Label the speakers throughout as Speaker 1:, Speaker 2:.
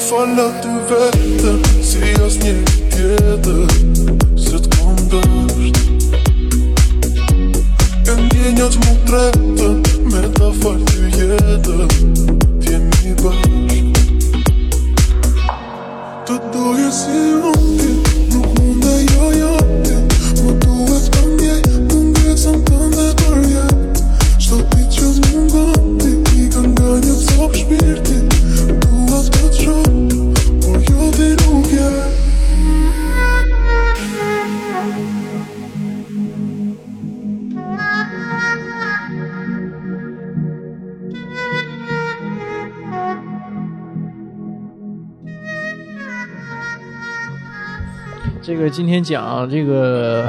Speaker 1: fallat du vätten Ses niekiedy Wyglądasz Kamieniać mudrety My dawaliu jeden Wiem i basz Dodaję siłoty Ruchuna jajaty Po Modułek do mnie Będę sam tam na target Что ты чё ты И гоняет сок шпирти Дула тот шоп Мою ты руки
Speaker 2: 这个今天讲这个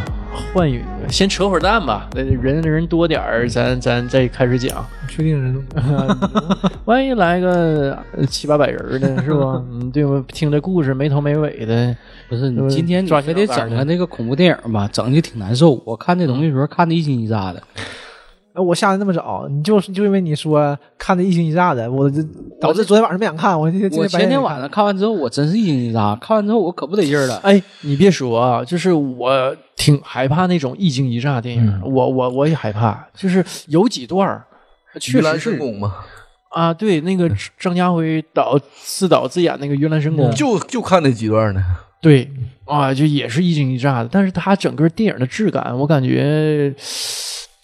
Speaker 2: 幻影，先扯会儿淡吧，呃人人多点儿，咱咱再开始讲。
Speaker 3: 确定人
Speaker 2: 万一来个呃七八百人儿呢，是 吧？嗯，对吧？听这故事没头没尾的，
Speaker 4: 不是
Speaker 2: 不
Speaker 4: 你
Speaker 2: 是
Speaker 4: 今天你
Speaker 2: 抓
Speaker 4: 非
Speaker 2: 心
Speaker 4: 得
Speaker 2: 挠肝
Speaker 4: 整个
Speaker 2: 的
Speaker 4: 那个恐怖电影吧，整就挺难受。我看这东西的时候看的一惊一乍
Speaker 3: 嗯
Speaker 4: 的，
Speaker 3: 哎，我下的那么早，你就是就因为你说看的一惊一乍的，我这导致昨天晚上没敢看，我今天
Speaker 4: 我前天晚
Speaker 3: 上
Speaker 4: 上看完之后，我真是一惊一乍，看完之后我可不得劲儿了。
Speaker 2: 哎，你别说啊，就是我挺害怕那种一惊一乍的电影，
Speaker 3: 嗯
Speaker 2: 我我我也害怕，就是有几段儿确
Speaker 5: 玉兰
Speaker 2: 实
Speaker 5: 神
Speaker 2: 是
Speaker 5: 功嘛，
Speaker 2: 啊，对，那
Speaker 3: 嗯
Speaker 2: 个张家辉导自导自演那个《云岚神功》
Speaker 3: 啊
Speaker 5: 就就看那几段呢。
Speaker 2: 对
Speaker 3: 嗯
Speaker 2: 啊，就也是一惊一乍的，但是它整个电影的质感，我感觉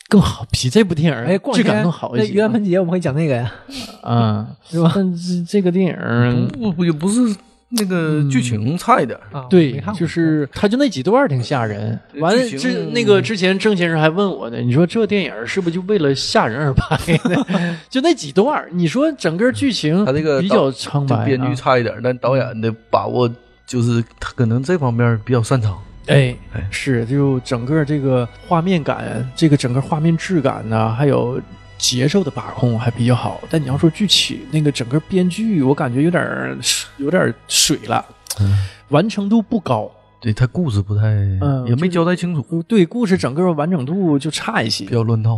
Speaker 2: 更好，比这部电影
Speaker 3: 哎，过
Speaker 2: 质
Speaker 3: 两
Speaker 2: 感
Speaker 3: 天
Speaker 2: 更好
Speaker 3: 那
Speaker 2: 一
Speaker 3: 盂
Speaker 2: 些
Speaker 3: 兰盆节我们会讲那个呀，
Speaker 2: 啊，
Speaker 3: 是吧
Speaker 2: 但这这个电影。
Speaker 5: 不不也不是那个剧情差一点儿，
Speaker 3: 啊，
Speaker 2: 对
Speaker 3: 呃没看，过
Speaker 2: 就是他就那几段儿挺吓人。完了
Speaker 5: 剧情
Speaker 2: 之那
Speaker 3: 嗯
Speaker 2: 个之前郑先生还问我呢，你说这电影是不是就为了吓人而拍的？ 就那几段儿，你说整个剧情
Speaker 5: 他这个
Speaker 2: 比
Speaker 5: 导
Speaker 2: 较苍
Speaker 5: 这
Speaker 2: 白啊，
Speaker 5: 编剧差一点儿，但导演的把握就是他可能这方面儿比较擅长。
Speaker 2: 哎
Speaker 5: 哎，
Speaker 2: 是，就整个这个画面感，这个整个画面质感呢，还有节奏的把控还比较好。但你要说剧情，那个整个编剧，我感觉有点儿有点儿水了，
Speaker 5: 嗯
Speaker 2: 完成度不高。
Speaker 5: 对他故事不太，
Speaker 2: 嗯
Speaker 5: 也
Speaker 2: 就
Speaker 5: 没
Speaker 2: 是
Speaker 5: 交代清楚，
Speaker 2: 对故事整个完整度就差一些
Speaker 5: 比。较乱套。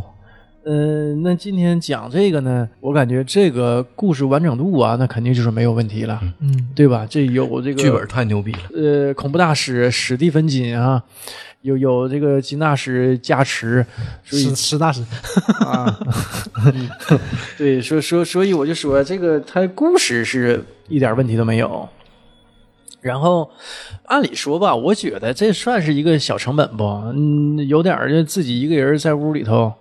Speaker 2: 呃，那今天讲这个呢，我感觉这个故事完整度啊，那肯定就是没有问题了，
Speaker 3: 嗯，
Speaker 2: 对吧？这有这个
Speaker 5: 剧本太牛逼了，
Speaker 2: 呃，恐怖大师史蒂芬金啊，有有这个金大师加持，所以
Speaker 3: 十十大师，
Speaker 2: 啊，对，所所所以我就说这个他故事是一点问题都没有。然后，按理说吧，我觉得这算是一个小成本不？嗯，有点儿就自己一个人在屋里头，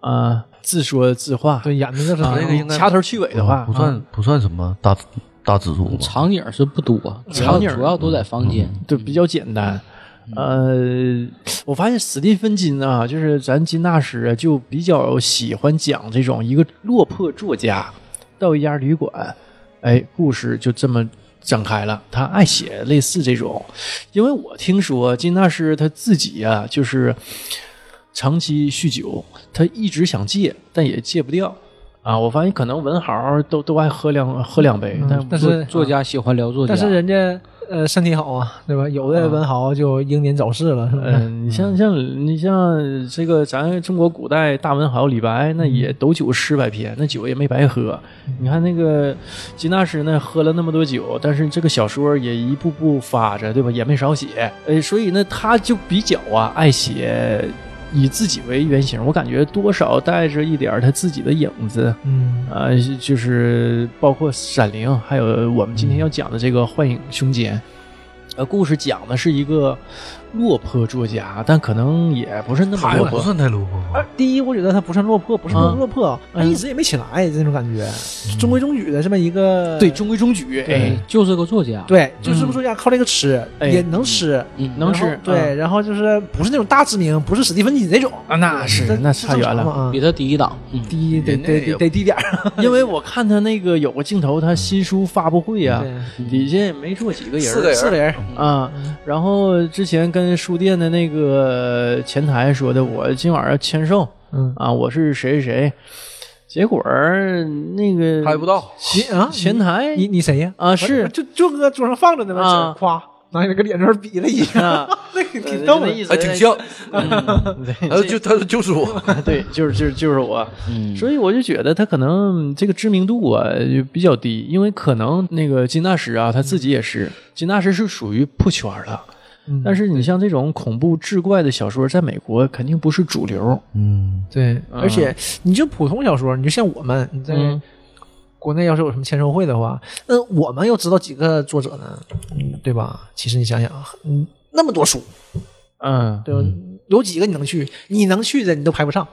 Speaker 2: 啊、自说自话，
Speaker 3: 对，演的那是
Speaker 2: 啊
Speaker 5: 这个应该
Speaker 2: 掐头去尾的话，嗯
Speaker 5: 嗯不算不算什么大大蜘蛛吧，
Speaker 4: 场景是不多，主要
Speaker 2: 场景
Speaker 4: 主要都在房间。
Speaker 3: 嗯
Speaker 2: 对，比较简单。呃，我发现史蒂芬金啊，就是咱金大师啊，就比较喜欢讲这种一个落魄作家到一家旅馆，哎，故事就这么展开了。他爱写类似这种，因为我听说金大师他自己啊，就是长期酗酒，他一直想戒，但也戒不掉。啊，我发现可能文豪都都爱喝两喝两杯，但
Speaker 3: 但是
Speaker 4: 作家喜欢聊作家，
Speaker 3: 但是人家呃身体好啊，对吧？有的文豪就英年早逝 了，是不是？
Speaker 2: 嗯，你像像你像这个咱中国古代大文豪李白，那也斗酒诗百篇，那酒也没白喝。你看那个金大师呢，喝了那么多酒，但是这个小说也一步步发着，对吧？也没少写。呃，所以呢，他就比较啊爱写以自己为原型，我感觉多少带着一点儿他自己的影子。
Speaker 3: 嗯，
Speaker 2: 啊、就是包括《闪灵》，还有我们今天要讲的这个《幻影凶间》。呃，故事讲的是一个落魄作家，但可能也不是那么
Speaker 5: 还
Speaker 2: 落
Speaker 5: 不
Speaker 2: 魄。
Speaker 5: 算太落魄啊吧。
Speaker 3: 第一，我觉得他不算落魄，不是
Speaker 2: 嗯
Speaker 3: 落魄，啊他一直也没起来这种感觉，中规中矩的这么一个
Speaker 2: 对，中规中矩，哎
Speaker 4: 对，，就是个作家。
Speaker 3: 对，就是不说要靠这个吃，
Speaker 2: 哎
Speaker 3: 也能吃，
Speaker 4: 嗯，
Speaker 2: 能吃
Speaker 3: 然后。对，然后就是不是那种大知名，不是史蒂芬金这种，
Speaker 2: 啊，那是
Speaker 3: 这
Speaker 2: 那
Speaker 3: 这
Speaker 2: 差远
Speaker 3: 正常
Speaker 2: 了。
Speaker 3: 嘛啊
Speaker 4: 比他低一档。嗯，
Speaker 3: 低得
Speaker 5: 人家
Speaker 3: 得
Speaker 5: 也
Speaker 3: 得得低点儿，
Speaker 2: 因为我看他那个有个镜头，他新书发布会啊，
Speaker 3: 对
Speaker 2: 底下也没坐几个人儿，
Speaker 5: 四个人
Speaker 3: 四个人儿，
Speaker 2: 啊。然后之前跟书店的那个前台说的，我今晚要签售
Speaker 3: 嗯，
Speaker 2: 啊，我是谁谁谁。结果儿那个
Speaker 5: 拍不到，
Speaker 3: 行啊，
Speaker 2: 前台
Speaker 3: 你你谁呀？
Speaker 2: 啊
Speaker 3: 啊
Speaker 2: 是
Speaker 3: 就就搁桌上放着呢嘛，
Speaker 2: 啊
Speaker 3: 夸，拿你那个脸这儿比了一下，
Speaker 2: 啊，
Speaker 3: 那个 挺逗
Speaker 2: 的
Speaker 3: 的。
Speaker 2: 意思，
Speaker 5: 还哎挺像， 然后
Speaker 2: 对
Speaker 5: 就他说就是我，
Speaker 2: 对，就是就是就是我，
Speaker 4: 嗯
Speaker 2: 所以我就觉得他可能这个知名度啊就比较低，因为可能那个金大师啊他自己也是，金大师是属于破圈儿的，
Speaker 3: 嗯
Speaker 2: 但是你像这种恐怖志怪的小说，在美国肯定不是主流，
Speaker 5: 嗯，
Speaker 3: 对，而且你就普通小说，你就像我们，你在
Speaker 2: 嗯
Speaker 3: 国内要是有什么签售会的话，那我们又知道几个作者呢？嗯对吧？其实你想想，嗯，那么多书，
Speaker 2: 嗯，
Speaker 3: 对吧？有几个你能去？你能去的你都排不上，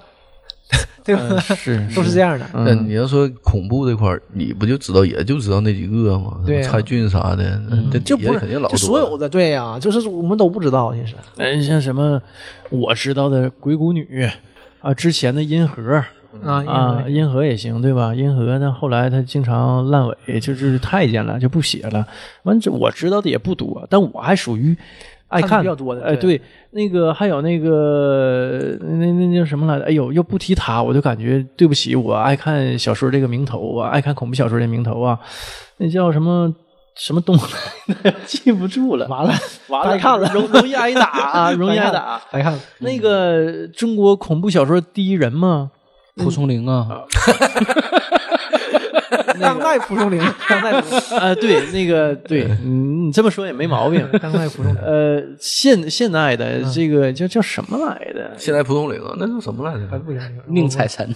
Speaker 3: 对吧？
Speaker 2: 嗯 是
Speaker 3: 都是这样的。
Speaker 5: 那你要说恐怖这块儿，你不就知道，也就知道那几个吗？
Speaker 3: 对啊
Speaker 5: 什么蔡骏啥的，这
Speaker 3: 就
Speaker 5: 底
Speaker 3: 不是
Speaker 5: 下肯定老
Speaker 3: 就
Speaker 5: 多。
Speaker 3: 所有的对呀、就是我们都不知道，其实
Speaker 2: 嗯，像什么我知道的鬼谷女啊，之前的银河
Speaker 3: 啊
Speaker 2: 啊，银河也行，对吧？银河呢，后来他经常烂尾，就是太监了，就不写了。完，这我知道的也不多，但我还属于爱
Speaker 3: 看
Speaker 2: 看
Speaker 3: 得比较多的
Speaker 2: 哎，
Speaker 3: 对
Speaker 2: 对，那个还有那个那那叫什么来着？哎呦，要不提他，我就感觉对不起我爱看小说这个名头啊，爱看恐怖小说这名头啊，那叫什么？什么东来的记不住了，
Speaker 3: 完了，
Speaker 2: 完了，
Speaker 3: 白看了
Speaker 2: 容容易挨打 啊，嗯容易挨打。
Speaker 3: 白看了。
Speaker 2: 那个中国恐怖小说第一人吗？
Speaker 4: 蒲松龄
Speaker 3: 呃
Speaker 4: 啊，
Speaker 3: 当代蒲松龄，当代蒲松
Speaker 2: 啊，对，那个对，嗯你这么说也没毛病。
Speaker 3: 当代嗯蒲松龄，
Speaker 2: 呃，现现代的这个叫叫什么来的？
Speaker 5: 现在蒲松龄啊，那叫什么来着？
Speaker 3: 不行，
Speaker 4: 宁采臣，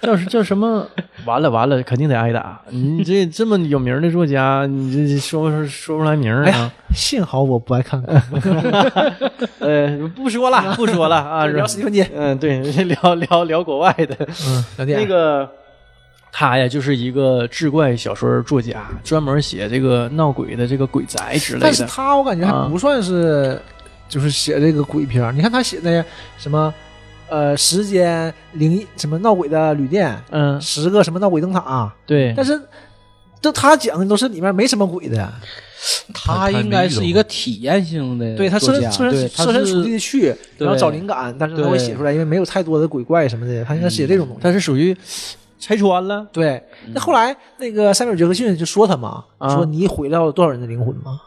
Speaker 2: 叫是叫什么？完了完了，肯定得挨打。你这这么有名的作家，你这说说说不出来名儿
Speaker 3: 哎
Speaker 2: 啊
Speaker 3: 呀？，幸好我不爱 看，
Speaker 4: 啊
Speaker 2: 呃，不说了，不说了啊，
Speaker 3: 聊史蒂芬金
Speaker 2: 嗯，对，聊聊聊国外的。
Speaker 3: 嗯，老弟，
Speaker 2: 那个他呀，就是一个志怪小说作家，专门写这个闹鬼的、这个鬼宅之类
Speaker 3: 但是
Speaker 2: 的。
Speaker 3: 他我感觉还不算是，
Speaker 4: 啊
Speaker 3: 就是写这个鬼片儿。你看他写的什么，呃，时间灵异什么闹鬼的旅店，
Speaker 2: 嗯，
Speaker 3: 十个什么闹鬼灯塔，啊
Speaker 2: 对，
Speaker 4: 嗯
Speaker 3: 但是这他讲的都是里面没什么鬼的，
Speaker 4: 他应该是一个体验性的
Speaker 3: 对他
Speaker 4: 作
Speaker 3: 设
Speaker 4: 家
Speaker 3: 身设
Speaker 4: 对
Speaker 3: 身
Speaker 4: 他
Speaker 3: 设身处地
Speaker 4: 是
Speaker 3: 的去，然后
Speaker 4: 对
Speaker 3: 找灵感，但是他会
Speaker 4: 对
Speaker 3: 写出来，因为没有太多的鬼怪什么的，他应该写这种东西。
Speaker 2: 他是属于拆穿了。
Speaker 3: 对，那后来那个塞缪尔·杰克逊就说他嘛，
Speaker 2: 啊
Speaker 3: 说你毁掉了多少人的灵魂嘛？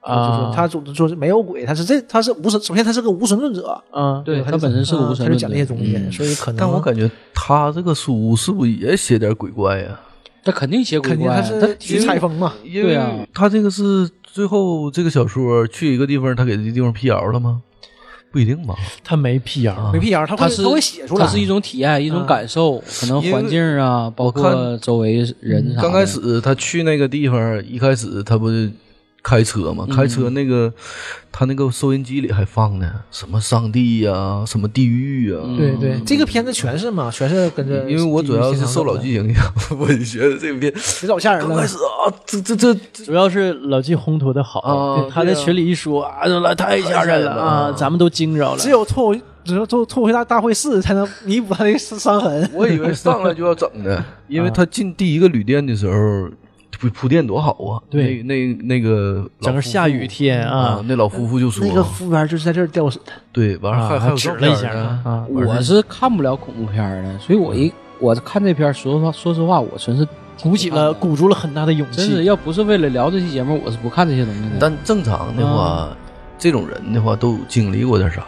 Speaker 2: 啊
Speaker 3: 就说他总说是没有鬼，他是这他是无神，首先他是个无神论者，
Speaker 2: 嗯，
Speaker 4: 对
Speaker 3: 他
Speaker 4: 他
Speaker 3: 就啊
Speaker 4: 本身是个无神
Speaker 3: 他就
Speaker 4: 论者
Speaker 3: 讲这些东西，
Speaker 4: 嗯
Speaker 3: 所以可能。
Speaker 5: 但我感觉他这个书是不是也写点鬼怪呀？
Speaker 4: 他肯定写鬼
Speaker 3: 肯定
Speaker 4: 怪
Speaker 3: 他
Speaker 4: 啊，
Speaker 3: 是去采风嘛，
Speaker 5: 因
Speaker 4: 对
Speaker 5: 为
Speaker 4: 啊
Speaker 5: 他这个是最后这个小说去一个地方，他给这地方辟谣了吗？不一定吧，
Speaker 2: 他没辟谣
Speaker 5: 啊
Speaker 3: 没辟谣，他会
Speaker 4: 他是
Speaker 3: 他会写出来嗯
Speaker 4: 它。是一种体验，一种感受，可能环境啊，包括周围人啥的。
Speaker 5: 嗯刚开始他去那个地方，一开始他不是开车嘛？开车那个、他那个收音机里还放呢，什么上帝呀、什么地狱呀、
Speaker 3: 对对，
Speaker 4: 嗯
Speaker 3: 这个片子全是嘛，全是跟着。
Speaker 5: 因为我主要是受老，纪影响， 我就觉得这片
Speaker 3: 别找吓人
Speaker 5: 刚开
Speaker 3: 了。
Speaker 5: 始啊，这这这
Speaker 2: 主要是老纪烘托的好，
Speaker 5: 啊
Speaker 2: 哦对他在
Speaker 5: 对啊
Speaker 2: 群里一说啊，来太吓人了啊，咱们都惊着了。
Speaker 3: 只有脱口，只有脱脱口秀大大会四才能弥补他的伤痕。
Speaker 5: 我以为上来就要整 的，因为他进第一个旅店的时候铺铺垫多好啊，
Speaker 2: 对
Speaker 5: 那那那个老
Speaker 2: 整个
Speaker 5: 夫妇
Speaker 2: 下雨天
Speaker 5: 啊
Speaker 2: 啊，，
Speaker 5: 那老夫妇就说
Speaker 3: 那个服务员就是在这儿吊死的，
Speaker 5: 对，完了还还
Speaker 2: 还
Speaker 5: 有
Speaker 2: 指
Speaker 5: 照
Speaker 2: 了一
Speaker 5: 片
Speaker 2: 下
Speaker 5: 呢
Speaker 2: 啊，
Speaker 4: 我是看不了恐怖片儿的，所以我
Speaker 5: 嗯
Speaker 4: 一我看这片儿，说实话，说实话，我纯是
Speaker 2: 鼓起了鼓足了很大的勇
Speaker 4: 真是
Speaker 2: 气。
Speaker 4: 要不是为了聊这期节目，我是不看这些东西的。
Speaker 5: 但正常的
Speaker 2: 啊
Speaker 5: 话，这种人的话都经历过点啥，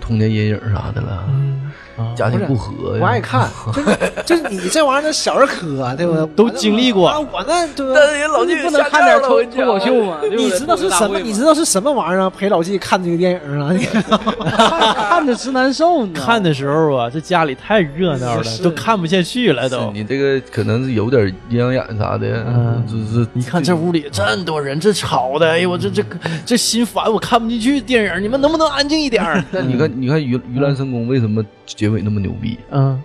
Speaker 5: 童年阴影啥的了，
Speaker 2: 嗯啊
Speaker 5: 家庭不和呀，
Speaker 3: 不爱看。这个就是你这玩意儿，那小儿科，啊对不对？
Speaker 2: 都经历过
Speaker 3: 啊，我那对吧？
Speaker 5: 但人老纪
Speaker 3: 你不能
Speaker 5: 下
Speaker 3: 看
Speaker 5: 架
Speaker 3: 点
Speaker 5: 了
Speaker 3: 脱
Speaker 5: 我跟你
Speaker 3: 脱
Speaker 5: 讲
Speaker 3: 口秀 吗？你知道是什么？你知道是什么玩意儿陪老纪看这个电影啊？你知道吗
Speaker 4: 看着直难受呢，
Speaker 2: 看的时候啊，这家里太热闹了，
Speaker 3: 是
Speaker 2: 都看不下去了，
Speaker 5: 是
Speaker 2: 都。
Speaker 5: 你这个可能是有点阴阳眼啥的，
Speaker 2: 嗯
Speaker 5: 就是
Speaker 2: 你看这屋里嗯这么多人，这吵的，哎呦我这这这心烦，我看不进去电影，你们能不能安静一点儿？
Speaker 5: 但你看，你看《盂盂兰神功》为什么结尾那么牛逼？
Speaker 2: 嗯，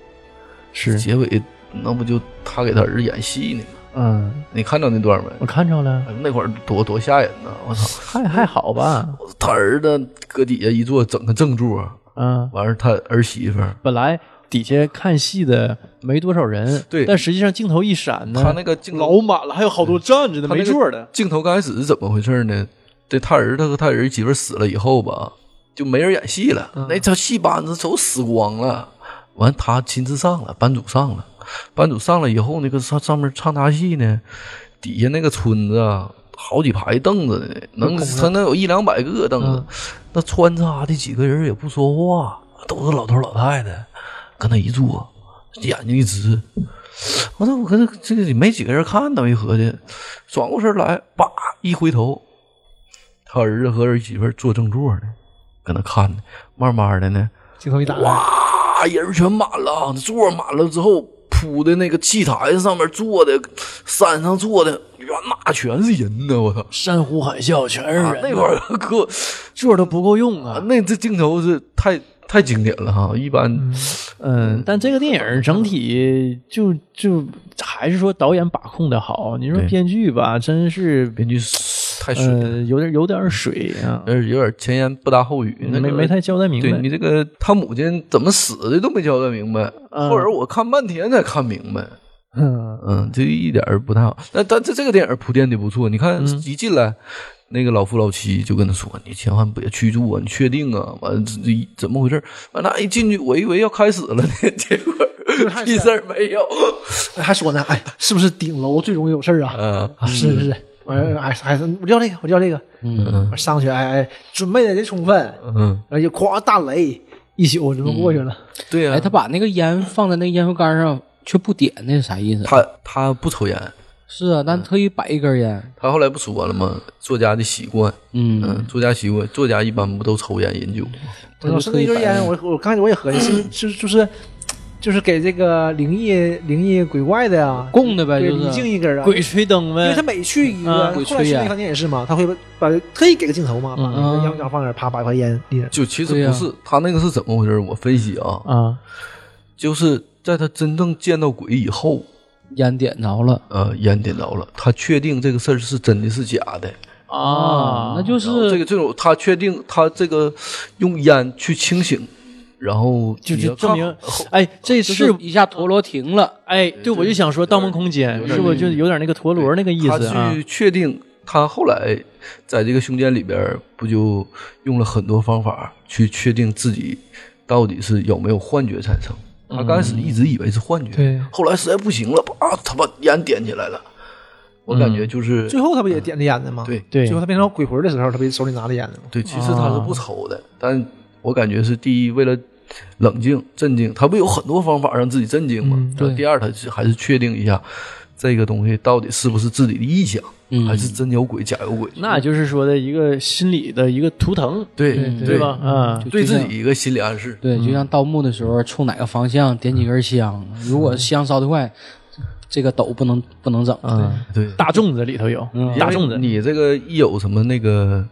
Speaker 2: 是，
Speaker 5: 结尾那不就他给他儿子演戏呢吗？
Speaker 2: 嗯，
Speaker 5: 你看到那段没？
Speaker 2: 我看着了，
Speaker 5: 哎那会儿多多吓人呐！我操，
Speaker 2: 还还好吧，
Speaker 5: 他儿子搁底下一坐，整个正座，
Speaker 2: 嗯，
Speaker 5: 完事儿他儿媳妇儿，
Speaker 2: 本来底下看戏的没多少人，
Speaker 5: 对
Speaker 2: 但实际上镜头一闪呢，
Speaker 5: 他那个镜头
Speaker 2: 老满了，还有好多站着的、
Speaker 5: 他那
Speaker 2: 没
Speaker 5: 个
Speaker 2: 座的，
Speaker 5: 镜头刚开始是怎么回事呢？这他儿子和他儿媳妇死了以后吧，就没人演戏了，那条戏班子都死光了。完，他亲自上了，班主上了，班主上了以后，那个上上面唱他戏呢，底下那个村子啊好几排凳子呢，能他能有一两百个凳子，那穿插的几个人也不说话，都是老头老太太，跟那一坐，眼睛一直。我说我跟这这个没几个人看呢，我一合计，转过身来，叭一回头，他儿子和儿媳妇坐正座呢，搁那看呢。慢慢的呢，
Speaker 3: 镜头一打，
Speaker 5: 啊，人全满了，座满了之后铺的那个祭坛上面坐的，山上坐的，哇，那全是人呢！我操，
Speaker 2: 山呼海啸，全是
Speaker 5: 啊
Speaker 2: 人。
Speaker 5: 那块儿给我
Speaker 2: 座都不够用
Speaker 5: 啊
Speaker 2: 啊。
Speaker 5: 那这镜头是太太经典了哈，一般、
Speaker 2: 嗯，但这个电影整体就就还是说导演把控的好。你说
Speaker 5: 对
Speaker 2: 编剧吧，真是
Speaker 5: 编剧太水了，
Speaker 2: 呃有点有点水啊，
Speaker 5: 有点有点前言不搭后语，那
Speaker 2: 没
Speaker 5: 个
Speaker 2: 没太交代明
Speaker 5: 对你
Speaker 2: 白。
Speaker 5: 这个他母亲怎么死的都没交代明白，
Speaker 2: 嗯
Speaker 5: 或者我看半天才看明白。
Speaker 2: 嗯
Speaker 5: 嗯，这一点儿不太好。那但这这个电影铺垫的不错，你看一进来，那个老夫老妻就跟他说：“你千万别去住啊，你确定啊？”完了这这怎么回事？完那一进去，我以为要开始了呢， 结果屁事儿没有。
Speaker 3: 哎还说呢，哎，是不是顶楼最容易有事儿啊？
Speaker 5: 嗯，
Speaker 3: 啊是是是，完事儿哎还是我就要这个，我就要这个，
Speaker 4: 嗯，
Speaker 3: 我上去哎哎，准备的得充分，
Speaker 5: 嗯，
Speaker 3: 然后就哐大雷一宿就能过去了。
Speaker 5: 对呀、
Speaker 4: 哎，他把那个烟放在那个烟灰缸上却不点，那是啥意思？
Speaker 5: 他嗯他不抽烟，
Speaker 4: 是啊，但特意摆一根烟，
Speaker 5: 他后来不说了吗？作家的习惯，
Speaker 4: 嗯，
Speaker 5: 嗯，作家习惯，作家一般不都抽烟饮酒吗？
Speaker 4: 他
Speaker 3: 我
Speaker 4: 就
Speaker 3: 是
Speaker 4: 特
Speaker 3: 那
Speaker 4: 意
Speaker 3: 根
Speaker 4: 摆
Speaker 3: 烟，我我刚开始我也合计，是不是就是就是就是给这个灵异灵异鬼怪的呀，
Speaker 4: 供的呗，
Speaker 3: 对
Speaker 4: 就
Speaker 3: 李
Speaker 4: 是
Speaker 3: 靖一根儿啊。
Speaker 2: 鬼吹灯
Speaker 3: 因为
Speaker 2: 呗
Speaker 3: 他，每去一个，
Speaker 2: 啊
Speaker 3: 后
Speaker 4: 鬼
Speaker 3: 来
Speaker 4: 吹
Speaker 3: 去
Speaker 4: 烟
Speaker 3: 那房间也是嘛，他会把特意给个镜头嘛，把那
Speaker 4: 嗯
Speaker 3: 个杨杨放那儿啪把一块烟立着。
Speaker 5: 就其实
Speaker 4: 对呀
Speaker 5: 不是，他那个是怎么回事？我分析啊，
Speaker 2: 啊，
Speaker 5: 就是在他真正见到鬼以后，
Speaker 4: 烟点着了
Speaker 5: 呃，烟点着了，他确定这个事儿是真的是假的。
Speaker 2: 啊，
Speaker 4: 那就
Speaker 5: 然后
Speaker 4: 是
Speaker 5: 这个这种，他确定他这个用烟去清醒，然后
Speaker 2: 就
Speaker 5: 你
Speaker 2: 是
Speaker 5: 要
Speaker 2: 证
Speaker 5: 看
Speaker 2: 明，哎，这
Speaker 4: 就是
Speaker 2: 是
Speaker 4: 一下陀螺停了，
Speaker 2: 哎，对我就想说《盗梦空间
Speaker 5: 有》点
Speaker 2: 是不是就有点那个陀螺那个意思
Speaker 5: 他
Speaker 2: 啊
Speaker 5: 去？确定，他后来在这个胸间里边儿不就用了很多方法去确定自己到底是有没有幻觉产生。他刚开
Speaker 2: 嗯
Speaker 5: 始一直以为是幻觉，
Speaker 3: 对
Speaker 5: 后来实在不行了，啪，他把烟点起来了。我感
Speaker 2: 嗯
Speaker 5: 觉就是、
Speaker 3: 最后他不也点着烟的吗？
Speaker 5: 对
Speaker 2: 对
Speaker 3: 最后他变成鬼魂的时候，他不也手里拿着烟的吗？
Speaker 5: 对，其实他
Speaker 2: 啊
Speaker 5: 是不抽的，但我感觉是第一，为了冷静镇静，他不有很多方法让自己镇静吗？
Speaker 2: 嗯
Speaker 5: 然后第二，他是还是确定一下这个东西到底是不是自己的臆想，还
Speaker 4: 嗯
Speaker 5: 是真有鬼假有鬼，
Speaker 2: 嗯那就是说的一个心理的一个图腾，
Speaker 5: 对
Speaker 2: 对吧？？啊，
Speaker 4: 就
Speaker 5: 对
Speaker 4: 就
Speaker 5: 自
Speaker 4: 像
Speaker 5: 己一个心理暗示，
Speaker 4: 对，就像盗墓的时候，冲哪个方向点几根香，如果香烧得快，这个斗不能不能整。
Speaker 2: 嗯，
Speaker 5: 对，
Speaker 2: 大粽子里头有
Speaker 4: 嗯
Speaker 2: 大粽子，
Speaker 5: 你这个一有什么那个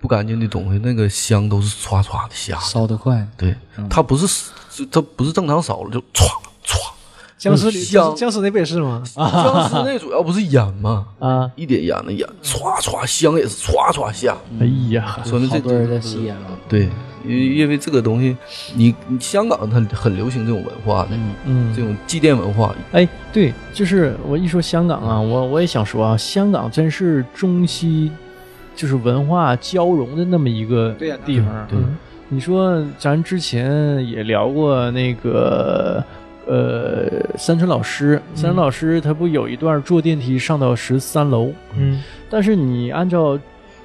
Speaker 5: 不干净的东西，那个香都是唰唰的下，
Speaker 4: 烧得快，
Speaker 5: 对，它不是就它不是正常烧了，就唰唰。
Speaker 3: 僵尸里
Speaker 5: 香
Speaker 3: 僵尸那不也是吗？
Speaker 5: 僵尸那主要不是烟吗？
Speaker 2: 啊，
Speaker 5: 一点烟的烟，唰唰香也是唰唰下，
Speaker 2: 哎呀，
Speaker 5: 说明
Speaker 4: 嗯好
Speaker 5: 这
Speaker 4: 多人在吸烟了。
Speaker 5: 对，因因为这个东西，你你香港它很流行这种文化的，
Speaker 2: 嗯
Speaker 5: 这，种祭奠文化，
Speaker 2: 哎，对，就是我一说香港啊，我我也想说啊，香港真是中西就是文化交融的那么一个
Speaker 3: 对呀
Speaker 2: 地方。
Speaker 5: 对
Speaker 2: 嗯你说咱之前也聊过那个呃，三春老师，三春老师他不有一段坐电梯上到十三楼，
Speaker 3: 嗯，
Speaker 2: 但是你按照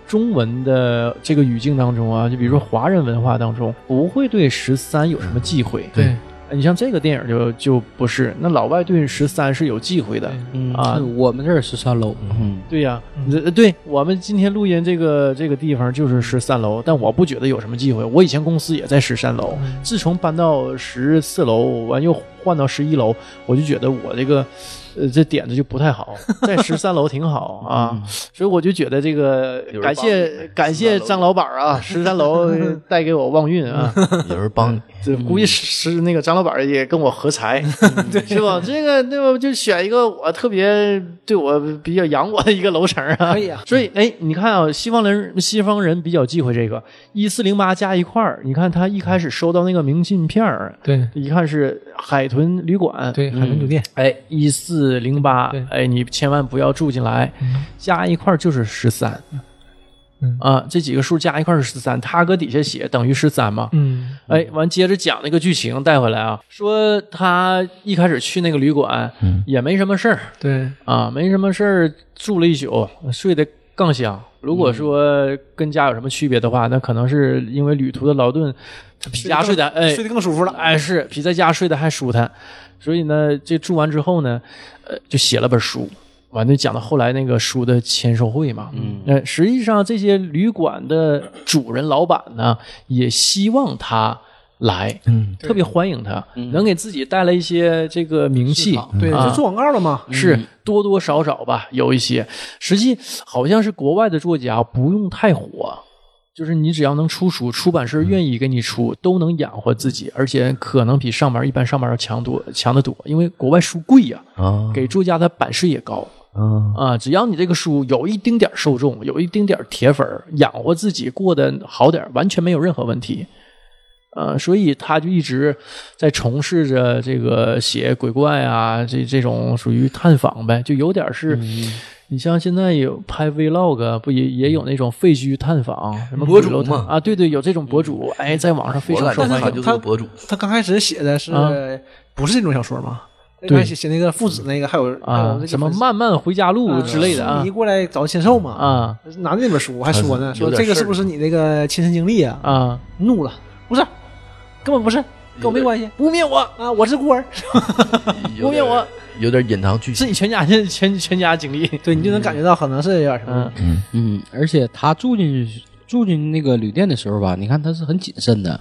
Speaker 2: 中文的这个语境当中啊，就比如说华人文化当中，不会对十三有什么忌讳。
Speaker 5: 对，
Speaker 2: 你像这个电影就就不是，那老外对十三是有忌讳的。
Speaker 4: 嗯
Speaker 2: 啊
Speaker 4: 是我们这儿是三楼，嗯，
Speaker 2: 对呀、你这呃对我们今天录音这个这个地方就是十三楼，但我不觉得有什么忌讳。我以前公司也在十三楼，
Speaker 5: 嗯
Speaker 2: 自从搬到十四楼，完又换到十一楼，我就觉得我这个呃这点子就不太 好，在十三楼挺好啊， 所以我就觉得这个
Speaker 5: 嗯有人
Speaker 2: 感
Speaker 5: 帮
Speaker 2: 谢
Speaker 5: 你
Speaker 2: 感谢张老板啊，十三楼 呃带给我旺运啊。
Speaker 5: 有人帮你，
Speaker 2: 这估计是是那个张老板也跟我合财，
Speaker 5: 嗯
Speaker 2: 是吧？这个对吧？就选一个我特别对我比较养我的一个楼层啊。
Speaker 3: 可以啊
Speaker 2: 所以哎，你看啊，西方人西方人比较忌讳这个一四零八加一块儿。你看他一开始收到那个明信片儿，
Speaker 3: 对
Speaker 2: 一看是海豚旅馆，
Speaker 3: 对，海豚酒店，
Speaker 2: 哎，一四零八
Speaker 3: 对，
Speaker 2: 哎，你千万不要住进来，加一块儿就是十三
Speaker 3: 嗯。
Speaker 2: 啊，这几个数加一块儿是十三，他搁底下写等于十三嘛。
Speaker 3: 嗯，
Speaker 2: 哎，完接着讲那个剧情带回来啊，说他一开始去那个
Speaker 3: 嗯
Speaker 2: 旅馆，也没什么事儿
Speaker 3: 对，
Speaker 2: 啊，没什么事儿住了一宿，睡得更香。如果
Speaker 3: 嗯
Speaker 2: 说跟家有什么区别的话，那可能是因为旅途的劳顿，他比家睡得哎
Speaker 3: 睡得更舒服了。
Speaker 2: 哎是比在家睡得还舒坦。所以呢，这住完之后呢，呃，就写了本书。完就讲到后来那个书的签售会嘛，嗯，呃，实际上这些旅馆的主人老板呢，也希望他来，
Speaker 5: 嗯，
Speaker 2: 特别欢迎他，能给自己带来一些这个名气，
Speaker 3: 对，
Speaker 2: 啊
Speaker 3: 就做广告了嘛。
Speaker 2: 是多多少少吧，有一些。实际好像是国外的作家不用太火，就是你只要能出书，出版社愿意给你出，都能养活自己，而且可能比上班一般上班要强多强得多，因为国外书贵呀、
Speaker 5: 啊
Speaker 2: 给作家的版税也高
Speaker 5: 啊，
Speaker 2: 啊。只要你这个书有一丁点儿受众，有一丁点儿铁粉儿，养活自己过得好点儿，完全没有任何问题。呃，所以他就一直在从事着这个写鬼怪啊，这这种属于探访呗，就有点
Speaker 3: 嗯
Speaker 2: 是，你像现在有拍 vlog，不啊也也有那种废墟探访，什么
Speaker 5: 博
Speaker 2: 鬼楼
Speaker 5: 主嘛
Speaker 2: 探啊，对对，有这种博
Speaker 3: 嗯
Speaker 2: 主，哎，在网上非
Speaker 5: 我
Speaker 2: 常
Speaker 5: 感
Speaker 2: 受
Speaker 5: 觉
Speaker 2: 欢
Speaker 5: 他
Speaker 2: 迎。
Speaker 5: 就是个博主，
Speaker 3: 他刚开始写的是
Speaker 2: 啊
Speaker 3: 不是这种小说嘛？
Speaker 2: 对
Speaker 3: 刚开始写那个父子那个，还有还有那
Speaker 2: 啊
Speaker 3: 个，
Speaker 2: 什么
Speaker 3: 粉丝
Speaker 2: 漫漫回家路之类的
Speaker 3: 啊
Speaker 2: 啊
Speaker 3: 你过来找签售嘛？
Speaker 2: 啊
Speaker 3: 拿那本书我还说呢，
Speaker 5: 他是有
Speaker 3: 说
Speaker 5: 点
Speaker 3: 这个
Speaker 5: 事
Speaker 3: 是
Speaker 5: 儿
Speaker 3: 不是你那个亲身经历啊？
Speaker 2: 啊，
Speaker 3: 怒了，不是，根本不是，跟我没关系，污蔑我啊！我是孤儿，
Speaker 2: 嗯
Speaker 5: 有
Speaker 2: 污蔑
Speaker 5: 点
Speaker 2: 我
Speaker 5: 有点隐藏剧
Speaker 2: 是
Speaker 5: 情，
Speaker 2: 你全家全全全家经历，
Speaker 3: 对你就能感觉到可能是有点什么
Speaker 2: 嗯，
Speaker 4: 嗯，而且他住进去住进那个旅店的时候吧，你看他是很谨慎的，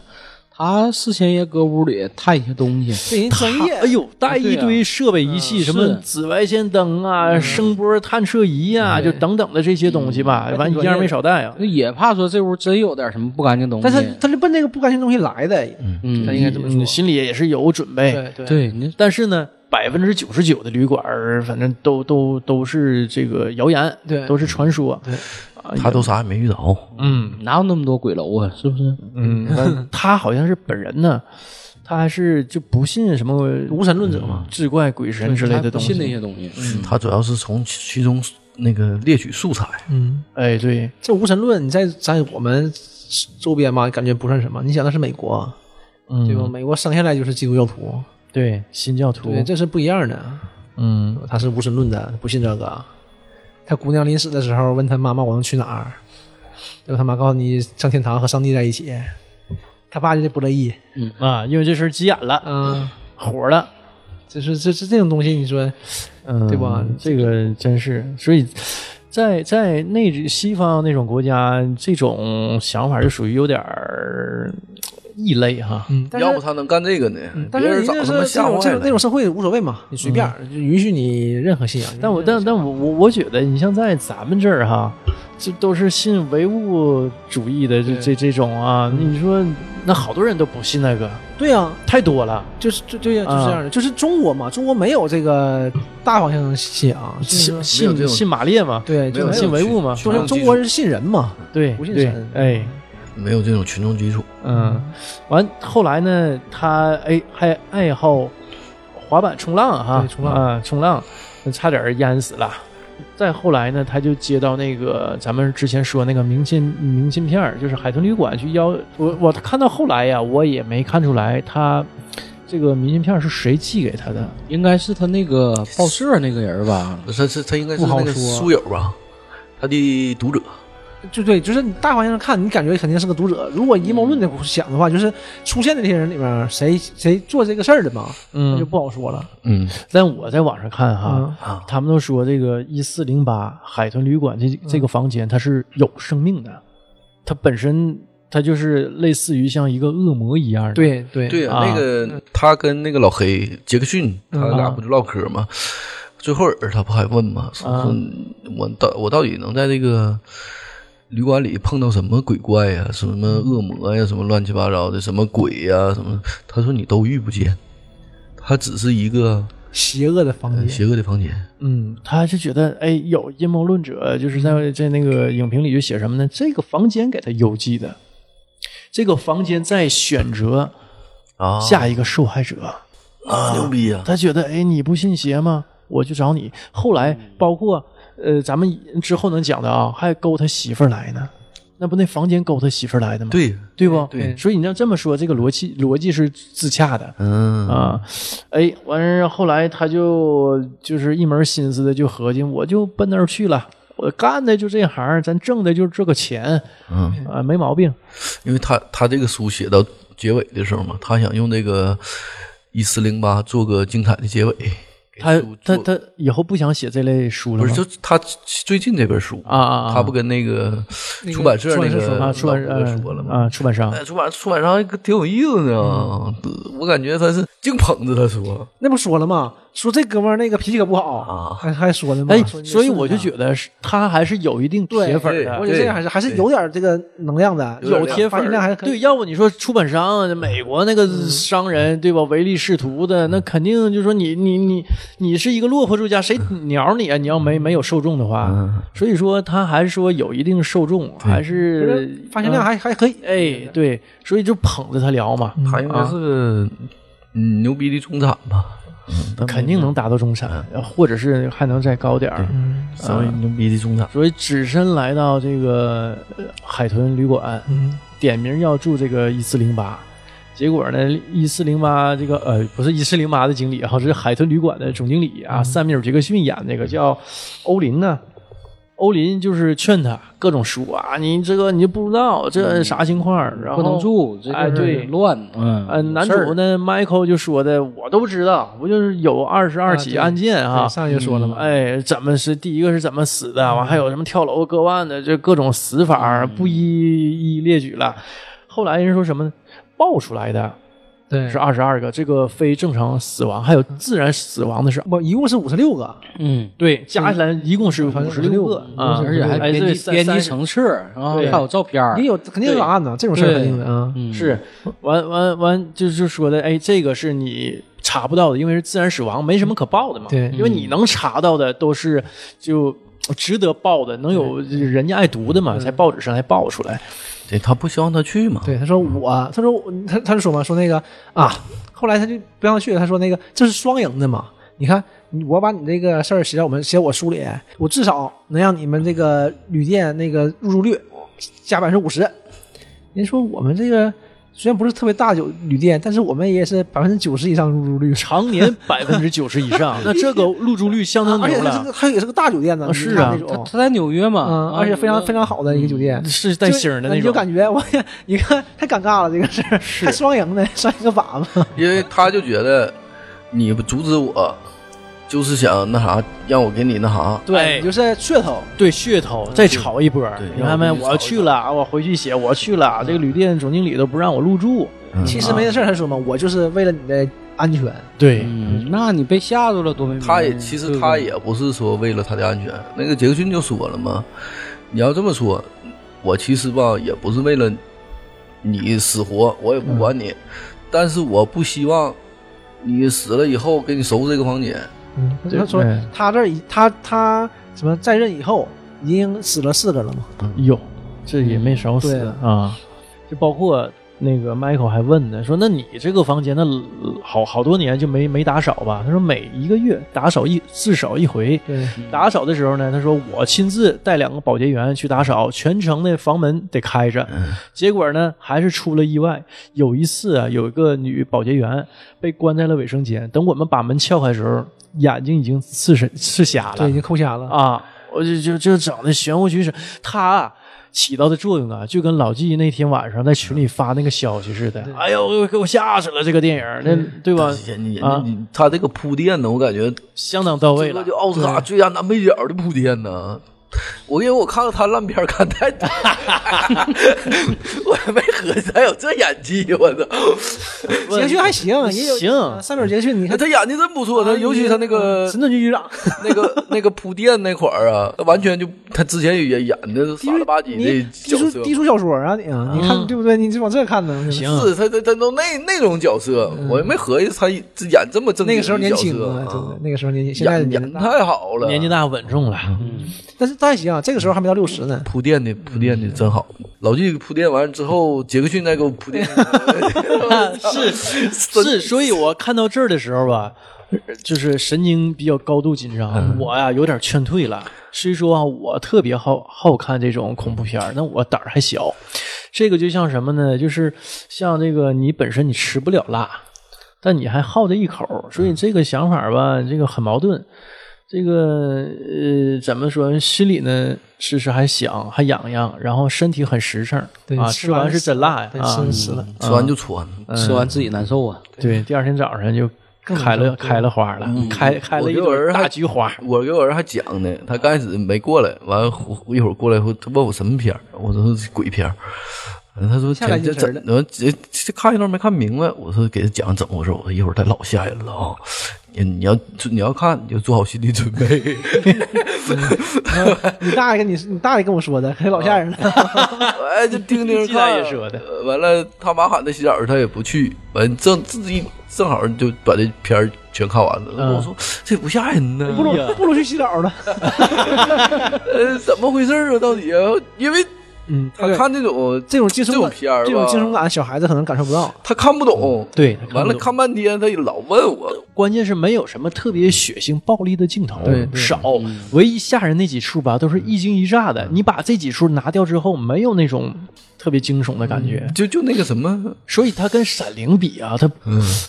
Speaker 4: 他事先也搁屋里探一些东西，
Speaker 3: 对人专业
Speaker 2: 哎呦，
Speaker 3: 啊
Speaker 2: 带一堆设备仪
Speaker 3: 嗯
Speaker 2: 器，什么
Speaker 4: 是
Speaker 2: 紫外线灯啊、声波探测仪
Speaker 3: 哎
Speaker 2: 啊，就等等的这些东西
Speaker 3: 嗯
Speaker 2: 吧，完一样没少带啊。
Speaker 4: 也怕说这屋真有点什么不干净东西。
Speaker 3: 但是他就奔这个不干净东西来的，
Speaker 4: 嗯，
Speaker 3: 他应该这么说
Speaker 2: 嗯，心里也是有准备。
Speaker 3: 对对，
Speaker 4: 对，你
Speaker 2: 但是呢，百分之九十九的旅馆儿，反正都都都是这个谣言，
Speaker 3: 对
Speaker 2: 都是传说。
Speaker 5: 他都啥也没遇到，
Speaker 2: 嗯
Speaker 4: 哪有那么多鬼楼啊？是不是？
Speaker 2: 嗯，那他好像是本人呢，他还是就不信什么
Speaker 3: 无神论者嘛，
Speaker 2: 志怪鬼神之类的
Speaker 4: 他不
Speaker 2: 东西。
Speaker 4: 信那些东西。嗯，
Speaker 5: 他主要是从其其中那个猎取素材，
Speaker 3: 嗯，
Speaker 2: 哎，对，
Speaker 3: 这无神论你在在我们周边嘛，感觉不算什么。你想那是美国，
Speaker 2: 嗯，
Speaker 3: 对吧？美国生下来就是基督教徒，
Speaker 2: 对，新教徒，
Speaker 3: 对，这是不一样的。
Speaker 2: 嗯，
Speaker 3: 他是无神论的，不信这个。他姑娘临死的时候问他妈妈：“我能去哪儿？”结果他妈告诉你上天堂和上帝在一起。他爸就不乐意，
Speaker 2: 啊，因为这事儿急眼了，
Speaker 3: 嗯，
Speaker 2: 火了，
Speaker 3: 就是这这这种东西，你说
Speaker 2: 嗯，
Speaker 3: 对吧
Speaker 2: 这个真是，所以在在那西方那种国家，这种想法就属于有点儿异类哈。嗯，
Speaker 3: 但是嗯
Speaker 5: 要不他能干这个呢？
Speaker 3: 但
Speaker 5: 别
Speaker 3: 是
Speaker 5: 人
Speaker 3: 人
Speaker 5: 早
Speaker 3: 家
Speaker 5: 他
Speaker 3: 是
Speaker 5: 妈
Speaker 3: 这
Speaker 5: 吓
Speaker 3: 种这
Speaker 5: 坏
Speaker 3: 种那
Speaker 5: 了
Speaker 3: 种。社会无所谓嘛，你随便儿，就允许你任何信仰。
Speaker 2: 嗯但我但但我我我觉得，你像在咱们这儿哈，这都是信唯物主义的这这这种啊，你说那好多人都不信那个，
Speaker 3: 对啊，
Speaker 2: 太多了。
Speaker 3: 就是就
Speaker 2: 嗯
Speaker 3: 就就是这样的，就是中国嘛，中国没有这个大方向信仰，信
Speaker 2: 信
Speaker 5: 没有
Speaker 2: 信
Speaker 5: 这种
Speaker 2: 信马列嘛，
Speaker 3: 对，就
Speaker 5: 没有
Speaker 3: 没
Speaker 2: 信
Speaker 3: 有。
Speaker 2: 唯物嘛，
Speaker 5: 群
Speaker 3: 说是中国人是信人嘛，
Speaker 2: 对
Speaker 3: 不信
Speaker 2: 对
Speaker 3: 神，
Speaker 2: 哎，
Speaker 5: 没有这种群众基础，
Speaker 2: 嗯，完后来呢，他哎还爱好滑板冲浪哈，
Speaker 3: 对冲浪
Speaker 2: 啊冲浪，差点儿淹死了。再后来呢，他就接到那个咱们之前说那个明信明信片儿，就是海豚旅馆去邀我，我看到后来呀，我也没看出来他这个明信片儿是谁寄给他的。
Speaker 4: 应该是他那个报社那个人吧？
Speaker 5: 他是他应该是
Speaker 4: 不好
Speaker 5: 那个
Speaker 4: 说
Speaker 5: 书友吧，他的读者，
Speaker 3: 就对，就是你大方向上看，你感觉肯定是个读者。如果阴谋论的想的话，就是出现的这些人里面，谁谁做这个事儿的嘛，那就
Speaker 2: 嗯，
Speaker 3: 不好说了。
Speaker 5: 嗯
Speaker 2: 但我在网上看哈，
Speaker 3: 嗯
Speaker 5: 啊，
Speaker 2: 他们都说这个一四零八海豚旅馆这
Speaker 3: 嗯
Speaker 2: 这个房间它是有生命的，它本身它就是类似于像一个恶魔一样的。，
Speaker 3: 对对
Speaker 5: 对
Speaker 2: 啊
Speaker 5: 那个他跟那个老黑杰克逊，他
Speaker 2: 嗯
Speaker 5: 俩
Speaker 2: 啊
Speaker 5: 不就唠嗑吗？最后儿他不还问吗？说
Speaker 2: 啊
Speaker 5: 说我到我到底能在这个旅馆里碰到什么鬼怪呀、什么恶魔呀、什么乱七八糟的，什么鬼呀、什么？他说你都遇不见，他只是一个
Speaker 3: 邪恶的方
Speaker 5: 呃
Speaker 3: 面，
Speaker 5: 邪恶的房间。
Speaker 2: 嗯，他就觉得哎，有阴谋论者就是
Speaker 3: 嗯
Speaker 2: 在在那个影评里就写什么呢？这个房间给他邮寄的，这个房间在选择
Speaker 5: 啊，
Speaker 2: 下一个受害者。
Speaker 5: 啊，牛逼呀！
Speaker 2: 他觉得，哎，你不信邪吗？我就找你。后来
Speaker 5: 嗯
Speaker 2: 包括呃，咱们之后能讲的啊，还勾他媳妇儿来呢。那不那房间勾他媳妇儿来的吗？
Speaker 5: 对，
Speaker 2: 对不？嗯
Speaker 5: 对
Speaker 2: 所以你要这么说，这个逻辑逻辑是自洽的
Speaker 5: 嗯
Speaker 2: 啊。哎，完事儿后来他就就是一门心思的就合计，我就奔那儿去了。我干的就这行，咱挣的就是这个钱，
Speaker 5: 嗯，
Speaker 2: 啊，没毛病。
Speaker 5: 因为他他这个书写到结尾的时候嘛，他想用这个一四零八做个精彩的结尾。给
Speaker 2: 他
Speaker 5: 书
Speaker 2: 他
Speaker 5: 做
Speaker 2: 他以后不想写这类书了
Speaker 5: 不
Speaker 2: 吗？
Speaker 5: 是就他最近这本书
Speaker 2: 嗯啊啊啊
Speaker 5: 他不跟那个出版社
Speaker 3: 出版
Speaker 5: 那
Speaker 3: 社
Speaker 5: 个
Speaker 3: 说
Speaker 2: 啊，出版
Speaker 5: 老哥说了吗？
Speaker 2: 啊，出版商
Speaker 5: 哎，出版出版商挺有意思呢，我感觉他是净捧着他说，
Speaker 3: 那不说了吗？说这哥们儿那个脾气可不好
Speaker 5: 啊
Speaker 3: 还还说呢吗？
Speaker 2: 哎，
Speaker 3: 说你
Speaker 2: 所以
Speaker 3: 顺着
Speaker 2: 我就
Speaker 3: 他
Speaker 2: 觉得是他还是有一定铁粉
Speaker 5: 对
Speaker 2: 的
Speaker 3: 我。觉得这个还是还是有点这个能量的，
Speaker 5: 有点
Speaker 3: 有
Speaker 5: 铁
Speaker 2: 铁
Speaker 3: 发
Speaker 2: 粉
Speaker 3: 行量还是可以。嗯
Speaker 2: 对，要不你说出版商，美国那个商人、对吧，唯利是图的，那肯定就说你你你你是一个落魄作家，谁鸟你啊？你要没没有受众的话，
Speaker 5: 嗯
Speaker 2: 所以说他还说有一定受众，还是呃
Speaker 3: 发行量还、还可以。
Speaker 2: 哎对，所以就捧着他聊嘛，
Speaker 3: 嗯
Speaker 5: 他应该是个嗯牛逼的中产吧，
Speaker 2: 肯定能达到中产，
Speaker 3: 嗯
Speaker 2: 或者是还能再高点儿。
Speaker 5: 稍微牛逼的中产。
Speaker 2: 所以只身来到这个呃海豚旅馆，
Speaker 3: 嗯，
Speaker 2: 点名要住这个一四零八，结果呢，一四零八这个呃不是一四零八的经理啊，是海豚旅馆的总经理啊，塞缪尔杰克逊演那个叫欧林呢、欧林就是劝他各种说啊，你这个你就不知道这啥情况，然后
Speaker 4: 不能住，这
Speaker 2: 哎
Speaker 4: 就是
Speaker 2: 对
Speaker 4: 乱，嗯，
Speaker 2: 呃，男
Speaker 4: 有事儿
Speaker 2: 主呢，Michael 就说的，我都知道，不就是有二十二起
Speaker 3: 对
Speaker 2: 案件啊？
Speaker 3: 对上一个说了嘛
Speaker 2: 哎，怎么是第一个是怎么死的？完还有什么跳楼、割腕的，这各种死法儿不一一列举了。后来人说什么呢？爆出来的
Speaker 3: 对
Speaker 2: 是二十二个，这个非正常死亡，还有自然死亡的是，
Speaker 3: 我一共是五十六个，
Speaker 4: 嗯，
Speaker 2: 对，加起来一共是
Speaker 3: 反
Speaker 2: 五
Speaker 3: 正
Speaker 2: 十六个
Speaker 3: 56
Speaker 2: 啊，
Speaker 4: 而且还
Speaker 2: 哎
Speaker 4: 编
Speaker 2: 对
Speaker 4: 辑
Speaker 2: 三
Speaker 4: 编
Speaker 2: 三
Speaker 4: 辑
Speaker 2: 十
Speaker 4: 成册，然后
Speaker 2: 对
Speaker 4: 还有照片儿
Speaker 3: 也有肯定有案呢，这种事儿肯定的啊。
Speaker 4: 嗯
Speaker 2: 是，完完完，就是说的，哎，这个是你查不到的，因为是自然死亡，没什么可报的嘛。
Speaker 3: 对嗯
Speaker 2: 因为你能查到的都是就值得报的，能有人家爱读的嘛，
Speaker 3: 嗯
Speaker 2: 在报纸上才报出来。
Speaker 5: 对他不希望他去
Speaker 2: 啊
Speaker 5: 嘛，
Speaker 3: 对，他说
Speaker 2: 嗯
Speaker 3: 我，他说我他他就说嘛，说那个啊，后来他就不让去了，他说那个这是双赢的嘛，你看你我把你这个事儿写在我们写我书里，我至少能让你们这个旅店那个入住率加百分之五十。您说我们这个虽然不是特别大酒旅店，但是我们也是百分之九十以上入住率，
Speaker 2: 常年百分之九十以 上，那这个入住率相当
Speaker 3: 啊而且
Speaker 2: 牛
Speaker 3: 它是
Speaker 2: 了
Speaker 3: 个，它也是个大酒店呢，
Speaker 2: 啊
Speaker 3: 你
Speaker 2: 是
Speaker 3: 看
Speaker 2: 啊
Speaker 3: 那
Speaker 4: 他
Speaker 3: 种
Speaker 4: 他在纽约嘛，
Speaker 3: 嗯，
Speaker 4: 啊
Speaker 3: 而且非常非
Speaker 4: 常
Speaker 3: 常好的一个酒店，
Speaker 2: 是带星儿的那
Speaker 3: 你就
Speaker 2: 种。
Speaker 3: 呃感觉我，你看太尴尬了，这个事儿，还 双赢的，算一个粑粑。
Speaker 5: 因为他就觉得你不阻止我，就是想那啥，让我给你那啥。
Speaker 2: 对
Speaker 3: 你就是噱头，
Speaker 2: 对噱头，再炒一波儿
Speaker 5: 对，
Speaker 2: 你看没？我去了，我回去写，我去
Speaker 3: 嗯
Speaker 2: 了，这个旅店总经理都不让我入住。
Speaker 3: 其实没这事儿。他说嘛，我就是为了你的安全，
Speaker 2: 对，
Speaker 4: 嗯，那你被吓着了多没面儿
Speaker 5: 他也其
Speaker 4: 嗯对
Speaker 5: 实
Speaker 4: 不
Speaker 5: 他
Speaker 4: 对
Speaker 5: 也不是说为了他的安全，那个杰克逊就说了嘛，你要这么说，我其实吧也不是为了你死活，我也不管你，但是我不希望你死了以后给你收拾这个房间。
Speaker 3: 嗯，他说
Speaker 2: 对
Speaker 3: 他这儿已他他什么在任以后已经死了四个了嘛，
Speaker 2: 有，这也没少死
Speaker 3: 对
Speaker 2: 嗯啊。就包括那个 Michael 还问呢，说那你这个房间那好好多年就没没打扫吧？他说每一个月打扫一至少一回。
Speaker 3: 对，
Speaker 2: 打扫的时候呢，他说我亲自带两个保洁员去打扫，全程的房门得开着。结果呢，还是出了意外。有一次啊，有一个女保洁员被关在了卫生间，等我们把门撬开的时候，眼睛已经刺神刺瞎了。
Speaker 3: 对，已经扣瞎了。
Speaker 2: 啊，我就就就整的玄乎其神，他啊起到的作用啊，就跟老纪那天晚上在群里发那个消息似的。哎呦，给我吓死了！这个电影儿，那对吧？
Speaker 5: 人家、
Speaker 2: 啊
Speaker 5: 你他这个铺垫呢，我感觉
Speaker 2: 相当到位
Speaker 5: 这
Speaker 2: 了
Speaker 5: 就。奥斯卡最佳男配角的铺垫呢。我因为我看了他烂片儿看太多，我也没合计他有这演技，我操！
Speaker 3: 杰克逊还行，也有
Speaker 2: 行
Speaker 3: 啊三本杰克逊，你看
Speaker 5: 他演技真不错，他尤其他那个
Speaker 3: 神盾局局长，
Speaker 5: 那个那个铺垫那块儿啊，完全就他之前也演的傻了吧唧
Speaker 3: 你
Speaker 5: 的
Speaker 3: 低
Speaker 5: 角
Speaker 3: 俗
Speaker 5: 色，
Speaker 3: 低俗小说啊，你啊，你看对不对？你就往这看呢。
Speaker 2: 行
Speaker 5: 是他他他都那那种角色，
Speaker 2: 嗯
Speaker 5: 我也没合计他演这么正
Speaker 3: 那
Speaker 5: 经
Speaker 3: 个时候
Speaker 5: 的
Speaker 3: 年
Speaker 5: 角
Speaker 3: 轻
Speaker 5: 色
Speaker 3: 啊，对不
Speaker 5: 啊
Speaker 3: 对？，那个时候年轻，现在
Speaker 5: 演
Speaker 3: 年龄
Speaker 5: 演
Speaker 3: 大
Speaker 5: 太好了，
Speaker 2: 年纪大稳重了，
Speaker 3: 但是但还行啊，这个时候还没到六十呢。
Speaker 5: 铺垫的铺垫的真好，
Speaker 2: 嗯
Speaker 5: 老纪铺垫完之后，杰克逊再给我铺垫，
Speaker 2: 啊是是， 所以我看到这儿的时候吧，就是神经比较高度紧张，
Speaker 3: 嗯
Speaker 2: 我呀、有点劝退了。虽说啊，我特别好好看这种恐怖片儿，但我胆儿还小。这个就像什么呢？就是像这个你本身你吃不了辣，但你还好这一口，所以这个想法吧，这个很矛盾。这个呃，怎么说？心里呢，时时还想，还痒痒，然后身体很实诚
Speaker 3: 对
Speaker 2: 啊，
Speaker 3: 吃
Speaker 2: 吃完
Speaker 3: 完
Speaker 2: 是真辣呀
Speaker 3: 对，
Speaker 2: 啊
Speaker 3: 真，实了，
Speaker 5: 吃完就穿，
Speaker 4: 吃完自己难受啊。
Speaker 2: 对，第二天早上就开了开了花了，开开了一
Speaker 5: 我这
Speaker 2: 朵
Speaker 5: 人还
Speaker 2: 大菊花，
Speaker 5: 我给我儿还讲呢，他刚开始没过来，完了一会儿过来后，他问我什么片儿我说是鬼片儿嗯他说
Speaker 3: 下来就
Speaker 5: 这这
Speaker 3: 知
Speaker 5: 怎
Speaker 3: 了
Speaker 5: 么这这看一段没看明白？我说给他讲怎么回事，我说一会儿他老吓人了啊！你你要你要看，你就做好心理准备。
Speaker 3: 你大爷跟你你大爷跟我说的，可老吓人了。
Speaker 5: 哎，就盯盯着
Speaker 2: 鸡蛋
Speaker 5: 看。
Speaker 2: 也说的
Speaker 5: 呃完了，他妈喊他洗澡，他也不去。完正自己正好就把这片儿全看完了。
Speaker 2: 嗯
Speaker 5: 我说这不吓人呢，
Speaker 3: 不如不如去洗澡了。
Speaker 5: 呃怎么回事儿啊？到底啊？因为
Speaker 3: 嗯，
Speaker 5: 他看这种
Speaker 3: 这种惊悚
Speaker 5: 这种
Speaker 3: 感，
Speaker 5: 片儿吧
Speaker 3: 这种惊悚感，小孩子可能感受不到。
Speaker 5: 他看不懂。
Speaker 2: 对，
Speaker 5: 完了看半天，他也老问我，
Speaker 2: 关键是没有什么特别血腥暴力的镜头，
Speaker 3: 对对
Speaker 2: 少，唯一吓人那几处吧，都是一惊一乍的。你把这几处拿掉之后，没有那种特别惊悚的感觉。
Speaker 5: 就就那个什么，
Speaker 2: 所以它跟《闪灵》比啊，它、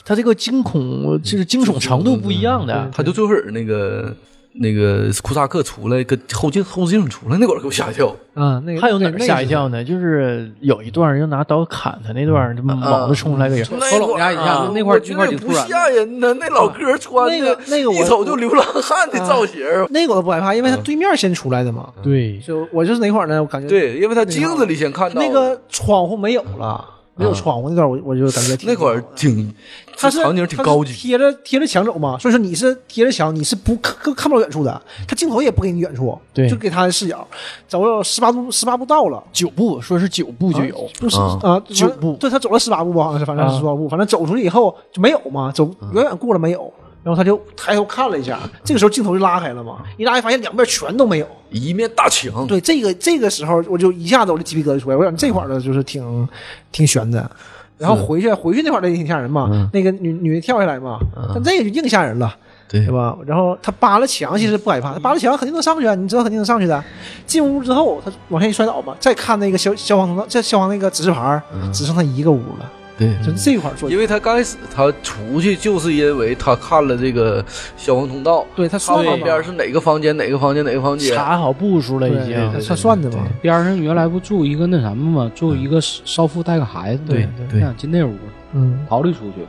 Speaker 2: 它这个惊恐就是惊悚程度不一样的。
Speaker 5: 他就最后那个那个库萨克出来，跟后镜后镜出来那会儿给我吓一跳，
Speaker 3: 嗯，那个
Speaker 2: 还有哪
Speaker 3: 那
Speaker 2: 儿
Speaker 3: 个
Speaker 2: 吓一？跳呢？就是有一段就拿刀砍他那段，这猛子冲出来个人，
Speaker 5: 那
Speaker 4: 老
Speaker 5: 会
Speaker 4: 家
Speaker 5: 儿
Speaker 4: 一下
Speaker 5: 啊
Speaker 4: 那块儿
Speaker 5: 我觉
Speaker 4: 那
Speaker 5: 得
Speaker 4: 块儿
Speaker 5: 也
Speaker 4: 挺
Speaker 5: 不
Speaker 4: 突然的
Speaker 5: 吓人呢，那老哥穿
Speaker 3: 那个
Speaker 5: 的
Speaker 3: 那个我
Speaker 5: 一瞅就流浪汉的造型儿，
Speaker 3: 那个我都不害怕，因为他对面先出来的嘛。
Speaker 2: 对，
Speaker 3: 就我就是哪块儿呢？我感觉
Speaker 5: 对，因为他镜子里先看到
Speaker 3: 那个窗户没有了，没有窗户那段，我我就感觉挺
Speaker 5: 那会儿挺，
Speaker 3: 他
Speaker 5: 这
Speaker 3: 是
Speaker 5: 场景挺
Speaker 3: 他是
Speaker 5: 高级，
Speaker 3: 贴着贴着墙走嘛，所以说你是贴着墙，你是不看看不到远处的，他镜头也不给你远处，
Speaker 2: 对
Speaker 3: 就给他的视角，走了十八步十八步到了。
Speaker 2: 九部说是九部就有，
Speaker 3: 不是
Speaker 5: 啊
Speaker 3: 啊，
Speaker 2: 九
Speaker 3: 反
Speaker 2: 步
Speaker 3: 对他走了十八步吧，好像是，反正是
Speaker 2: 啊
Speaker 3: 十八步，反正走出去以后就没有嘛，走远远过了没有，然后他就抬头看了一下，这个时候镜头就拉开了嘛，一拉开发现两边全都没有，
Speaker 5: 一面大墙，
Speaker 3: 对，这个这个时候我就一下子我就鸡皮疙瘩出来，我想这块儿的就是挺挺悬的。然后回去回去那块儿的也挺吓人嘛，那个女女的跳下来嘛，但这个就硬吓人了，
Speaker 5: 对
Speaker 3: 对吧？啊然后他扒了墙，其实不害怕，他扒了墙肯定能上去啊，你知道肯定能上去的。进屋之后，他往下一摔倒嘛，再看那个消消防通道，这消防那个指示牌儿，
Speaker 2: 嗯
Speaker 3: 只剩他一个屋了，
Speaker 5: 对。
Speaker 3: 就这块儿做。
Speaker 5: 因为他刚开始他出去，就是因为他看了这个消防通道，
Speaker 3: 对他
Speaker 5: 他
Speaker 3: 算
Speaker 5: 旁
Speaker 3: 的
Speaker 5: 边
Speaker 3: 嘛，
Speaker 5: 是哪个房间，哪个房间，哪个房间，
Speaker 2: 查好步数了已
Speaker 3: 对，他
Speaker 2: 经。
Speaker 3: 算算的嘛。
Speaker 4: 边上原来不住一个那什么嘛，住一个少妇带个孩子，
Speaker 3: 对
Speaker 4: 嗯对，想进那屋
Speaker 3: 嗯
Speaker 4: 逃离出去。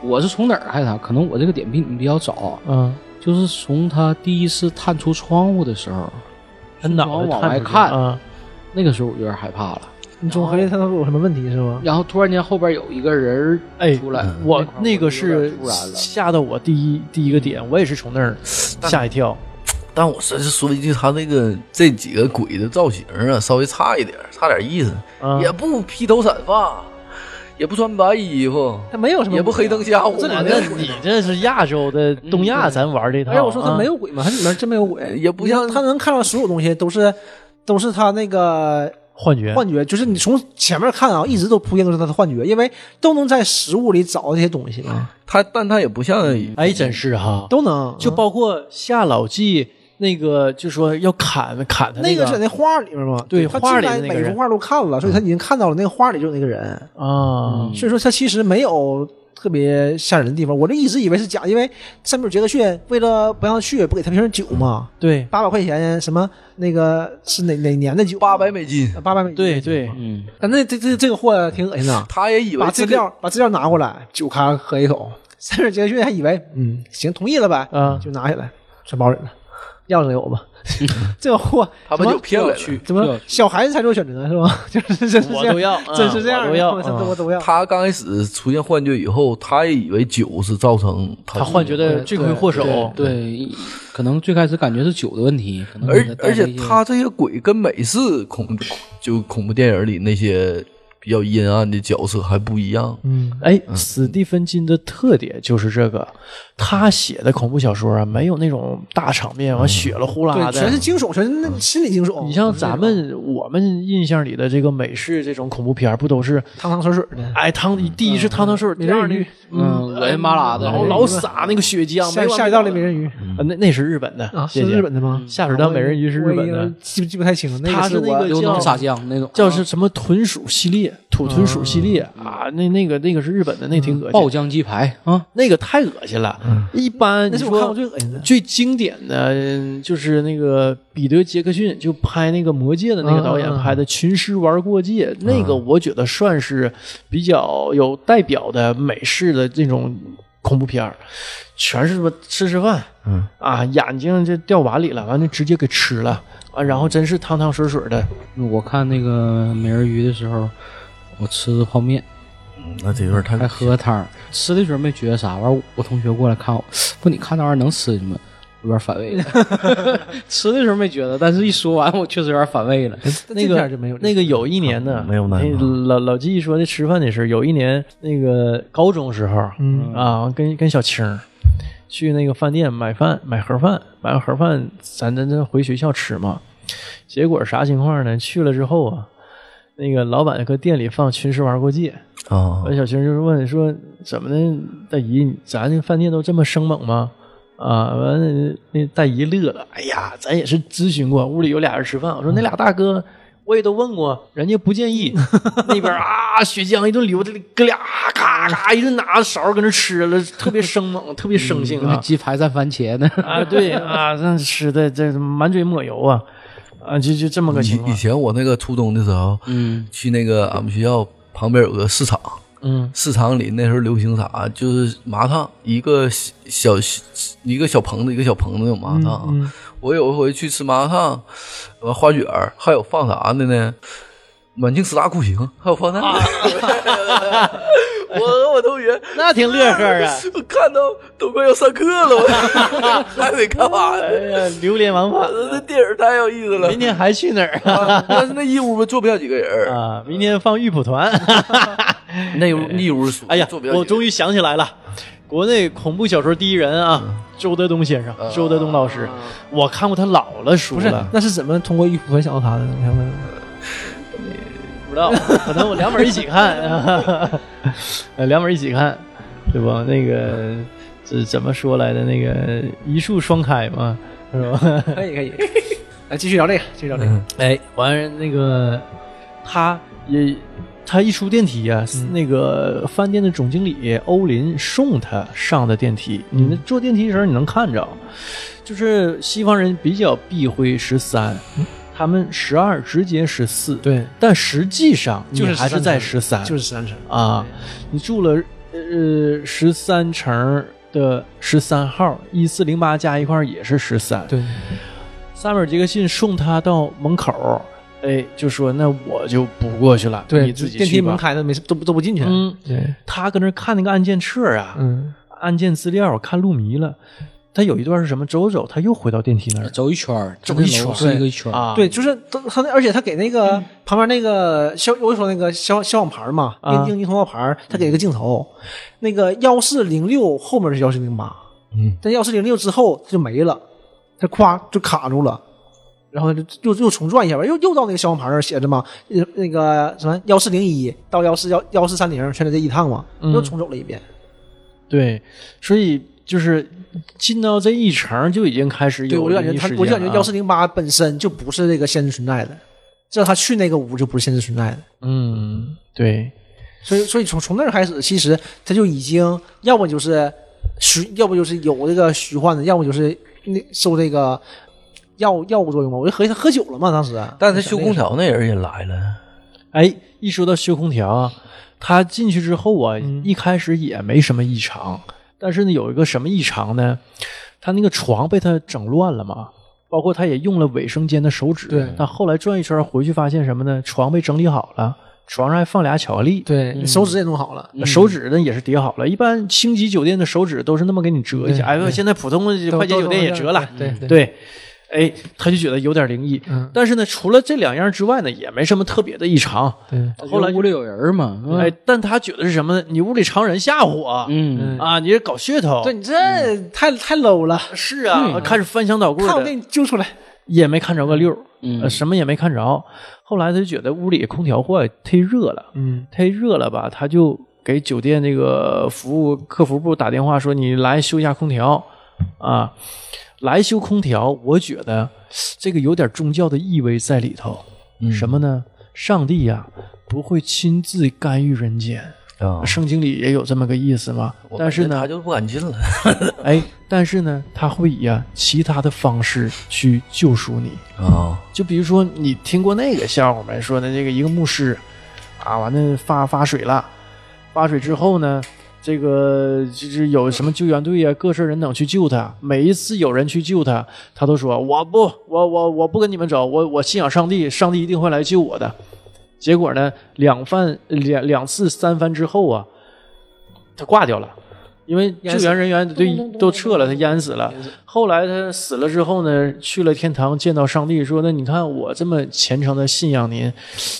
Speaker 4: 我是从哪儿害他？可能我这个点比你们比较早，
Speaker 3: 嗯，
Speaker 4: 就是从他第一次探出窗户的时候，
Speaker 2: 他脑袋
Speaker 4: 往外
Speaker 2: 出去
Speaker 4: 看
Speaker 2: 啊，
Speaker 4: 那个时候我有点害怕了。
Speaker 3: 你总合计他有什么问题是吗？
Speaker 4: 然后突然间后边有一个人
Speaker 2: 哎
Speaker 4: 儿出来，
Speaker 2: 我
Speaker 4: 块儿
Speaker 2: 那
Speaker 4: 有
Speaker 2: 个
Speaker 4: 点
Speaker 2: 是
Speaker 4: 突然了。
Speaker 2: 吓到我第一第一个点，我也是从那儿吓一跳。
Speaker 5: 但我是说一句，他那个这几个鬼的造型啊，稍微差一点，差点意思，
Speaker 2: 啊
Speaker 5: 也不披头散发，也不穿白衣服，
Speaker 3: 他没有什么，
Speaker 5: 也不黑灯瞎火
Speaker 3: 这里
Speaker 2: 啊
Speaker 3: 面
Speaker 5: 的，
Speaker 2: 那你这是亚洲的东亚，咱玩这套。
Speaker 3: 哎而且我说他
Speaker 2: 啊
Speaker 3: 没有鬼嘛，他里面真没有鬼，
Speaker 5: 也不
Speaker 3: 你
Speaker 5: 像
Speaker 3: 看他能看到所有东西都是都是他那个
Speaker 2: 幻觉，
Speaker 3: 幻觉，就是你从前面看啊，一直都铺垫都是他的幻觉，因为都能在食物里找到这些东西
Speaker 2: 啊
Speaker 3: 嘛，
Speaker 5: 他但他也不像
Speaker 2: 哎，真是哈，嗯
Speaker 3: 都能
Speaker 2: 就包括夏老纪那个，就说要砍砍他
Speaker 3: 那
Speaker 2: 个
Speaker 3: 个是在那画里面嘛，
Speaker 2: 对
Speaker 3: 他
Speaker 2: 画里
Speaker 3: 进来
Speaker 2: 的那个
Speaker 3: 每
Speaker 2: 人嗯
Speaker 3: 幅画都看了，所以他已经看到了那个画里就有那个人，
Speaker 2: 啊，
Speaker 3: 所以说他其实没有特别吓人的地方。我这一直以为是假，因为山姆杰克逊为了不让他去，不给他瓶酒嘛，
Speaker 2: 对
Speaker 3: 八百块钱什么那个是哪哪年的酒？呃
Speaker 5: 八百美金，
Speaker 3: 八百美金
Speaker 2: 对对，
Speaker 4: 嗯，
Speaker 3: 啊，那这这这个货挺恶心的，
Speaker 5: 他也以为
Speaker 3: 把
Speaker 5: 这
Speaker 3: 资
Speaker 5: 个
Speaker 3: 料把资料拿过来，酒咔喝一口，三水杰克逊还以为嗯行同意了呗，
Speaker 2: 啊
Speaker 3: 就拿起来揣包里了，钥匙给我 吧，这个货
Speaker 5: 他们就骗来了。
Speaker 3: 怎么小孩子才做选择是吧？ 就是真是这
Speaker 2: 我都
Speaker 3: 样，
Speaker 2: 要，
Speaker 3: 真
Speaker 2: 啊
Speaker 3: 是这样
Speaker 2: 我
Speaker 3: 的，
Speaker 2: 都要，
Speaker 3: 我
Speaker 2: 啊
Speaker 3: 都我都要，
Speaker 5: 他刚开始出现幻觉以后，他也以为酒是造成
Speaker 2: 他幻觉的罪魁祸首，
Speaker 4: 对，可能最开始感觉是酒的问题，可能
Speaker 5: 而
Speaker 4: 给带
Speaker 5: 而且
Speaker 4: 了一些
Speaker 5: 他这个鬼跟美式恐就恐怖电影里那些比较阴暗的角色还不一样，
Speaker 2: 嗯，哎，史蒂芬金的特点就是这个，他写的恐怖小说啊，没有那种大场面，
Speaker 3: 嗯
Speaker 2: 完血了呼啦
Speaker 3: 对，
Speaker 2: 的，嗯
Speaker 3: 全是惊悚，全是那心理惊悚。
Speaker 2: 你像咱
Speaker 3: 啊
Speaker 2: 们我们印象里的这个美式这种恐怖片儿，不都是
Speaker 3: 汤汤水水的，
Speaker 2: 哎汤第
Speaker 3: 嗯
Speaker 2: 一是汤汤水水，第二呢
Speaker 4: 嗯恶心巴拉的
Speaker 2: 老老撒那个血浆，
Speaker 3: 下
Speaker 2: 没完
Speaker 3: 下一
Speaker 2: 没了
Speaker 3: 道的美人鱼
Speaker 2: 啊，那那是日本的
Speaker 3: 啊，
Speaker 2: 谢
Speaker 3: 是
Speaker 2: 谢
Speaker 3: 日本的嗯吗？
Speaker 2: 下水道美人鱼是日本的
Speaker 3: 我已经记不记不太清了。那
Speaker 2: 它
Speaker 3: 个
Speaker 2: 是那
Speaker 3: 我
Speaker 2: 个
Speaker 4: 流
Speaker 2: 叫
Speaker 4: 动沙浆那种
Speaker 2: 叫是什么豚鼠系
Speaker 3: 嗯
Speaker 2: 列，土
Speaker 3: 嗯
Speaker 2: 豚鼠系列啊，那那个那个是日本的，那挺恶心，
Speaker 4: 爆浆鸡排啊，
Speaker 2: 那个太恶心了。一般
Speaker 3: 那
Speaker 2: 你
Speaker 3: 是我看
Speaker 2: 说
Speaker 3: 过最恶心的。
Speaker 2: 最经典的嗯就是那个彼得·杰克逊，就拍那个《魔戒》的那个导演
Speaker 3: 嗯嗯嗯嗯
Speaker 2: 拍的《群狮玩过界》，那个我觉得算是比较有代表的美式的这种恐怖片儿，全是什么吃吃饭，
Speaker 5: 嗯
Speaker 2: 啊，眼睛就掉碗里了，完了直接给吃了啊，然后真是汤汤水水的，
Speaker 4: 我看那个美人鱼的时候，我吃的泡面，
Speaker 5: 那这有点太
Speaker 4: 还喝汤儿，吃的时候没觉得啥。完，我同学过来看我， 不，你看那玩意儿能吃吗？有点反胃了。 吃的时候没觉得，但是一说完，我确实有点反胃了。
Speaker 2: 那
Speaker 3: 这
Speaker 2: 个
Speaker 3: 片就没有这
Speaker 2: 那个有一年呢，
Speaker 5: 没有那
Speaker 2: 那
Speaker 5: 个
Speaker 2: 老老纪说的吃饭的事儿有一年那个高中时候，
Speaker 3: 嗯
Speaker 2: 啊，跟跟小青儿去那个饭店买饭，买盒饭，买完盒饭，咱咱咱回学校吃嘛。结果啥情况呢？去了之后啊，那个老板搁店里放《群狮玩过界》，
Speaker 5: 啊
Speaker 2: 哎完小青就是问说怎么的，大姨，咱这饭店都这么生猛吗？啊，完了那大姨乐了，哎呀，咱也是咨询过，屋里有俩人吃饭，我说那俩大哥。我也都问过，人家不建议。那边啊，血浆一顿流，这里哥俩咔咔一顿拿勺搁那吃了，特别生猛，特别生性啊。
Speaker 4: 鸡排蘸番茄呢，
Speaker 2: 啊，对啊，那吃的这满嘴抹油啊，啊，就就这么个情
Speaker 5: 以以
Speaker 2: 况。
Speaker 5: 前我那个初中的时候，
Speaker 4: 嗯，
Speaker 5: 去那个俺们学校旁边有个市场，
Speaker 2: 嗯
Speaker 5: 市场里那时候流行啥，就是麻烫，一个小小一个小棚子，一个小棚子有麻烫。啊
Speaker 2: 嗯
Speaker 5: 我有一回去吃麻辣烫，完花卷儿，还有放啥的呢？满清十大酷刑，还有放那个。 我和我同学
Speaker 2: 啊 那挺乐呵啊，
Speaker 5: 我看到都快要上课了，我 还得干嘛
Speaker 2: 哎
Speaker 5: 呢？
Speaker 2: 呀，流连忘返。
Speaker 5: 这电影太有意思了
Speaker 2: 明。天还去哪儿啊？
Speaker 5: 啊但是那一屋吧坐不下几个人儿，
Speaker 2: 啊，明天放玉蒲团。
Speaker 5: 那屋那屋属
Speaker 2: 哎呀
Speaker 5: 坐不下，几个人。
Speaker 2: 我终于想起来了，国内恐怖小说第一人啊，周德东先生，周德东老师，我看过他老了书
Speaker 3: 不是
Speaker 2: 了，，
Speaker 3: 那是怎么通过玉蒲团想到他的呢？你看没有？
Speaker 2: 不知道，可能我两本一起看， 呃，两本一起看，对吧？那个这怎么说来的？那个一树双开嘛，是吧？
Speaker 3: 可以可以， 来继续聊这个，继续聊这个。
Speaker 2: 哎，完了那个他也他一出电梯啊，
Speaker 3: 嗯
Speaker 2: 那个饭店的总经理欧林送他上的电梯。你
Speaker 3: 嗯
Speaker 2: 那坐电梯的时候你能看着，就是西方人比较避讳十三、他们十二直接十四，
Speaker 3: 嗯对，
Speaker 2: 但实际上你
Speaker 3: 就是
Speaker 2: 还是在十三，
Speaker 3: 就是十三层
Speaker 2: 啊，你住了呃十三层的十三号，一四零八加一块儿也是十三，
Speaker 3: 对，
Speaker 2: 萨米尔杰克逊送他到门口，哎，就说那我就不过去了，
Speaker 3: 对，
Speaker 2: 你自己
Speaker 3: 电
Speaker 2: 去
Speaker 3: 梯
Speaker 2: 吧
Speaker 3: 门。开的没事，都不都不进去。
Speaker 2: 嗯，
Speaker 3: 对，
Speaker 2: 他搁那看那个案件册啊，
Speaker 3: 嗯，
Speaker 2: 案件资料看入迷了。他有一段是什么？走着走，他又回到电梯那儿
Speaker 4: 走一圈儿，
Speaker 2: 走一
Speaker 4: 这
Speaker 2: 圈
Speaker 4: 楼
Speaker 2: 儿
Speaker 4: 是一个圈儿，
Speaker 2: 啊。
Speaker 3: 对，就是都他那，而且他给那个旁边那个消，我说那个消消网牌嘛，
Speaker 2: 啊
Speaker 3: 电竞通道牌，他给一个镜头，那个幺四零六后面是幺四零八，
Speaker 5: 嗯，
Speaker 3: 但幺四零六之后他就没了，他咵就卡住了。然后就又又重转一下吧，又又到那个消防牌那儿写着嘛，呃那个什么幺四零一到幺四幺幺四三零，全在这一趟嘛，又重走了一遍。
Speaker 2: 对，所以就是进到这一层就已经开始有
Speaker 3: 对，我就感觉
Speaker 2: 灵异
Speaker 3: 他
Speaker 2: 事，
Speaker 3: 我就
Speaker 2: 件
Speaker 3: 感觉
Speaker 2: 啊
Speaker 3: 幺四零八本身就不是这个现实存在的，这他去那个屋就不是现实存在的，
Speaker 2: 嗯，对，
Speaker 3: 所以所以从从那儿开始，其实他就已经要么就是虚，要不就是有这个虚幻的，要么就是那受这个药药物作用嘛。我就合计他喝酒了嘛，当时。啊
Speaker 5: 但是修空调那人也来了，
Speaker 2: 哎，一说到修空调啊，他进去之后啊，
Speaker 3: 嗯
Speaker 2: 一开始也没什么异常，但是呢，有一个什么异常呢？他那个床被他整乱了嘛，包括他也用了卫生间的手指。
Speaker 3: 对
Speaker 2: 但后来转一圈回去发现什么呢？床被整理好了，床上还放俩巧克力。
Speaker 3: 对，嗯手指也弄好了，
Speaker 2: 手指呢也是叠好了，一般星级酒店的手指都是那么给你折一下，哎，不现在普通的快捷酒店也折了，嗯
Speaker 3: 对嗯对
Speaker 2: 对，哎，他就觉得有点灵异。但是呢，除了这两样之外呢，也没什么特别的异常。后来
Speaker 4: 屋里有人儿嘛，
Speaker 3: 嗯
Speaker 4: 是吧
Speaker 2: 哎，，但他觉得是什么呢？你屋里藏人吓唬我、
Speaker 4: 嗯，
Speaker 2: 啊，你是搞噱头。
Speaker 3: 对，你这太太 low 了，
Speaker 2: 是啊，开始翻箱倒柜
Speaker 3: 看我
Speaker 2: 的
Speaker 3: 给，你揪出来。
Speaker 2: 也没看着个溜儿、
Speaker 4: 嗯
Speaker 2: 呃什么也没看着。后来他就觉得屋里空调坏，忒热了，
Speaker 3: 嗯，
Speaker 2: 忒热了吧，他就给酒店这个服务客服部打电话说：“你来修一下空调啊，来修空调。”我觉得这个有点宗教的意味在
Speaker 3: 嗯
Speaker 2: 里头，什么呢？上帝呀、不会亲自干预人间。
Speaker 5: 啊
Speaker 2: 圣经里也有这么个意思嘛。
Speaker 5: 我
Speaker 2: 但是呢
Speaker 5: 他，就不敢进了。
Speaker 2: 哎，但是呢，他会以啊其他的方式去救赎你。
Speaker 5: 啊，
Speaker 2: 就比如说，你听过那个笑话没？说的这个一个牧师，啊，完了发发水了，发水之后呢，这个就是有什么救援队啊，各色人等去救他。每一次有人去救他，他都说我不，我我我不跟你们走，我我信仰上帝，上帝一定会来救我的。结果呢，两番两两次三番之后啊，他挂掉了。因为救援人员对都撤了，他淹死了。后来他死了之后呢，去了天堂见到上帝，说：“那你看我这么虔诚的信仰您，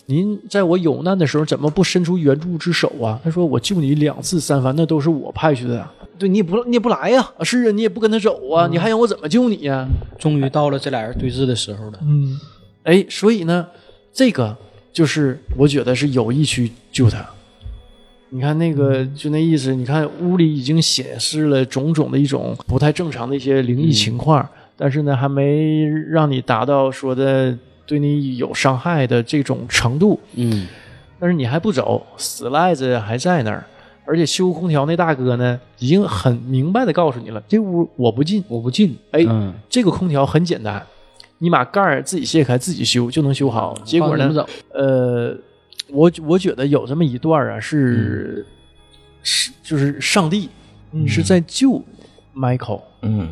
Speaker 2: 您在我有难的时候怎么不伸出援助之手啊？”他说：“我救你两次三番，那都是我派去的啊。
Speaker 3: 对你也不你也不来呀、
Speaker 2: 是啊，你也不跟他走啊，你还让我怎么救你啊呀、
Speaker 4: 终于到了这俩人对峙的时候了。
Speaker 3: 嗯，
Speaker 2: 哎，所以呢，这个就是我觉得是有意去救他。你看那个，就那意思，你看屋里已经显示了种种的一种不太正常的一些灵异情况，但是呢，还没让你达到说的对你有伤害的这种程度。
Speaker 4: 嗯，
Speaker 2: 但是你还不走，死赖着还在那儿，而且修空调那大哥呢，已经很明白的告诉你了，这屋我不进，
Speaker 4: 我不进。
Speaker 2: 哎
Speaker 4: 嗯，
Speaker 2: 这个空调很简单，你把盖儿自己卸开，自己修就能修好。结果
Speaker 4: 放你们
Speaker 2: 呢，
Speaker 4: 走
Speaker 2: 呃，我我觉得有这么一段儿啊，是、是就是上帝、是在救 Michael
Speaker 5: 嗯，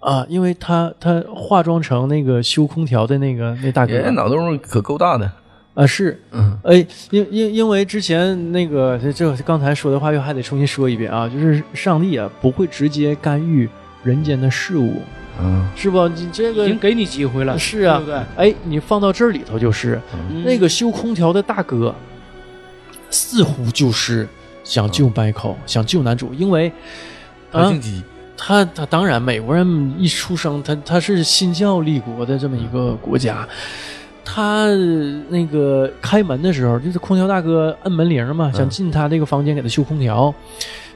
Speaker 2: 啊，因为他他化妆成那个修空调的那个那大哥
Speaker 5: 人家脑洞可够大的。
Speaker 2: 啊，是
Speaker 5: 哎嗯，
Speaker 2: 哎，因因因为之前那个这这刚才说的话又还得重新说一遍啊，就是上帝啊不会直接干预人间的事物，
Speaker 5: 嗯，
Speaker 2: 是不？你这个
Speaker 4: 已经给你机会了，
Speaker 2: 是啊
Speaker 4: 对不对？
Speaker 2: 哎，你放到这里头就是、
Speaker 5: 嗯
Speaker 2: 那个修空调的大哥，似乎就是想救 Michael，、想救男主，因为
Speaker 5: 他
Speaker 2: 啊
Speaker 5: 姓姬，
Speaker 2: 他他当然美国人一出生，他他是新教立国的这么一个国家。他那个开门的时候，就是空调大哥摁门铃嘛，想进他这个房间给他修空调。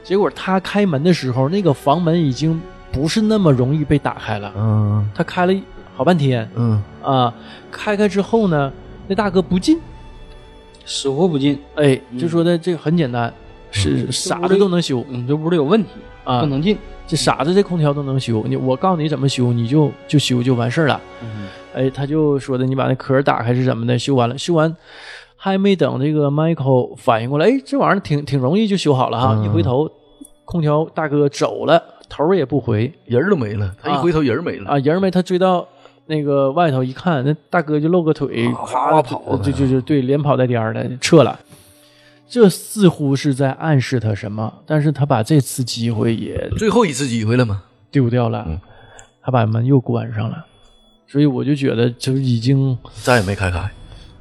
Speaker 2: 结果他开门的时候，那个房门已经不是那么容易被打开了。
Speaker 5: 嗯
Speaker 2: 他开了好半天，
Speaker 5: 嗯
Speaker 2: 啊，开开之后呢，那大哥不进，
Speaker 4: 死活不进。
Speaker 2: 哎，
Speaker 5: 嗯
Speaker 2: 就说的这个很简单，是傻子都能修
Speaker 4: 嗯，这屋里有问题，
Speaker 2: 啊
Speaker 4: 不，能进。
Speaker 2: 这傻子这空调都能修，你我告诉你怎么修，你就就修就完事儿了。
Speaker 4: 嗯，
Speaker 2: 哎，他就说的你把那壳儿打开是怎么的，修完了，修完。还没等这个 Michael 反应过来，哎，这玩意儿挺挺容易就修好了哈！
Speaker 5: 嗯
Speaker 2: 一回头，空调大哥走了，头儿也不回
Speaker 5: 人儿都没了，他一
Speaker 2: 啊
Speaker 5: 回头人儿没了。
Speaker 2: 啊！人儿没，他追到那个外头一看，那大哥就露个腿，
Speaker 5: 啊哗哗跑嗯
Speaker 2: 就就就对，连跑带颠儿的撤了。这似乎是在暗示他什么，但是他把这次机会也
Speaker 5: 最后一次机会了嘛？
Speaker 2: 丢掉了，
Speaker 5: 嗯
Speaker 2: 他把门又关上了，所以我就觉得就已经
Speaker 5: 再也没开开。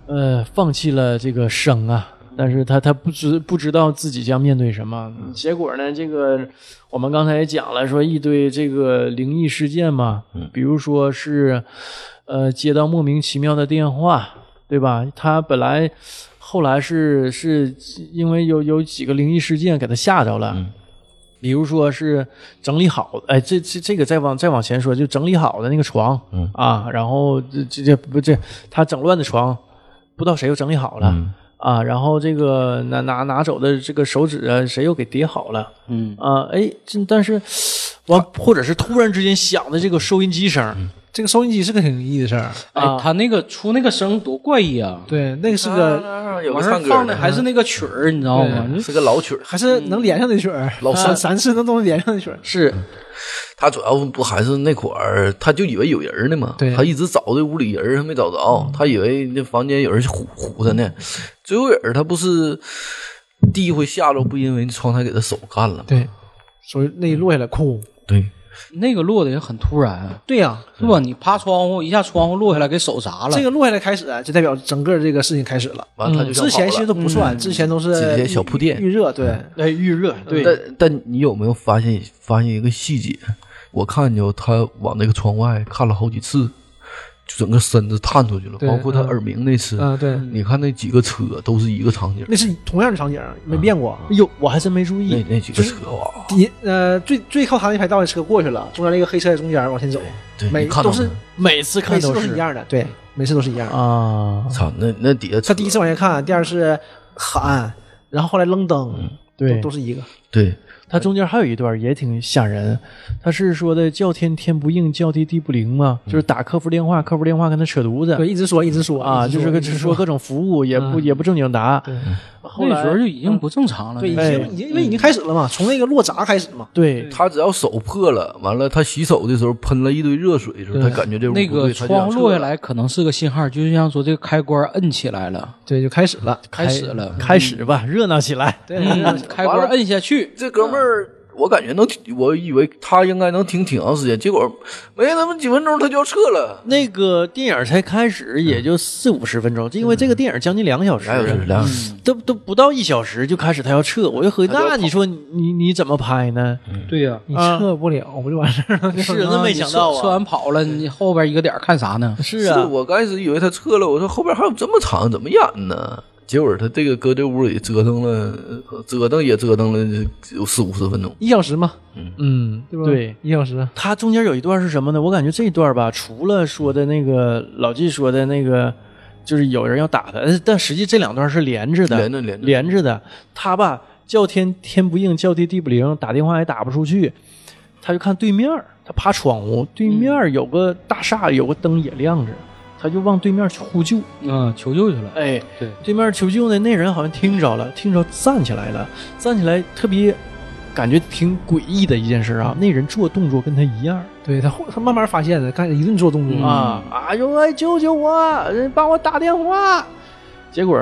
Speaker 2: 呃放弃了这个生啊。但是他他不知不知道自己将面对什么，结果呢？这个我们刚才也讲了，说一堆这个灵异事件嘛，比如说是呃接到莫名其妙的电话，对吧？他本来后来是是因为有有几个灵异事件给他吓着了，比如说是整理好，哎，这这这个再往再往前说，就整理好的那个床，
Speaker 5: 嗯
Speaker 2: 啊，然后这这这不这他整乱的床，不知道谁又整理好了。
Speaker 5: 嗯
Speaker 2: 啊，然后这个拿拿拿走的这个手指啊，谁又给叠好了？
Speaker 4: 嗯
Speaker 2: 啊，哎，这但是完，啊或者是突然之间响的这个收音机声，
Speaker 3: 这个收音机是个挺有意义的事儿。
Speaker 4: 哎，他那个出那个声多怪异啊！
Speaker 3: 对，那个是个、
Speaker 2: 呃
Speaker 5: 有
Speaker 4: 完
Speaker 5: 个
Speaker 4: 事儿
Speaker 5: 唱
Speaker 4: 放
Speaker 5: 歌
Speaker 4: 的还是那个曲儿，你知道吗？
Speaker 5: 是个老曲儿，
Speaker 3: 还是能连上的曲儿，
Speaker 5: 老三
Speaker 3: 三三次能都能连上的曲儿。
Speaker 2: 是
Speaker 5: 他主要不还是那会儿，他就以为有人呢嘛，
Speaker 3: 对嗯
Speaker 5: 他一直找这屋里人儿还没找着，他以为那房间有人唬唬他呢。最后人儿他不是第一回下楼，不因为窗台给他手干了吗？
Speaker 3: 对，所以那一落下来哭。
Speaker 5: 对，
Speaker 4: 那个落的也很突然啊，
Speaker 3: 对呀、
Speaker 4: 是吧？你趴窗户一下，窗户落下来给手砸了。
Speaker 3: 这个落下来开始啊就代表整个这个事情开始了。嗯
Speaker 5: 完了他就想
Speaker 3: 之前其实
Speaker 5: 跑了
Speaker 3: 都不算，之前都是
Speaker 5: 这些小铺垫
Speaker 3: 预热，对，
Speaker 2: 哎预热，对，
Speaker 5: 但但你有没有发现发现一个细节？我看见他往那个窗外看了好几次，就整个身子探出去了，
Speaker 3: 对
Speaker 5: 包括他
Speaker 3: 嗯
Speaker 5: 耳鸣那次。
Speaker 3: 嗯，对，
Speaker 5: 你看那几个车都是一个场景，
Speaker 3: 那是同样的场景，没
Speaker 5: 嗯
Speaker 3: 变过。
Speaker 2: 哟，我还真没注
Speaker 5: 那
Speaker 2: 意，
Speaker 5: 那几个车哇，
Speaker 3: 你呃，最最靠他那排道的车过去了，中间那个黑车在中间往前走，
Speaker 5: 对，
Speaker 3: 每
Speaker 5: 你看
Speaker 3: 都
Speaker 5: 到
Speaker 3: 是
Speaker 5: 没
Speaker 2: 每次
Speaker 3: 每
Speaker 2: 看
Speaker 3: 次
Speaker 2: 都
Speaker 3: 都是一样的，对，每次都是一样的。
Speaker 2: 啊，
Speaker 5: 操，那那底下
Speaker 3: 他第一次往前看，第二次喊，然后后来扔灯，
Speaker 2: 对
Speaker 3: 都都是一个。
Speaker 5: 对，
Speaker 2: 它中间还有一段也挺吓人，它是说的叫天天不应，叫地地不灵嘛，就是打客服电话，客服电话跟他扯犊子
Speaker 3: 对，一直说，一直说
Speaker 2: 啊，
Speaker 3: 一
Speaker 2: 就
Speaker 3: 直
Speaker 2: 是
Speaker 3: 说
Speaker 2: 跟
Speaker 3: 一直
Speaker 2: 说各嗯种服务也不也不正经答。后
Speaker 4: 那
Speaker 2: 来
Speaker 4: 时候就已经不正常了。
Speaker 3: 对，已
Speaker 4: 那个
Speaker 3: 经已经因为已经开始了嘛，从那个落闸开始嘛。
Speaker 2: 对
Speaker 5: 他只要手破了，完了他洗手的时候喷了一堆热水的时候，他感觉这屋
Speaker 4: 那
Speaker 5: 不
Speaker 4: 个
Speaker 5: 对他就想
Speaker 4: 窗户
Speaker 5: 撤
Speaker 4: 落下
Speaker 5: 了
Speaker 4: 来可能是个信号，就像说这个开关摁起来了，
Speaker 3: 对，就开始了。
Speaker 4: 开始了，
Speaker 2: 开始吧，热闹起来。
Speaker 3: 对，
Speaker 4: 嗯开关摁下去，
Speaker 5: 这哥们儿，我感觉能挺，我以为他应该能挺挺长时间，结果没那么几分钟他就要撤了。
Speaker 2: 那个电影才开始也就四五十分钟，因为这个电影将近两个小嗯
Speaker 4: 啊
Speaker 2: 时，啊
Speaker 5: 俩
Speaker 2: 都都不到一小时就开始他要撤，我就合计，
Speaker 5: 他就要
Speaker 2: 那你说你你你怎么拍呢？
Speaker 4: 对呀，
Speaker 3: 你
Speaker 2: 啊
Speaker 3: 撤不了，不就完事儿了？
Speaker 2: 是，那没想到
Speaker 4: 车
Speaker 2: 啊，
Speaker 4: 完跑了，你后边一个点儿看啥呢？
Speaker 2: 是啊，
Speaker 5: 我刚开始以为他撤了，我说后边还有这么长，怎么演呢？结果他这个搁这屋里折腾了，呃折腾也折腾了有四五十分钟。
Speaker 3: 一小时嘛，
Speaker 2: 嗯，
Speaker 3: 对吧？
Speaker 2: 对，
Speaker 3: 一小时。
Speaker 2: 它中间有一段是什么呢？我感觉这一段吧，除了说的那个老纪说的那个，就是有人要打他，但呃但实际这两段是连着的，
Speaker 5: 连着连着
Speaker 2: 连着的。他吧叫天天不应，叫地地不灵，打电话也打不出去，他就看对面儿，他爬窗户，对面儿有个大厦，有个灯也亮着，他就往对面去呼救。
Speaker 4: 嗯，求救去了。
Speaker 2: 哎，
Speaker 4: 对
Speaker 2: 对面求救的那人好像听着了，听着站起来了，站起来特别感觉挺诡异的一件事啊，那人做动作跟他一样。
Speaker 3: 对他后，他慢慢发现的，开始一顿做动作
Speaker 4: 嗯
Speaker 2: 啊啊！就哎，救救我！人帮我打电话。结果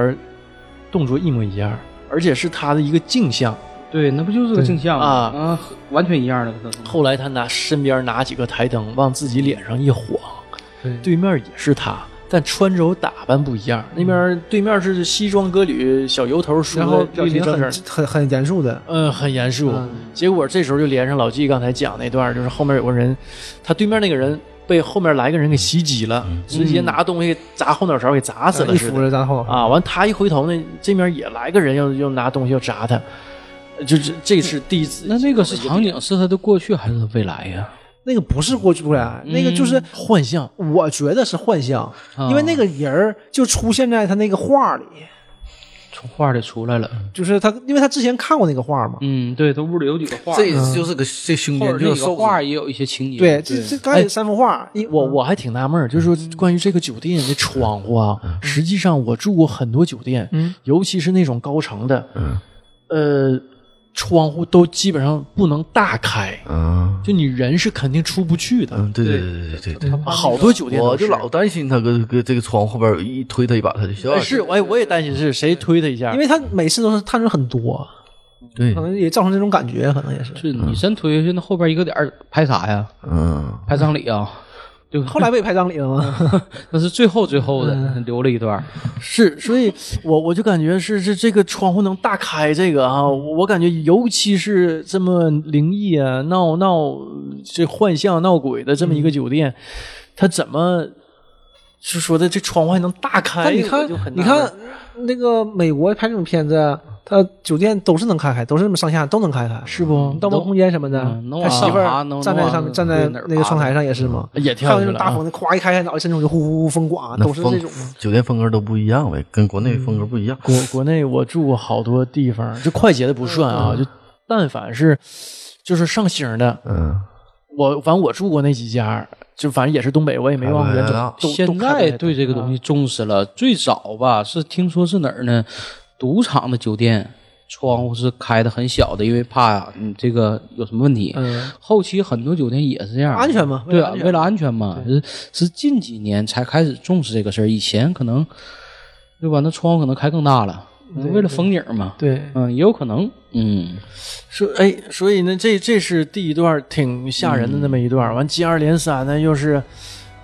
Speaker 2: 动作一模一样，而且是他的一个镜像。
Speaker 4: 对，那不就是个镜像吗？
Speaker 2: 啊
Speaker 4: 啊，完全一样的。
Speaker 2: 后来他拿身边拿几个台灯往自己脸上一晃，
Speaker 3: 对
Speaker 2: 对面也是他，但穿着打扮不一样。那边对面是西装革履小油头梳
Speaker 3: 嗯然
Speaker 2: 的
Speaker 3: 后
Speaker 2: 立
Speaker 3: 表
Speaker 2: 立
Speaker 3: 情
Speaker 2: 正
Speaker 3: 很
Speaker 2: 正，
Speaker 3: 很很严肃的，
Speaker 2: 嗯，很严肃。
Speaker 3: 嗯
Speaker 2: 结果这时候就连上老纪刚才讲那段，就是后面有个人，他对面那个人被后面来个人给袭击了，直接拿东西砸后脑勺给砸死了
Speaker 3: 一
Speaker 2: 似的。
Speaker 3: 扶着咱后脑勺。
Speaker 2: 啊，完他一回头呢，这面也来个人要要拿东西要砸他，就是这是第一次。
Speaker 4: 那那个是场景，是他的过去还是未来呀？
Speaker 3: 那个不是过去不来，那个就是
Speaker 2: 幻象，
Speaker 3: 我觉得是幻象，
Speaker 4: 啊
Speaker 3: 因为那个人儿就出现在他那个画里，
Speaker 4: 从画里出来了。
Speaker 3: 就是他，因为他之前看过那个画嘛。
Speaker 4: 嗯，对，他屋里有几个画，
Speaker 5: 这就是个这胸
Speaker 4: 后
Speaker 5: 前
Speaker 4: 边
Speaker 5: 就
Speaker 4: 那
Speaker 5: 要
Speaker 4: 个
Speaker 5: 受
Speaker 4: 画也有一些情节。
Speaker 3: 对，这这刚才三幅画，一
Speaker 2: 哎我我还挺纳闷儿，就是说关于这个酒店的窗户啊，实际上我住过很多酒店，尤其是那种高层的，呃，窗户都基本上不能大开，
Speaker 5: 啊，
Speaker 2: 就你人是肯定出不去的。
Speaker 5: 嗯，对对对对对对。
Speaker 2: 好多酒店都
Speaker 5: 我就是老担心他搁搁这个窗户后边有一推他一把，他就笑
Speaker 2: 哎
Speaker 5: 了。
Speaker 2: 是，哎，我也担心是谁推他一下，
Speaker 3: 因为他每次都是探索很多，
Speaker 2: 嗯
Speaker 5: 对
Speaker 3: 可，能也造成这种感觉，可能也是。
Speaker 4: 是你真推下去，那后边一个点儿拍啥呀？
Speaker 5: 嗯，
Speaker 4: 拍葬礼啊？对，
Speaker 3: 后来被拍葬礼了吗？
Speaker 4: 那是最后最后
Speaker 5: 嗯
Speaker 4: 的留了一段儿。
Speaker 2: 是，所 以我我就感觉是这这个窗户能大开，这个啊，我我感觉尤其是这么灵异啊、闹闹这幻象、闹鬼的这么一个酒店，它怎么就说的这窗户还能大开？
Speaker 3: 但你
Speaker 2: 我
Speaker 3: 看
Speaker 2: 就很，
Speaker 3: 你
Speaker 2: 纳闷
Speaker 3: 看那个美国拍这种片子，他酒店都是能开开，都是这么上下都能开开。嗯
Speaker 2: 是不
Speaker 3: 《盗梦空间》什么的
Speaker 4: 嗯，能
Speaker 3: 他
Speaker 4: 往
Speaker 3: 媳妇
Speaker 4: 上爬
Speaker 3: 儿
Speaker 4: 能
Speaker 3: 站在
Speaker 4: 能往
Speaker 3: 上面，站在
Speaker 4: 对哪儿
Speaker 3: 那个
Speaker 4: 爬
Speaker 3: 窗
Speaker 4: 的
Speaker 3: 台上也是嘛。
Speaker 2: 也
Speaker 3: 还有
Speaker 2: 跳
Speaker 3: 那
Speaker 2: 下去
Speaker 3: 种
Speaker 2: 了
Speaker 3: 大
Speaker 2: 啊、
Speaker 3: 风的，咵一开开脑袋伸出去，呼呼呼风刮，
Speaker 5: 那
Speaker 3: 都是这
Speaker 5: 风啊
Speaker 3: 种。
Speaker 5: 酒店风格都不一样呗，跟国内风格不一样。
Speaker 2: 国国内我住过好多地方，就快捷的不算啊，就但凡是就是上星儿的，
Speaker 5: 嗯，
Speaker 2: 我反正我住过那几家，就反正也是东北，我也没往远
Speaker 5: 开不来
Speaker 2: 走
Speaker 5: 了。
Speaker 2: 都
Speaker 4: 现在对这个
Speaker 3: 啊
Speaker 4: 东西重视了。最早吧，是听说是哪儿呢？赌场的酒店窗户是开的很小的，因为怕你这个有什么问题。
Speaker 3: 嗯
Speaker 4: 后期很多酒店也是这样，
Speaker 3: 安全嘛为
Speaker 4: 对
Speaker 3: 了
Speaker 4: 啊
Speaker 3: 安，全
Speaker 4: 为了安全嘛，是是近几年才开始重视这个事儿，以前可能对吧？那窗户可能开更大了，为了风景嘛。
Speaker 3: 对，
Speaker 4: 嗯，也有可能，嗯，
Speaker 2: 说哎，所以呢，这这是第一段挺吓人的那么一段，完接二连三呢，又是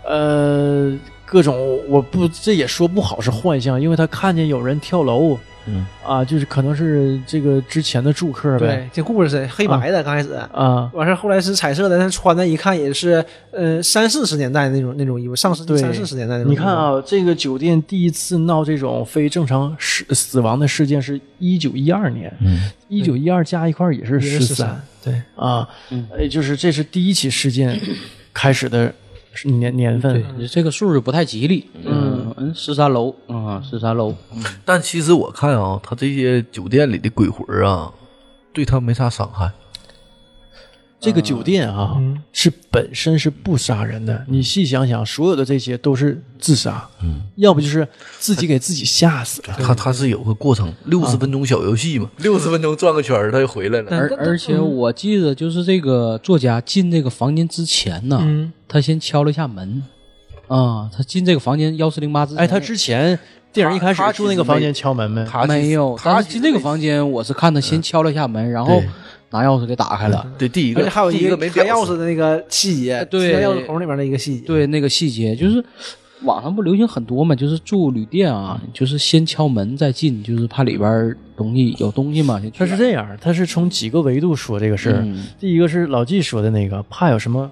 Speaker 2: 呃各种我不这也说不好是幻象，因为他看见有人跳楼，
Speaker 5: 嗯
Speaker 2: 啊，就是可能是这个之前的住客呗
Speaker 3: 对，这故事是黑白的，刚开始，
Speaker 2: 啊，
Speaker 3: 完事儿后来是彩色的，但是穿的一看也是呃三四十年代那种那种衣服，上世纪
Speaker 2: 对
Speaker 3: 三四十年代那种。
Speaker 2: 你看，啊，这个酒店第一次闹这种非正常死死亡的事件是一九一二年，
Speaker 5: 嗯，
Speaker 2: 一九一二加一块儿也是
Speaker 3: 也是
Speaker 2: 十
Speaker 3: 十
Speaker 2: 三
Speaker 3: 三，对，
Speaker 2: 啊，哎，就是这是第一起事件开始的年年份，
Speaker 4: 对，这个数就不太吉利，嗯，嗯，十三楼，嗯，啊，十三楼，
Speaker 5: 但其实我看啊，他这些酒店里的鬼魂啊，对他没啥伤害。
Speaker 2: 这
Speaker 4: 嗯
Speaker 2: 个酒店啊，是本身是不杀人的。你细想想，所有的这些都是自杀，
Speaker 4: 嗯
Speaker 2: 要不就是自己给自己吓死 了。
Speaker 5: 他他是有个过程，六十分钟小游戏嘛，嗯六十分钟转个圈儿，他就回来了。
Speaker 4: 而而且
Speaker 5: 嗯
Speaker 4: 我记得就是这个作家进这个房间之前
Speaker 5: 嗯
Speaker 4: 呢，
Speaker 3: 嗯
Speaker 4: 他先敲了一下门，啊，他进这个房间幺四零八之前，
Speaker 2: 哎，他之前电影一开始住那个房间敲门没？
Speaker 5: 他
Speaker 4: 没有，
Speaker 5: 他
Speaker 4: 但是进这个房间我是看他先敲了一下门，然后
Speaker 5: 嗯对嗯
Speaker 4: 拿钥匙给打开了。
Speaker 5: 对第一
Speaker 3: 而
Speaker 5: 个
Speaker 3: 且还有
Speaker 5: 第
Speaker 3: 一
Speaker 5: 个
Speaker 3: 个
Speaker 5: 没
Speaker 3: 开
Speaker 5: 表
Speaker 3: 钥
Speaker 5: 示
Speaker 3: 匙的那个细节，
Speaker 4: 对
Speaker 3: 贴钥匙孔里面的一个细节。
Speaker 4: 对那个细节，就是网上不流行很多嘛，就是住旅店啊，
Speaker 5: 嗯
Speaker 4: 就是先敲门再进，就是怕里边儿东西有东西嘛。先去
Speaker 2: 他是这样，他是从几个维度说这个事儿。
Speaker 4: 嗯
Speaker 2: 第一个是老纪说的那个，怕有什么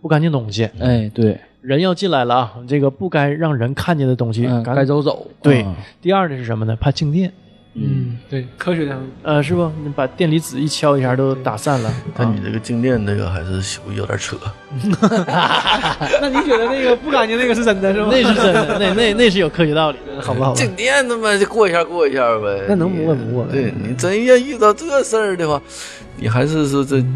Speaker 2: 不干净东西，
Speaker 4: 哎，对，
Speaker 2: 人要进来了啊，这个不该让人看见的东西，
Speaker 4: 嗯，
Speaker 2: 赶
Speaker 4: 该。走走。
Speaker 2: 对
Speaker 4: 嗯，
Speaker 2: 第二呢是什么呢？怕静电，
Speaker 3: 嗯，对，科学上
Speaker 2: 呃，是不？你把电离子一敲一下都打散了。
Speaker 4: 嗯
Speaker 2: 啊
Speaker 5: 但你这个静电这个还是有点扯。
Speaker 3: 那你觉得那个不干净那个是真的是吗？
Speaker 2: 那是真的，那那那是有科学道理的。
Speaker 3: 好吧，好吧，
Speaker 5: 静电他妈就过一下过一下呗。
Speaker 3: 那能摸不摸呗
Speaker 5: 对你真要遇到这事儿的话，你还是说这以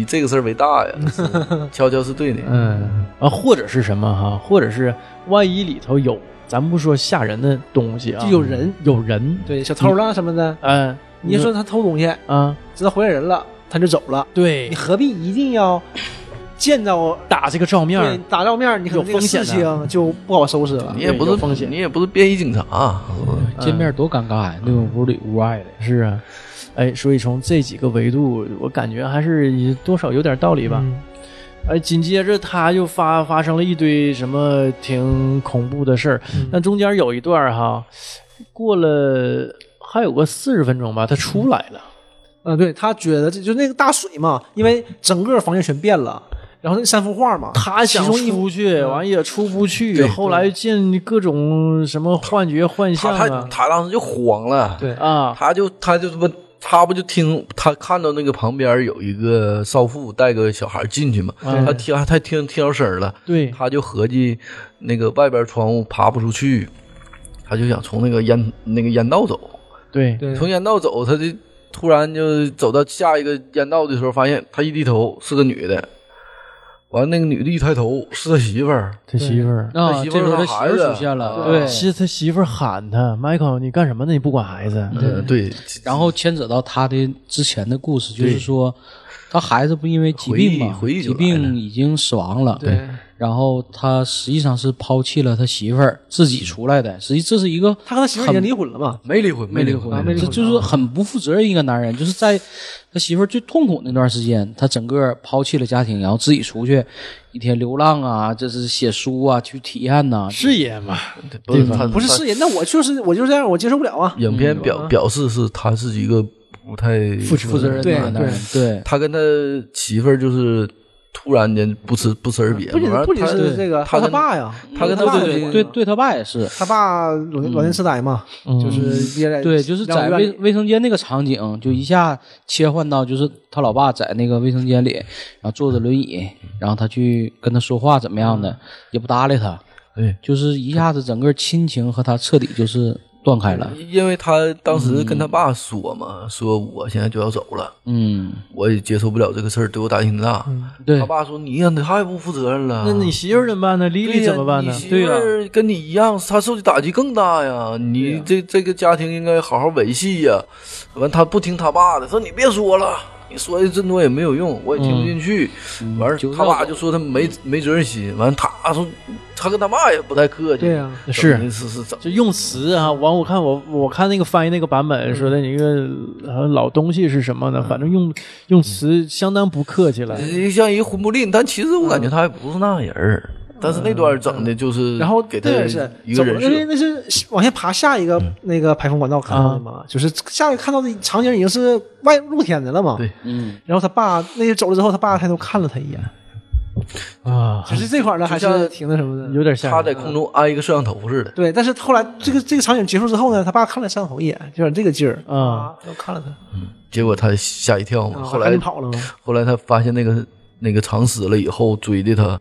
Speaker 5: 以这个事儿为大呀，是悄悄是对的。
Speaker 2: 嗯啊，或者是什么哈、或者是万一里头有，咱不说吓人的东西啊，
Speaker 3: 就有人
Speaker 2: 有人，
Speaker 3: 对小偷啊啦什么的，
Speaker 2: 嗯、
Speaker 3: 你就说他偷东西，
Speaker 2: 啊，
Speaker 3: 知道回来人了，他就走了，
Speaker 2: 对
Speaker 3: 你，何必一定要见到
Speaker 2: 打这个照面儿
Speaker 3: 对，打照面，你可能这
Speaker 2: 有
Speaker 3: 个
Speaker 2: 风险
Speaker 3: 事
Speaker 2: 的
Speaker 3: 情就不好收拾了
Speaker 5: 你。也不
Speaker 2: 对有
Speaker 5: 是
Speaker 2: 风险
Speaker 5: 你也不是便衣警察，啊
Speaker 4: 见
Speaker 5: 嗯
Speaker 4: 面多尴尬呀，那种屋里屋外的。
Speaker 2: 是啊，哎，所以从这几个维度，我感觉还是多少有点道理吧。
Speaker 3: 嗯
Speaker 2: 哎，紧接着他又发发生了一堆什么挺恐怖的事儿，
Speaker 3: 嗯
Speaker 2: 但中间有一段儿哈，过了还有个四十分钟吧，他出来了。
Speaker 3: 嗯，对他觉得这就是那个大水嘛，因为整个房间全变了，然后那三幅画嘛，
Speaker 2: 他想
Speaker 3: 其中一幅
Speaker 2: 出去，
Speaker 5: 嗯
Speaker 2: 完也出不去，后来见各种什么幻觉、幻象
Speaker 5: 他他
Speaker 2: 啊
Speaker 5: 他当时就慌了，
Speaker 3: 对
Speaker 2: 啊，
Speaker 5: 他就他就他妈他不就听他看到那个旁边有一个少妇带个小孩进去嘛，
Speaker 3: 嗯
Speaker 5: 他听他听听着声儿了，
Speaker 2: 对，
Speaker 5: 他就合计那个外边窗户爬不出去，他就想从那个烟那个烟道走，
Speaker 2: 对，
Speaker 3: 对
Speaker 5: 从烟道走，他就突然就走到下一个烟道的时候，发现他一低头是个女的，完那个女的一抬头是他媳妇儿，
Speaker 2: 他媳妇儿，
Speaker 4: 啊，
Speaker 5: 他媳
Speaker 4: 这
Speaker 5: 妇儿
Speaker 4: 时候他
Speaker 5: 和
Speaker 4: 媳
Speaker 5: 孩
Speaker 4: 妇
Speaker 5: 子
Speaker 4: 儿出现了，
Speaker 5: 啊
Speaker 4: 对，
Speaker 2: 是他媳妇儿喊他，Michael，你干什么呢？你不管孩子？
Speaker 5: 嗯，对，
Speaker 4: 然后牵扯到他的之前的故事，就是说他孩子不因为疾病嘛，
Speaker 5: 回忆回忆就
Speaker 4: 疾
Speaker 5: 来了
Speaker 4: 病已经死亡了，对。然后他实际上是抛弃了他媳妇儿，自己出来
Speaker 5: 嗯
Speaker 4: 的。实际这是一个
Speaker 3: 他和他媳妇儿已经离婚了嘛，
Speaker 5: 没离婚，没离婚，
Speaker 3: 没离
Speaker 4: 这
Speaker 3: 婚
Speaker 4: 就是很不负责任一个男人，就是在他媳妇儿最痛苦那段时间，他整个抛弃了家庭，然后自己出去一天流浪啊，这是写书啊，去体验呐、
Speaker 2: 事业嘛，
Speaker 5: 不是他
Speaker 3: 不是
Speaker 5: 他
Speaker 3: 是人，那我就是我就是这样，我接受不了啊。
Speaker 5: 影片表表示是他是一个不太负
Speaker 4: 负责任的一个男人，对
Speaker 5: 他跟他媳妇儿就是突然间不辞不辞而别，
Speaker 3: 不仅
Speaker 5: 完了
Speaker 3: 不仅
Speaker 5: 他
Speaker 3: 是这个，还
Speaker 5: 他
Speaker 3: 有他
Speaker 5: 跟
Speaker 3: 爸呀，
Speaker 5: 他跟
Speaker 3: 他
Speaker 5: 他
Speaker 3: 爸
Speaker 5: 对
Speaker 3: 的
Speaker 4: 对
Speaker 3: 婚
Speaker 4: 对
Speaker 3: 嘛
Speaker 4: 对，他爸也是，
Speaker 3: 他爸老年老年痴呆嘛，
Speaker 5: 嗯
Speaker 3: 就是憋在
Speaker 4: 嗯对，啊就是在卫卫生间那个场景，就一下切换到就是他老爸在那个卫生间里，然后坐着轮椅，然后他去跟他说话怎么样的，也不搭理他，
Speaker 5: 对，
Speaker 4: 就是一下子整个亲情和他彻底就是断开了。
Speaker 5: 因为他当时跟他爸说嘛，说我现在就要走了，
Speaker 4: 嗯，
Speaker 5: 我也接受不了这个事儿，对我打击很大。
Speaker 4: 对
Speaker 5: 他，爸说你呀，你太不负责任了。
Speaker 2: 那你媳妇儿怎么办呢？丽
Speaker 5: 啊对
Speaker 2: 丽
Speaker 5: 呀
Speaker 2: 怎么办呢
Speaker 5: 你？媳
Speaker 2: 对
Speaker 5: 妇
Speaker 2: 呀，
Speaker 5: 儿跟你一样，她受的打击更大呀。你这这个家庭应该好好维系呀。完，她不听他爸的，说你别说了，你说的这么多也没有用，我也听不进去。完事儿
Speaker 4: 就
Speaker 5: 他爸
Speaker 4: 让
Speaker 5: 就说他没没责任心。完，他说他跟他爸也不太客气。
Speaker 3: 对啊呀
Speaker 2: 是
Speaker 5: 是是是怎么？
Speaker 2: 就用词啊，完我看我我看那个翻译那个版
Speaker 5: 嗯
Speaker 2: 本说的你个呃老东西是什么呢？反正用用词相当不客气了。
Speaker 5: 像一魂不吝，但其实我感觉他还不是那人儿。但是那段整的就是，
Speaker 3: 然后
Speaker 5: 给他
Speaker 3: 对是
Speaker 5: 一
Speaker 3: 走
Speaker 5: 个人
Speaker 3: 因为
Speaker 5: 设，嗯
Speaker 3: 那是往下爬下一个那个排风管道看到的
Speaker 5: 啊
Speaker 3: 嘛，就是下一个看到的场景已经是外露天的了嘛。
Speaker 5: 对，嗯
Speaker 4: 嗯，
Speaker 3: 然后他爸那些走了之后，他爸抬头看了他一眼，
Speaker 2: 啊，
Speaker 3: 只是这块儿呢还
Speaker 5: 像
Speaker 3: 是挺那什么的。
Speaker 2: 有点吓
Speaker 5: 嗯他在
Speaker 2: 人。
Speaker 5: 空中安一个摄像头似的。
Speaker 3: 对，但是后来这个这个场景结束之后呢，他爸看了上头一眼，就有点这个劲儿
Speaker 2: 啊，
Speaker 3: 又看了他，
Speaker 5: 结果他吓一跳嘛，
Speaker 3: 啊
Speaker 5: 后
Speaker 3: 赶
Speaker 5: 来
Speaker 3: 紧跑了嘛。
Speaker 5: 后来他发现那个那个藏尸了以后，追的他，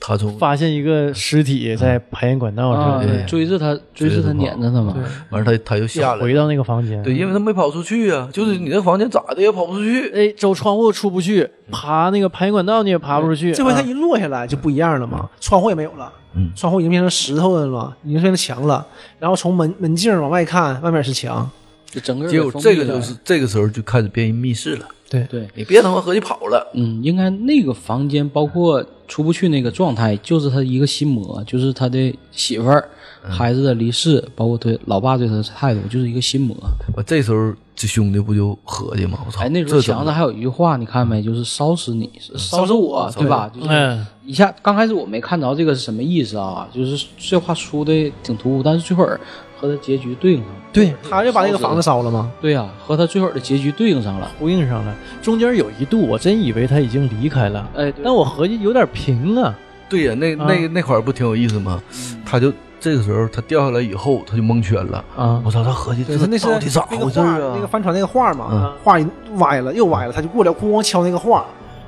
Speaker 5: 他从
Speaker 2: 发现一个尸体在排烟管道
Speaker 4: 啊
Speaker 2: 上，
Speaker 5: 对
Speaker 4: 追着他，追着他，撵着他嘛。
Speaker 5: 完事儿他他就下来
Speaker 2: 回
Speaker 5: 了，
Speaker 2: 到那个房间，
Speaker 5: 对，因为他没跑出去啊，就是你这房间咋的也跑不出去，
Speaker 2: 哎，走窗户出不去，爬那个排烟管道你也爬不出去。
Speaker 3: 这回他
Speaker 2: 啊
Speaker 3: 一落下来就不一样了嘛，窗户也没有了，
Speaker 5: 嗯
Speaker 3: 窗户已经变成石头了嘛，已经变成墙了。然后从门门镜往外看，外面是墙，
Speaker 4: 就整个人
Speaker 5: 结
Speaker 4: 给
Speaker 5: 果
Speaker 4: 封
Speaker 5: 这
Speaker 4: 闭
Speaker 5: 个
Speaker 4: 了
Speaker 5: 就是这个时候就开始变人密室了，
Speaker 4: 对，
Speaker 5: 你别他妈合计跑了，
Speaker 4: 嗯，应该那个房间包括出不去那个状态，就是他一个心魔，就是他的媳妇儿、孩子的离世，包括对老爸对他的态度，就是一个心魔。
Speaker 5: 我这时候这兄弟不就合计吗？我操，
Speaker 4: 哎，那时候
Speaker 5: 这怎么
Speaker 4: 强子还有一句话，你看没？就是烧死你，烧死我，对吧？就是
Speaker 2: 嗯，
Speaker 4: 一下，刚开始我没看着这个是什么意思啊，就是这话说的挺突兀，但是最后儿和他结局对应上了。
Speaker 3: 对，他就把那个房子烧了嘛。
Speaker 4: 对呀、啊和他最后儿的结局对应上了。
Speaker 2: 呼应上了。中间有一度我真以为他已经离开了，
Speaker 4: 哎，
Speaker 2: 但我合计有点平啊。
Speaker 5: 对呀、
Speaker 4: 嗯
Speaker 5: 那那那块儿不挺有意思吗？他就这个时候他掉下来以后，他就蒙圈了。
Speaker 2: 啊
Speaker 5: 我操，他合计
Speaker 3: 对
Speaker 5: 这
Speaker 3: 他那是
Speaker 5: 到底咋
Speaker 3: 那个
Speaker 5: 回事
Speaker 3: 画
Speaker 5: 儿
Speaker 3: 那个
Speaker 5: 啊？
Speaker 3: 帆船那个画嘛，画一歪了又歪了，他就过来咣咣敲那个画，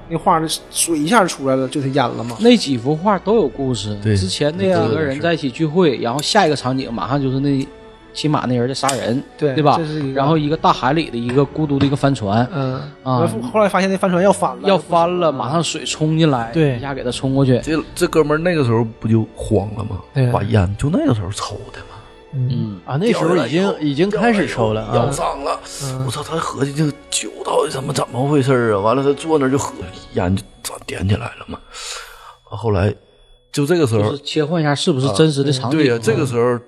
Speaker 3: 那画水一下出来了，就他淹了嘛。
Speaker 4: 那几幅画都有故事。
Speaker 5: 对
Speaker 4: 之前那几个人在一起聚会，然后下一个场景马上就是那骑马那人在杀人，
Speaker 3: 对
Speaker 4: 对吧
Speaker 3: 这是一？个
Speaker 4: 然后一个大海里的一个孤独的一个帆船
Speaker 3: 嗯，
Speaker 4: 啊，
Speaker 3: 后来发现那帆船要翻了，
Speaker 4: 要翻了，马上水冲进来，
Speaker 2: 对
Speaker 4: 一下给他冲过去。
Speaker 5: 这这哥们儿那个时候不就慌了吗
Speaker 3: 对？
Speaker 5: 把烟就那个时候抽的嘛，
Speaker 4: 嗯，
Speaker 2: 啊，那时候已经已经开始抽了
Speaker 5: 咬
Speaker 2: 啊，
Speaker 5: 伤了。我操，他合计这个酒到底怎么怎么回事儿啊？完了，他坐那儿就喝烟就咋点起来了嘛。完后来就这个时
Speaker 4: 就
Speaker 5: 候
Speaker 4: 是，切换一下是不是真实的场景？
Speaker 5: 啊对呀、这
Speaker 2: 嗯
Speaker 5: 个时候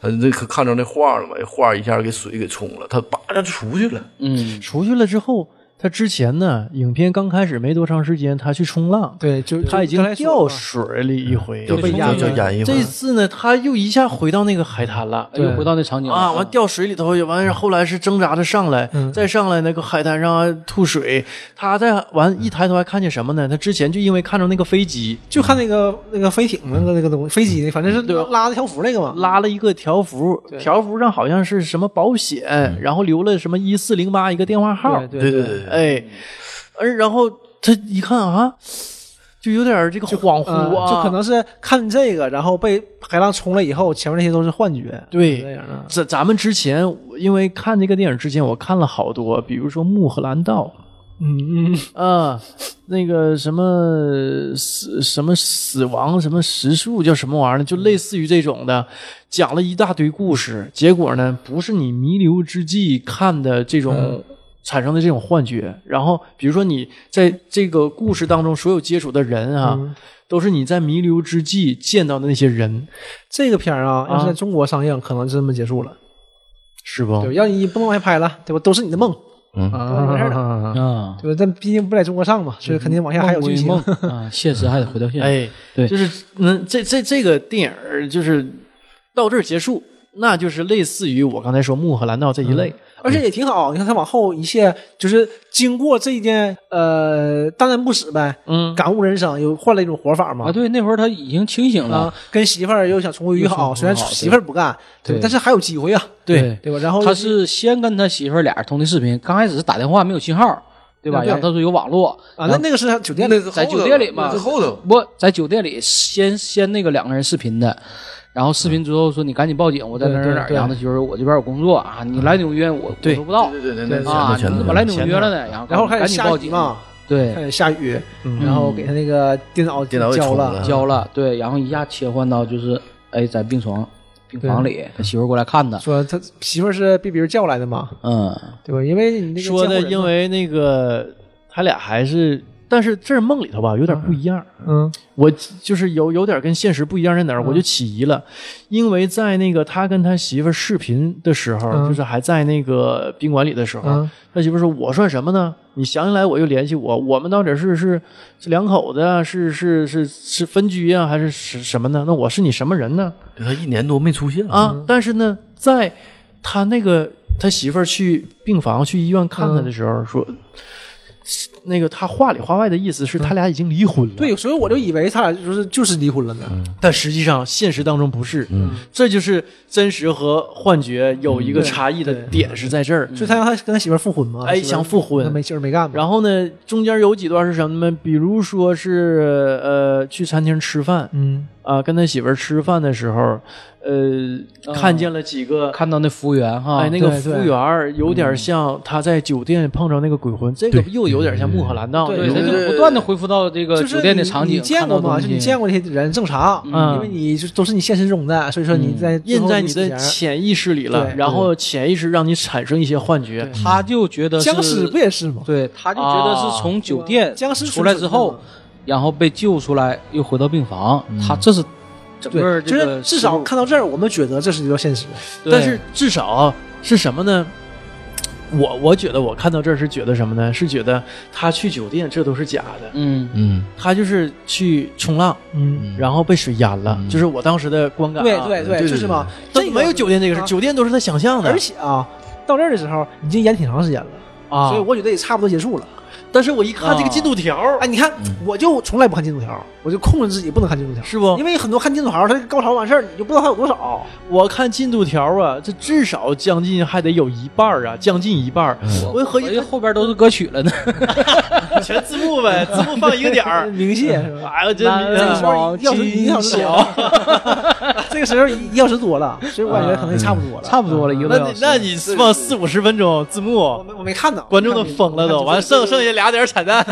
Speaker 5: 他那个看着那画了嘛，画一下给水给冲了，他叭一下就出去了。
Speaker 4: 嗯，
Speaker 2: 出去了之后，他之前呢，影片刚开始没多长时间，他去冲浪，
Speaker 3: 对，就
Speaker 2: 他已经掉水里一回，
Speaker 5: 就
Speaker 3: 被压
Speaker 5: 就
Speaker 3: 了
Speaker 5: 演一会
Speaker 2: 这
Speaker 5: 儿。
Speaker 2: 次呢，他又一下回到那个海滩了。
Speaker 4: 又回到那场景
Speaker 2: 啊！完掉水里头去，完事儿后来是挣扎着上来，再上来那个海滩上吐水。他在完一抬头还看见什么呢？他之前就因为看着那个飞机
Speaker 3: 就看那个那个飞艇那个那个东西，飞机那反正是拉的条幅那个嘛，
Speaker 2: 拉了一个条幅，条幅上好像是什么保险，然后留了什么一四零八一个电话号。
Speaker 3: 对
Speaker 5: 对对对，
Speaker 2: 哎，而然后他一看啊，就有点儿这个恍惚
Speaker 3: 嗯
Speaker 2: 啊，
Speaker 3: 就可能是看这个，然后被海浪冲了以后，前面那些都是幻觉，
Speaker 2: 对
Speaker 3: 这样的。啊
Speaker 2: 咱咱们之前因为看这个电影之前，我看了好多，比如说《穆赫兰道》。嗯嗯啊，那个什么死什么死亡什么时速叫什么玩意儿呢？就类似于这种的，讲了一大堆故事，结果呢不是你弥留之际看的这种、产生的这种幻觉。然后比如说你在这个故事当中所有接触的人啊，都是你在弥留之际见到的那些人，
Speaker 3: 这个片儿啊，
Speaker 2: 啊
Speaker 3: 要是在中国上映，可能就这么结束了。
Speaker 2: 是不？
Speaker 3: 对，要你不能往下拍了，对吧？都是你的梦，
Speaker 2: 啊，
Speaker 4: 啊，
Speaker 3: 对吧？但毕竟不在中国上嘛，所以肯定往下还有
Speaker 4: 梦
Speaker 3: 剧
Speaker 4: 归
Speaker 3: 情。
Speaker 4: 梦 啊，现实还得回到现实。
Speaker 2: 哎，
Speaker 4: 对
Speaker 2: 就是嗯，这这这个电影儿就是到这儿结束，那就是类似于我刚才说《穆赫兰道》这一类。
Speaker 3: 而且也挺好，你看他往后一切就是经过这一件呃大难不死呗，
Speaker 2: 嗯
Speaker 3: 感悟人生，又换了一种活法嘛
Speaker 4: 啊，。对，那会儿他已经清醒了
Speaker 3: 啊，，跟媳妇儿又想重归于好，虽然媳妇儿不干，对吧，但是还有机会啊，
Speaker 4: 对
Speaker 3: 对吧？然后
Speaker 4: 他是先跟他媳妇儿俩人通的视频，刚开始是打电话没有信号，对吧？
Speaker 3: 对
Speaker 4: 然后他说有网络
Speaker 3: 啊，
Speaker 4: 然
Speaker 3: 那
Speaker 4: 后
Speaker 3: 那个是他酒店
Speaker 5: 那是
Speaker 4: 在
Speaker 5: 后头
Speaker 4: 酒店里嘛
Speaker 5: 那是后头。
Speaker 4: 不在酒店里先先那个两个人视频的，然后视频之后说你赶紧报警，我在哪儿哪儿哪儿，
Speaker 3: 对对
Speaker 4: 然后他媳妇儿说我这边有工作啊，你来纽约我我
Speaker 2: 对
Speaker 4: 做不到
Speaker 5: 对对对，那
Speaker 4: 啊，
Speaker 5: 全
Speaker 4: 你怎
Speaker 5: 都
Speaker 4: 么
Speaker 5: 全都
Speaker 4: 来纽约了呢？然后
Speaker 3: 然后开
Speaker 4: 赶
Speaker 3: 始
Speaker 4: 紧
Speaker 3: 下
Speaker 4: 报
Speaker 3: 雨
Speaker 4: 警，
Speaker 3: 嘛，开
Speaker 4: 对，
Speaker 3: 始下雨，然后给他那个电脑
Speaker 5: 电脑给
Speaker 3: 浇
Speaker 5: 冲
Speaker 3: 了
Speaker 5: 了，
Speaker 4: 交了，对，然后一下切换到就是哎在病床病房里，他媳妇儿过来看他，
Speaker 3: 说他媳妇儿是被别人叫来的嘛，
Speaker 4: 嗯，
Speaker 3: 对吧？因为你那个
Speaker 2: 说
Speaker 3: 监护
Speaker 2: 的
Speaker 3: 人嘛
Speaker 2: 因为那个他俩还是，但是这是梦里头吧，有点不一样。
Speaker 3: 嗯
Speaker 2: 我就是有有点跟现实不一样在哪儿，我就起疑了，因为在那个他跟他媳妇儿视频的时候，
Speaker 3: 嗯
Speaker 2: 就是还在那个宾馆里的时候，
Speaker 3: 嗯
Speaker 2: 他媳妇儿说：“我算什么呢？你想起来我就联系我，我们到底是是是两口子啊，是是是是分居啊，还是是什么呢？那我是你什么人呢？
Speaker 5: 他一年多没出现了，
Speaker 2: 啊！但是呢，在他那个他媳妇儿去病房去医院看他的时候，说那个他话里话外的意思是他俩已经离婚了。
Speaker 3: 对，所以我就以为他俩就是就是离婚了呢。
Speaker 2: 但实际上现实当中不是，这就是真实和幻觉有一个差异的点是在这儿。
Speaker 3: 所以他让他跟他媳妇儿复婚嘛，
Speaker 2: 哎
Speaker 3: 是吧
Speaker 2: 想复婚
Speaker 3: 他没媳妇儿没干嘛。
Speaker 2: 然后呢，中间有几段是什么呢？比如说是呃，去餐厅吃饭
Speaker 3: 嗯，
Speaker 2: 啊、跟他媳妇儿吃饭的时候，呃，看见了几个。
Speaker 4: 看到那服务员哈，
Speaker 2: 哎，那个
Speaker 3: 啊对嗯
Speaker 2: 服
Speaker 3: 对
Speaker 2: 务员儿有点像他在酒店碰着那个鬼魂，这个又有点像穆赫兰道。
Speaker 3: 对
Speaker 4: 对，
Speaker 2: 有
Speaker 4: 他
Speaker 2: 点
Speaker 4: 就不断的恢复到这个
Speaker 3: 就是
Speaker 4: 呃酒店的
Speaker 3: 你
Speaker 4: 场景，
Speaker 3: 你见过
Speaker 4: 看到
Speaker 3: 吗？
Speaker 4: 东
Speaker 3: 就
Speaker 4: 西
Speaker 3: 你见过这些人正常，
Speaker 2: 嗯
Speaker 3: 因为你就都是你现实中的，所以说你在
Speaker 2: 印在你的
Speaker 3: 前。
Speaker 2: 潜意识里了，
Speaker 3: 对
Speaker 2: 然后潜意识让你产生一些幻觉。
Speaker 4: 他就觉得是
Speaker 3: 僵尸不也是吗？
Speaker 4: 对，他就觉得是从酒店
Speaker 3: 僵尸
Speaker 4: 啊出来之
Speaker 3: 纯
Speaker 4: 后
Speaker 3: 纯的，
Speaker 4: 然后被救出来，又回到病房，他这是整个
Speaker 3: 对，就
Speaker 4: 这个
Speaker 3: 是至少看到这儿，我们觉得这是一个现实。
Speaker 4: 对
Speaker 2: 但是至少是什么呢？我我觉得我看到这儿是觉得什么呢？是觉得他去酒店这都是假的，
Speaker 4: 嗯
Speaker 5: 嗯，
Speaker 2: 他就是去冲浪，
Speaker 3: 嗯，
Speaker 2: 然后被水淹了，就是我当时的观感、啊。
Speaker 3: 对对
Speaker 5: 对
Speaker 3: 对，
Speaker 5: 对
Speaker 3: 就是嘛，
Speaker 2: 都
Speaker 3: 这个
Speaker 2: 没有酒店这个事，
Speaker 3: 啊
Speaker 2: 酒店都是他想象的
Speaker 3: 而且啊，到这儿的时候已经演挺长时间了，
Speaker 2: 啊
Speaker 3: 所以。我觉得也差不多结束了。
Speaker 2: 但是我一看这个进度条，
Speaker 3: 哎，你看，我就从来不看进度条，我就控制自己不能看进度条，
Speaker 2: 嗯是不
Speaker 3: 因为很多看进度条，它高潮完事儿，你就不知道它有多少。
Speaker 2: 我看进度条啊，这至少将近还得有一半儿啊，将近一半儿。
Speaker 4: 嗯
Speaker 2: 我一合计
Speaker 4: 我这后边都是歌曲了呢，
Speaker 2: 全字幕呗，字幕放一个点儿。
Speaker 3: 明细是吧？
Speaker 2: 哎呦，这
Speaker 3: 这个时候一
Speaker 4: 金
Speaker 3: 小时一小时多了， 这个时候一小时多了，所以我感觉可能也差不
Speaker 2: 嗯
Speaker 3: 多了。
Speaker 4: 差不多了，一个
Speaker 2: 那
Speaker 4: 多小
Speaker 2: 你
Speaker 4: 时。
Speaker 2: 那你放四五十分钟字
Speaker 3: 我
Speaker 2: 幕，
Speaker 3: 没我没看到，
Speaker 2: 观众都疯了都，完了剩剩下俩点儿彩蛋。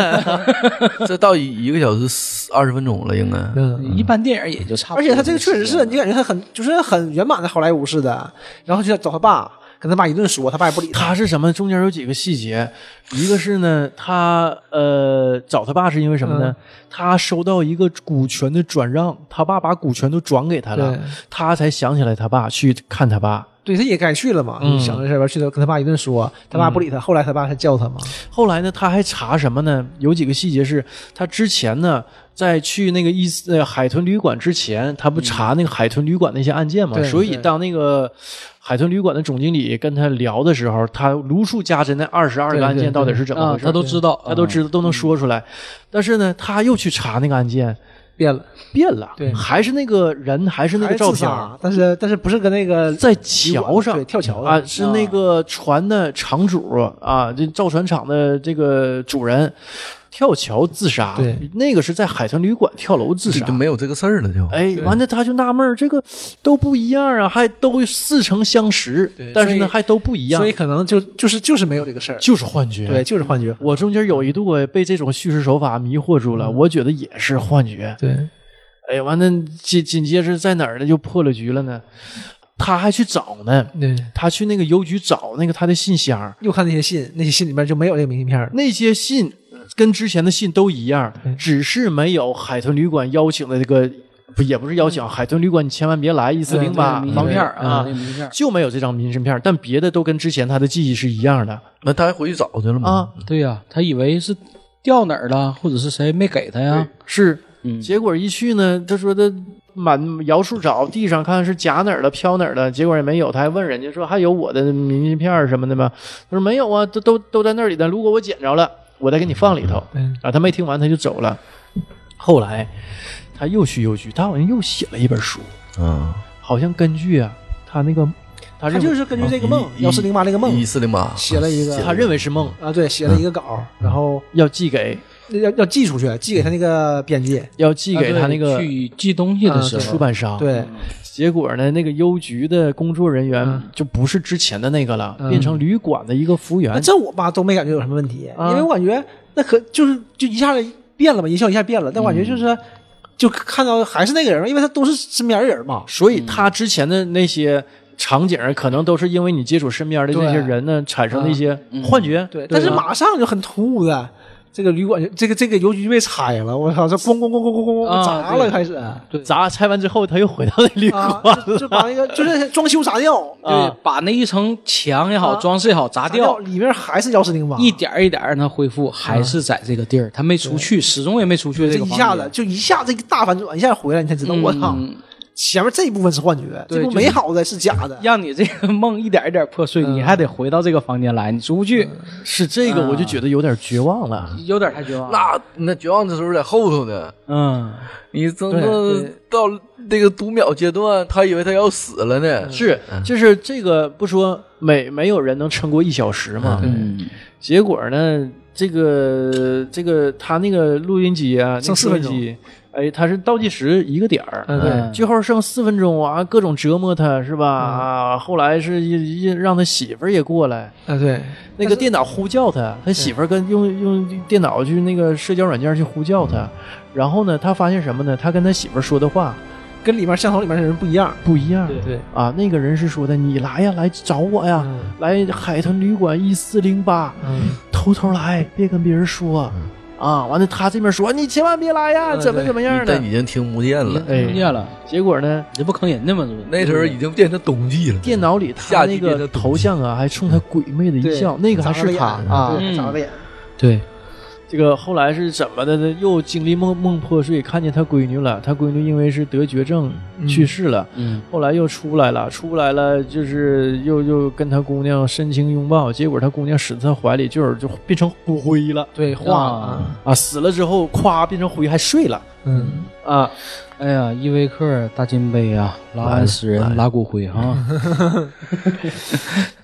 Speaker 5: 这到一个小时二十分钟了，应该。
Speaker 4: 一般电影也就差不
Speaker 3: 而且
Speaker 4: 多时间了。
Speaker 3: 他这个确实是
Speaker 2: 哦
Speaker 3: 你感觉他很就是很圆满的好莱坞似的，然后就找他爸，跟他爸一顿说，他爸也不理他。
Speaker 2: 他是什么？中间有几个细节，一个是呢，他呃找他爸是因为什么呢？他收到一个股权的转让，他爸把股权都转给他了
Speaker 3: 对，
Speaker 2: 他才想起来他爸去看他爸。
Speaker 3: 对，他也该去了嘛，就想
Speaker 2: 嗯
Speaker 3: 这事儿吧，去了跟他爸一顿说，他爸不理他，后来他爸才叫他嘛。
Speaker 2: 后来呢，他还查什么呢？有几个细节是他之前呢，在去那个伊斯呃海豚旅馆之前，他不查那个海豚旅馆那些案件嘛，
Speaker 3: 嗯对
Speaker 2: 所以
Speaker 3: 对
Speaker 2: 当那个海豚旅馆的总经理跟他聊的时候，他如数家珍那二十二
Speaker 3: 对
Speaker 2: 个
Speaker 3: 对
Speaker 2: 案件
Speaker 3: 对
Speaker 2: 到底是怎么
Speaker 4: 啊
Speaker 2: 回，事，
Speaker 4: 他都知道，
Speaker 2: 他都知道
Speaker 3: 嗯
Speaker 2: 都能说出来。但是呢，他又去查那个案件，
Speaker 3: 变了，
Speaker 2: 变了，
Speaker 3: 对
Speaker 2: 还是那个人，还是那
Speaker 3: 还
Speaker 2: 个
Speaker 3: 是
Speaker 2: 照
Speaker 3: 自
Speaker 2: 片。
Speaker 3: 杀，但是但是不是跟那个
Speaker 2: 在桥上
Speaker 3: 对跳桥
Speaker 2: 啊，
Speaker 3: 的
Speaker 2: 是那个船的厂主啊，这造船厂的这个主人跳桥自杀，
Speaker 3: 对，
Speaker 2: 那个是在海豚旅馆跳楼自
Speaker 5: 就
Speaker 2: 杀
Speaker 5: 就。没有这个事儿了，就
Speaker 2: 哎，完了，他就纳闷儿，这个都不一样啊，还都似曾相识，但是
Speaker 3: 所以
Speaker 2: 呢，还都不一样
Speaker 3: 所以，可能就就是就是没有这个事儿，
Speaker 2: 就是幻觉。
Speaker 3: 对，，就是幻觉。
Speaker 2: 我中间有一度我被这种叙事手法迷惑
Speaker 3: 嗯
Speaker 2: 住了，我觉得也是幻觉。
Speaker 3: 对，
Speaker 2: 哎，完了，紧紧接着在哪儿呢？就破了局了呢。他还去找呢，
Speaker 3: 对，
Speaker 2: 他去那个邮局找那个他的信箱，
Speaker 3: 又看那些信，那些信里面就没有这个明信片了。
Speaker 2: 那些信跟之前的信都一样，
Speaker 4: 嗯
Speaker 2: 只是没有海豚旅馆邀请的这个，不也不是邀请
Speaker 4: 嗯
Speaker 2: 啊，海豚旅馆你千万别来，一四零八
Speaker 4: 明
Speaker 2: 防
Speaker 4: 嗯信片儿啊，
Speaker 2: 啊
Speaker 4: 那，明信片儿。
Speaker 2: 就没有这张明信片，但别的都跟之前他的记忆是一样的
Speaker 5: 那他还回去找去
Speaker 4: 嗯
Speaker 5: 了吗
Speaker 2: 啊？，
Speaker 4: 对呀，他以为是掉哪儿了，或者是谁没给他呀？
Speaker 2: 是。
Speaker 4: 嗯
Speaker 2: 结果一去呢，他说的满摇树找，地上看是夹哪儿了，飘哪儿了，结果也没有，他还问人家说还有我的明信片儿什么的吗？他说没有啊，都都都在那里呢，如果我捡着了，我再给你放里头。
Speaker 3: 嗯，
Speaker 2: 啊，他没听完他就走了。后来他又去邮局，他好像又写了一本书，
Speaker 5: 啊，
Speaker 2: 好像根据啊他那个他
Speaker 3: 他
Speaker 2: 认
Speaker 3: 就
Speaker 2: 为
Speaker 3: 是根据这个
Speaker 2: 哦
Speaker 3: 梦
Speaker 5: 一
Speaker 3: 幺四零八这个梦
Speaker 5: 一四零八
Speaker 3: 写了一个
Speaker 2: 他认为嗯是梦，
Speaker 3: 啊，对，写了一个稿，然后
Speaker 2: 要寄给
Speaker 3: 要要寄出去，寄给他那个编辑。
Speaker 2: 要寄给他那个
Speaker 4: 啊对去寄东西的时
Speaker 2: 出
Speaker 4: 候，
Speaker 2: 版商。，
Speaker 3: 对，
Speaker 4: 嗯
Speaker 2: 结果呢，那个邮局的工作人员
Speaker 3: 嗯
Speaker 2: 就不是之前的那个了，变成旅馆的一个服务
Speaker 3: 那
Speaker 2: 员。
Speaker 3: 这我吧都没感觉有什么问题，
Speaker 2: 啊
Speaker 3: 因为我感觉那可就是就一下子变了嘛，音效一下变了，但我
Speaker 4: 嗯
Speaker 3: 感觉就是、就看到还是那个人，因为他都是身边的人嘛。
Speaker 2: 所以他之前的那些场景，可能都是因为你接触身边的这些
Speaker 3: 对嗯
Speaker 2: 人呢，产生的一些幻觉。
Speaker 3: 对，但是
Speaker 2: 吧
Speaker 3: 马上就很突兀的，这个旅馆就这个这个邮局就被拆了，我操，这咣咣咣咣咣咣咣
Speaker 4: 啊
Speaker 3: 砸
Speaker 4: 对
Speaker 3: 了，开始 啊，
Speaker 2: 砸拆完之后，他又回到那旅馆
Speaker 3: 就就把那个就是装修砸掉，
Speaker 4: 对，把那一层墙也好，
Speaker 3: 啊
Speaker 4: 装饰也好 砸
Speaker 3: 砸掉
Speaker 4: 掉，
Speaker 3: 里面还是幺四零八，
Speaker 4: 一点儿一点儿让它恢复，还是在这个地儿，他没出去，始终也没出去
Speaker 3: 这
Speaker 4: 个
Speaker 3: 一
Speaker 4: 房
Speaker 3: 下
Speaker 4: 间
Speaker 3: 子就一下这个大反转，一下回来，你才知道我操，
Speaker 4: 嗯
Speaker 3: 前面这一部分是幻觉，
Speaker 4: 对
Speaker 3: 这部
Speaker 4: 就是
Speaker 3: 美好的是假的。
Speaker 4: 让你这个梦一点一点破碎，你还得回到这个房间来，你出不去，
Speaker 2: 是这个，
Speaker 4: 啊
Speaker 2: 我就
Speaker 3: 嗯
Speaker 2: 觉得有点绝望了。
Speaker 4: 有点太绝望了。
Speaker 5: 那那绝望的时候在后头呢，
Speaker 4: 嗯，
Speaker 5: 你真
Speaker 4: 对
Speaker 5: 的
Speaker 4: 对
Speaker 5: 到那个读秒阶段，他以为他要死了呢。
Speaker 2: 是，
Speaker 3: 嗯
Speaker 2: 就是这个不说每没有人能撑过一小时嘛。
Speaker 4: 嗯，
Speaker 2: 结果呢，这个这个他那个录音机啊，那个
Speaker 3: 剩四
Speaker 2: 收音
Speaker 3: 分钟
Speaker 2: 机，哎，他是倒计时一个点儿，
Speaker 3: 嗯，对，
Speaker 4: 嗯
Speaker 2: 最后剩四分钟啊，各种折磨他是吧？
Speaker 3: 嗯
Speaker 2: 啊，后来是一一让他媳妇儿也过来，
Speaker 3: 嗯，对，
Speaker 2: 那个电脑呼叫他，他媳妇儿跟用用电脑去那个社交软件去呼叫
Speaker 3: 嗯
Speaker 2: 他，然后呢，他发现什么呢？他跟他媳妇儿说的话
Speaker 3: 跟里面相头里面的人不一样。
Speaker 2: 不一样，
Speaker 3: 对，
Speaker 2: 啊，那个人是说的你来呀，来找我呀，
Speaker 3: 嗯
Speaker 2: 来海豚旅馆一四零八，
Speaker 3: 嗯，
Speaker 2: 偷偷来，别跟别人说。啊，完了，他这边说你千万别来呀，
Speaker 3: 嗯
Speaker 2: 怎么
Speaker 3: 对
Speaker 2: 怎么样的
Speaker 5: 但？已经听不见了，
Speaker 4: 听见了，
Speaker 2: 结果呢，
Speaker 4: 你这不坑人呢吗？这不
Speaker 5: 那时候已经变成冬季了。
Speaker 2: 电脑里
Speaker 5: 下
Speaker 2: 他
Speaker 5: 级
Speaker 2: 那
Speaker 5: 别的
Speaker 2: 个
Speaker 5: 东
Speaker 2: 头
Speaker 5: 西
Speaker 2: 像啊，还冲他鬼魅的一
Speaker 3: 对
Speaker 2: 笑，那个还是他啊。
Speaker 3: 对长个眼，
Speaker 4: 对，
Speaker 2: 这个后来是怎么的呢？又经历梦梦破碎，看见他闺女了。他闺女因为是得绝症去世了，
Speaker 4: 嗯，
Speaker 2: 后来又出来了，出来了就是又又跟他姑娘深情拥抱，结果他姑娘死在他怀里，就是就变成骨灰了
Speaker 3: 对，
Speaker 4: 化
Speaker 3: 化
Speaker 4: 了
Speaker 3: 了，
Speaker 2: 啊！死了之后，咵变成灰还睡了
Speaker 3: 嗯，
Speaker 2: 啊！
Speaker 4: 哎呀，依维柯、大金杯啊，拉安斯人、拉骨灰哈，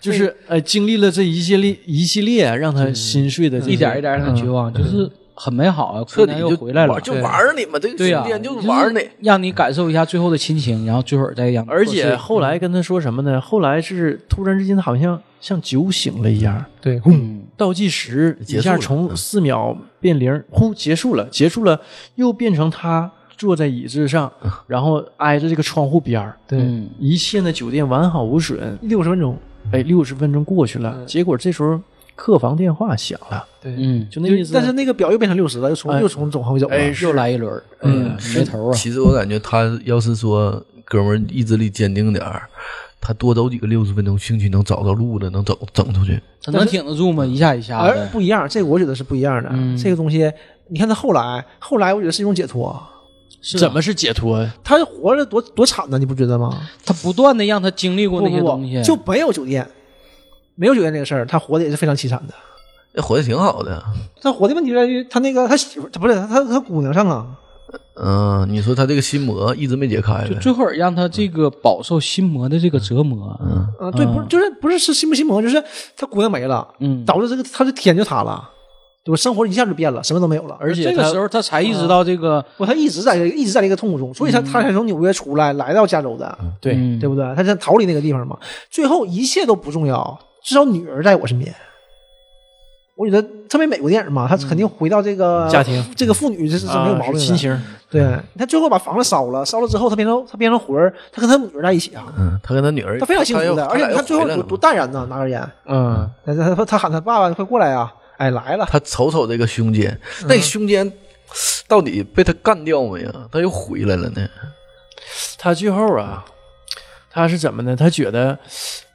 Speaker 2: 就是呃，经历了这一系列一系列让他心碎的这些
Speaker 4: 一点一点很绝望，就是很美好啊，困
Speaker 5: 彻底
Speaker 4: 难
Speaker 5: 就
Speaker 4: 又嗯回来了，
Speaker 5: 就玩儿你们这个
Speaker 4: 对呀
Speaker 5: 酒，店就玩儿你
Speaker 4: 是。让你感受一下最后的亲情，然后最后再让你
Speaker 2: 而
Speaker 4: 破
Speaker 2: 且
Speaker 4: 碎
Speaker 2: 后来跟他说什么呢？后来是突然之间，他好像像酒醒了一样，
Speaker 3: 对，
Speaker 4: 嗯
Speaker 2: 倒计时
Speaker 5: 结束了
Speaker 2: 一下从四秒变零，呼结束了，结束了，又变成他坐在椅子上，然后挨着这个窗户边儿，
Speaker 3: 对，
Speaker 4: 嗯
Speaker 2: 一切呢酒店完好无损。
Speaker 3: 六十分钟，嗯
Speaker 2: 哎，六十分钟过去了，结果这时候客房电话响了，
Speaker 3: 对，
Speaker 4: 嗯，
Speaker 2: 就那意思。
Speaker 3: 但是那个表又变成六十了，又从
Speaker 2: 哎
Speaker 3: 又从总后走了，
Speaker 2: 哎，
Speaker 4: 又来一轮儿，哎
Speaker 5: 嗯
Speaker 4: 呀，没头啊，
Speaker 5: 其实我感觉他要是说哥们儿意志力坚定点儿，他多走几个六十分钟，兴许能找到路了，能走整出去。
Speaker 4: 他能挺得住吗？一下一下
Speaker 3: 而
Speaker 4: 的，
Speaker 3: 不一样，这个我觉得是不一样的。
Speaker 2: 嗯
Speaker 3: 这个东西，你看他后来，后来我觉得是一种解脱。
Speaker 4: 是啊
Speaker 2: 怎么是解脱？
Speaker 3: 他活着多多惨呐，你不觉得吗？
Speaker 4: 他不断的让他经历过
Speaker 3: 不
Speaker 4: 那些
Speaker 3: 不
Speaker 4: 东西，
Speaker 3: 不，就没有酒店，没有酒店这个事儿，他活的也是非常凄惨的。
Speaker 5: 那活得挺好的。
Speaker 3: 他活的问题在于他那个他媳妇儿，他不是他他他姑娘上啊，
Speaker 5: 嗯、你说他这个心魔一直没解开
Speaker 4: 就
Speaker 5: 呗？
Speaker 4: 最后让他这个饱受心魔的这个折磨，嗯
Speaker 3: 嗯、对，不是就是不是是心不心魔，就是他姑娘没了，
Speaker 4: 嗯，
Speaker 3: 导致这个他的天就塌了，对吧？生活一下就变了，什么都没有了。
Speaker 2: 而且
Speaker 4: 这个
Speaker 2: 他
Speaker 4: 时候他嗯才意识到这个，
Speaker 3: 不，他一直在这个一直在这个痛苦中，所以他、他才从纽约出来，来到加州的。
Speaker 2: 对
Speaker 4: 嗯
Speaker 3: 对不对？他想逃离那个地方嘛。最后一切都不重要，至少女儿在我身边。我觉得特别美国电影嘛，他肯定回到这个、
Speaker 2: 家庭，
Speaker 3: 这个妇女这是没有
Speaker 2: 啊
Speaker 3: 毛
Speaker 2: 是
Speaker 3: 病的。嗯
Speaker 2: 亲情，
Speaker 3: 对他最后把房子烧了，烧了之后他变成他变成魂儿，他跟他女儿在一起啊，
Speaker 5: 嗯，他跟他女儿，
Speaker 3: 他非常幸福
Speaker 5: 又
Speaker 3: 的。而且你看最后多多，淡然呐，拿根烟，
Speaker 2: 嗯，
Speaker 3: 他他他喊他爸爸快过来啊，哎来了，
Speaker 5: 他瞅瞅这个胸间，
Speaker 3: 嗯
Speaker 5: 那胸间到底被他干掉没呀？他又回来了呢。
Speaker 2: 他最后啊，他是怎么呢？他觉得，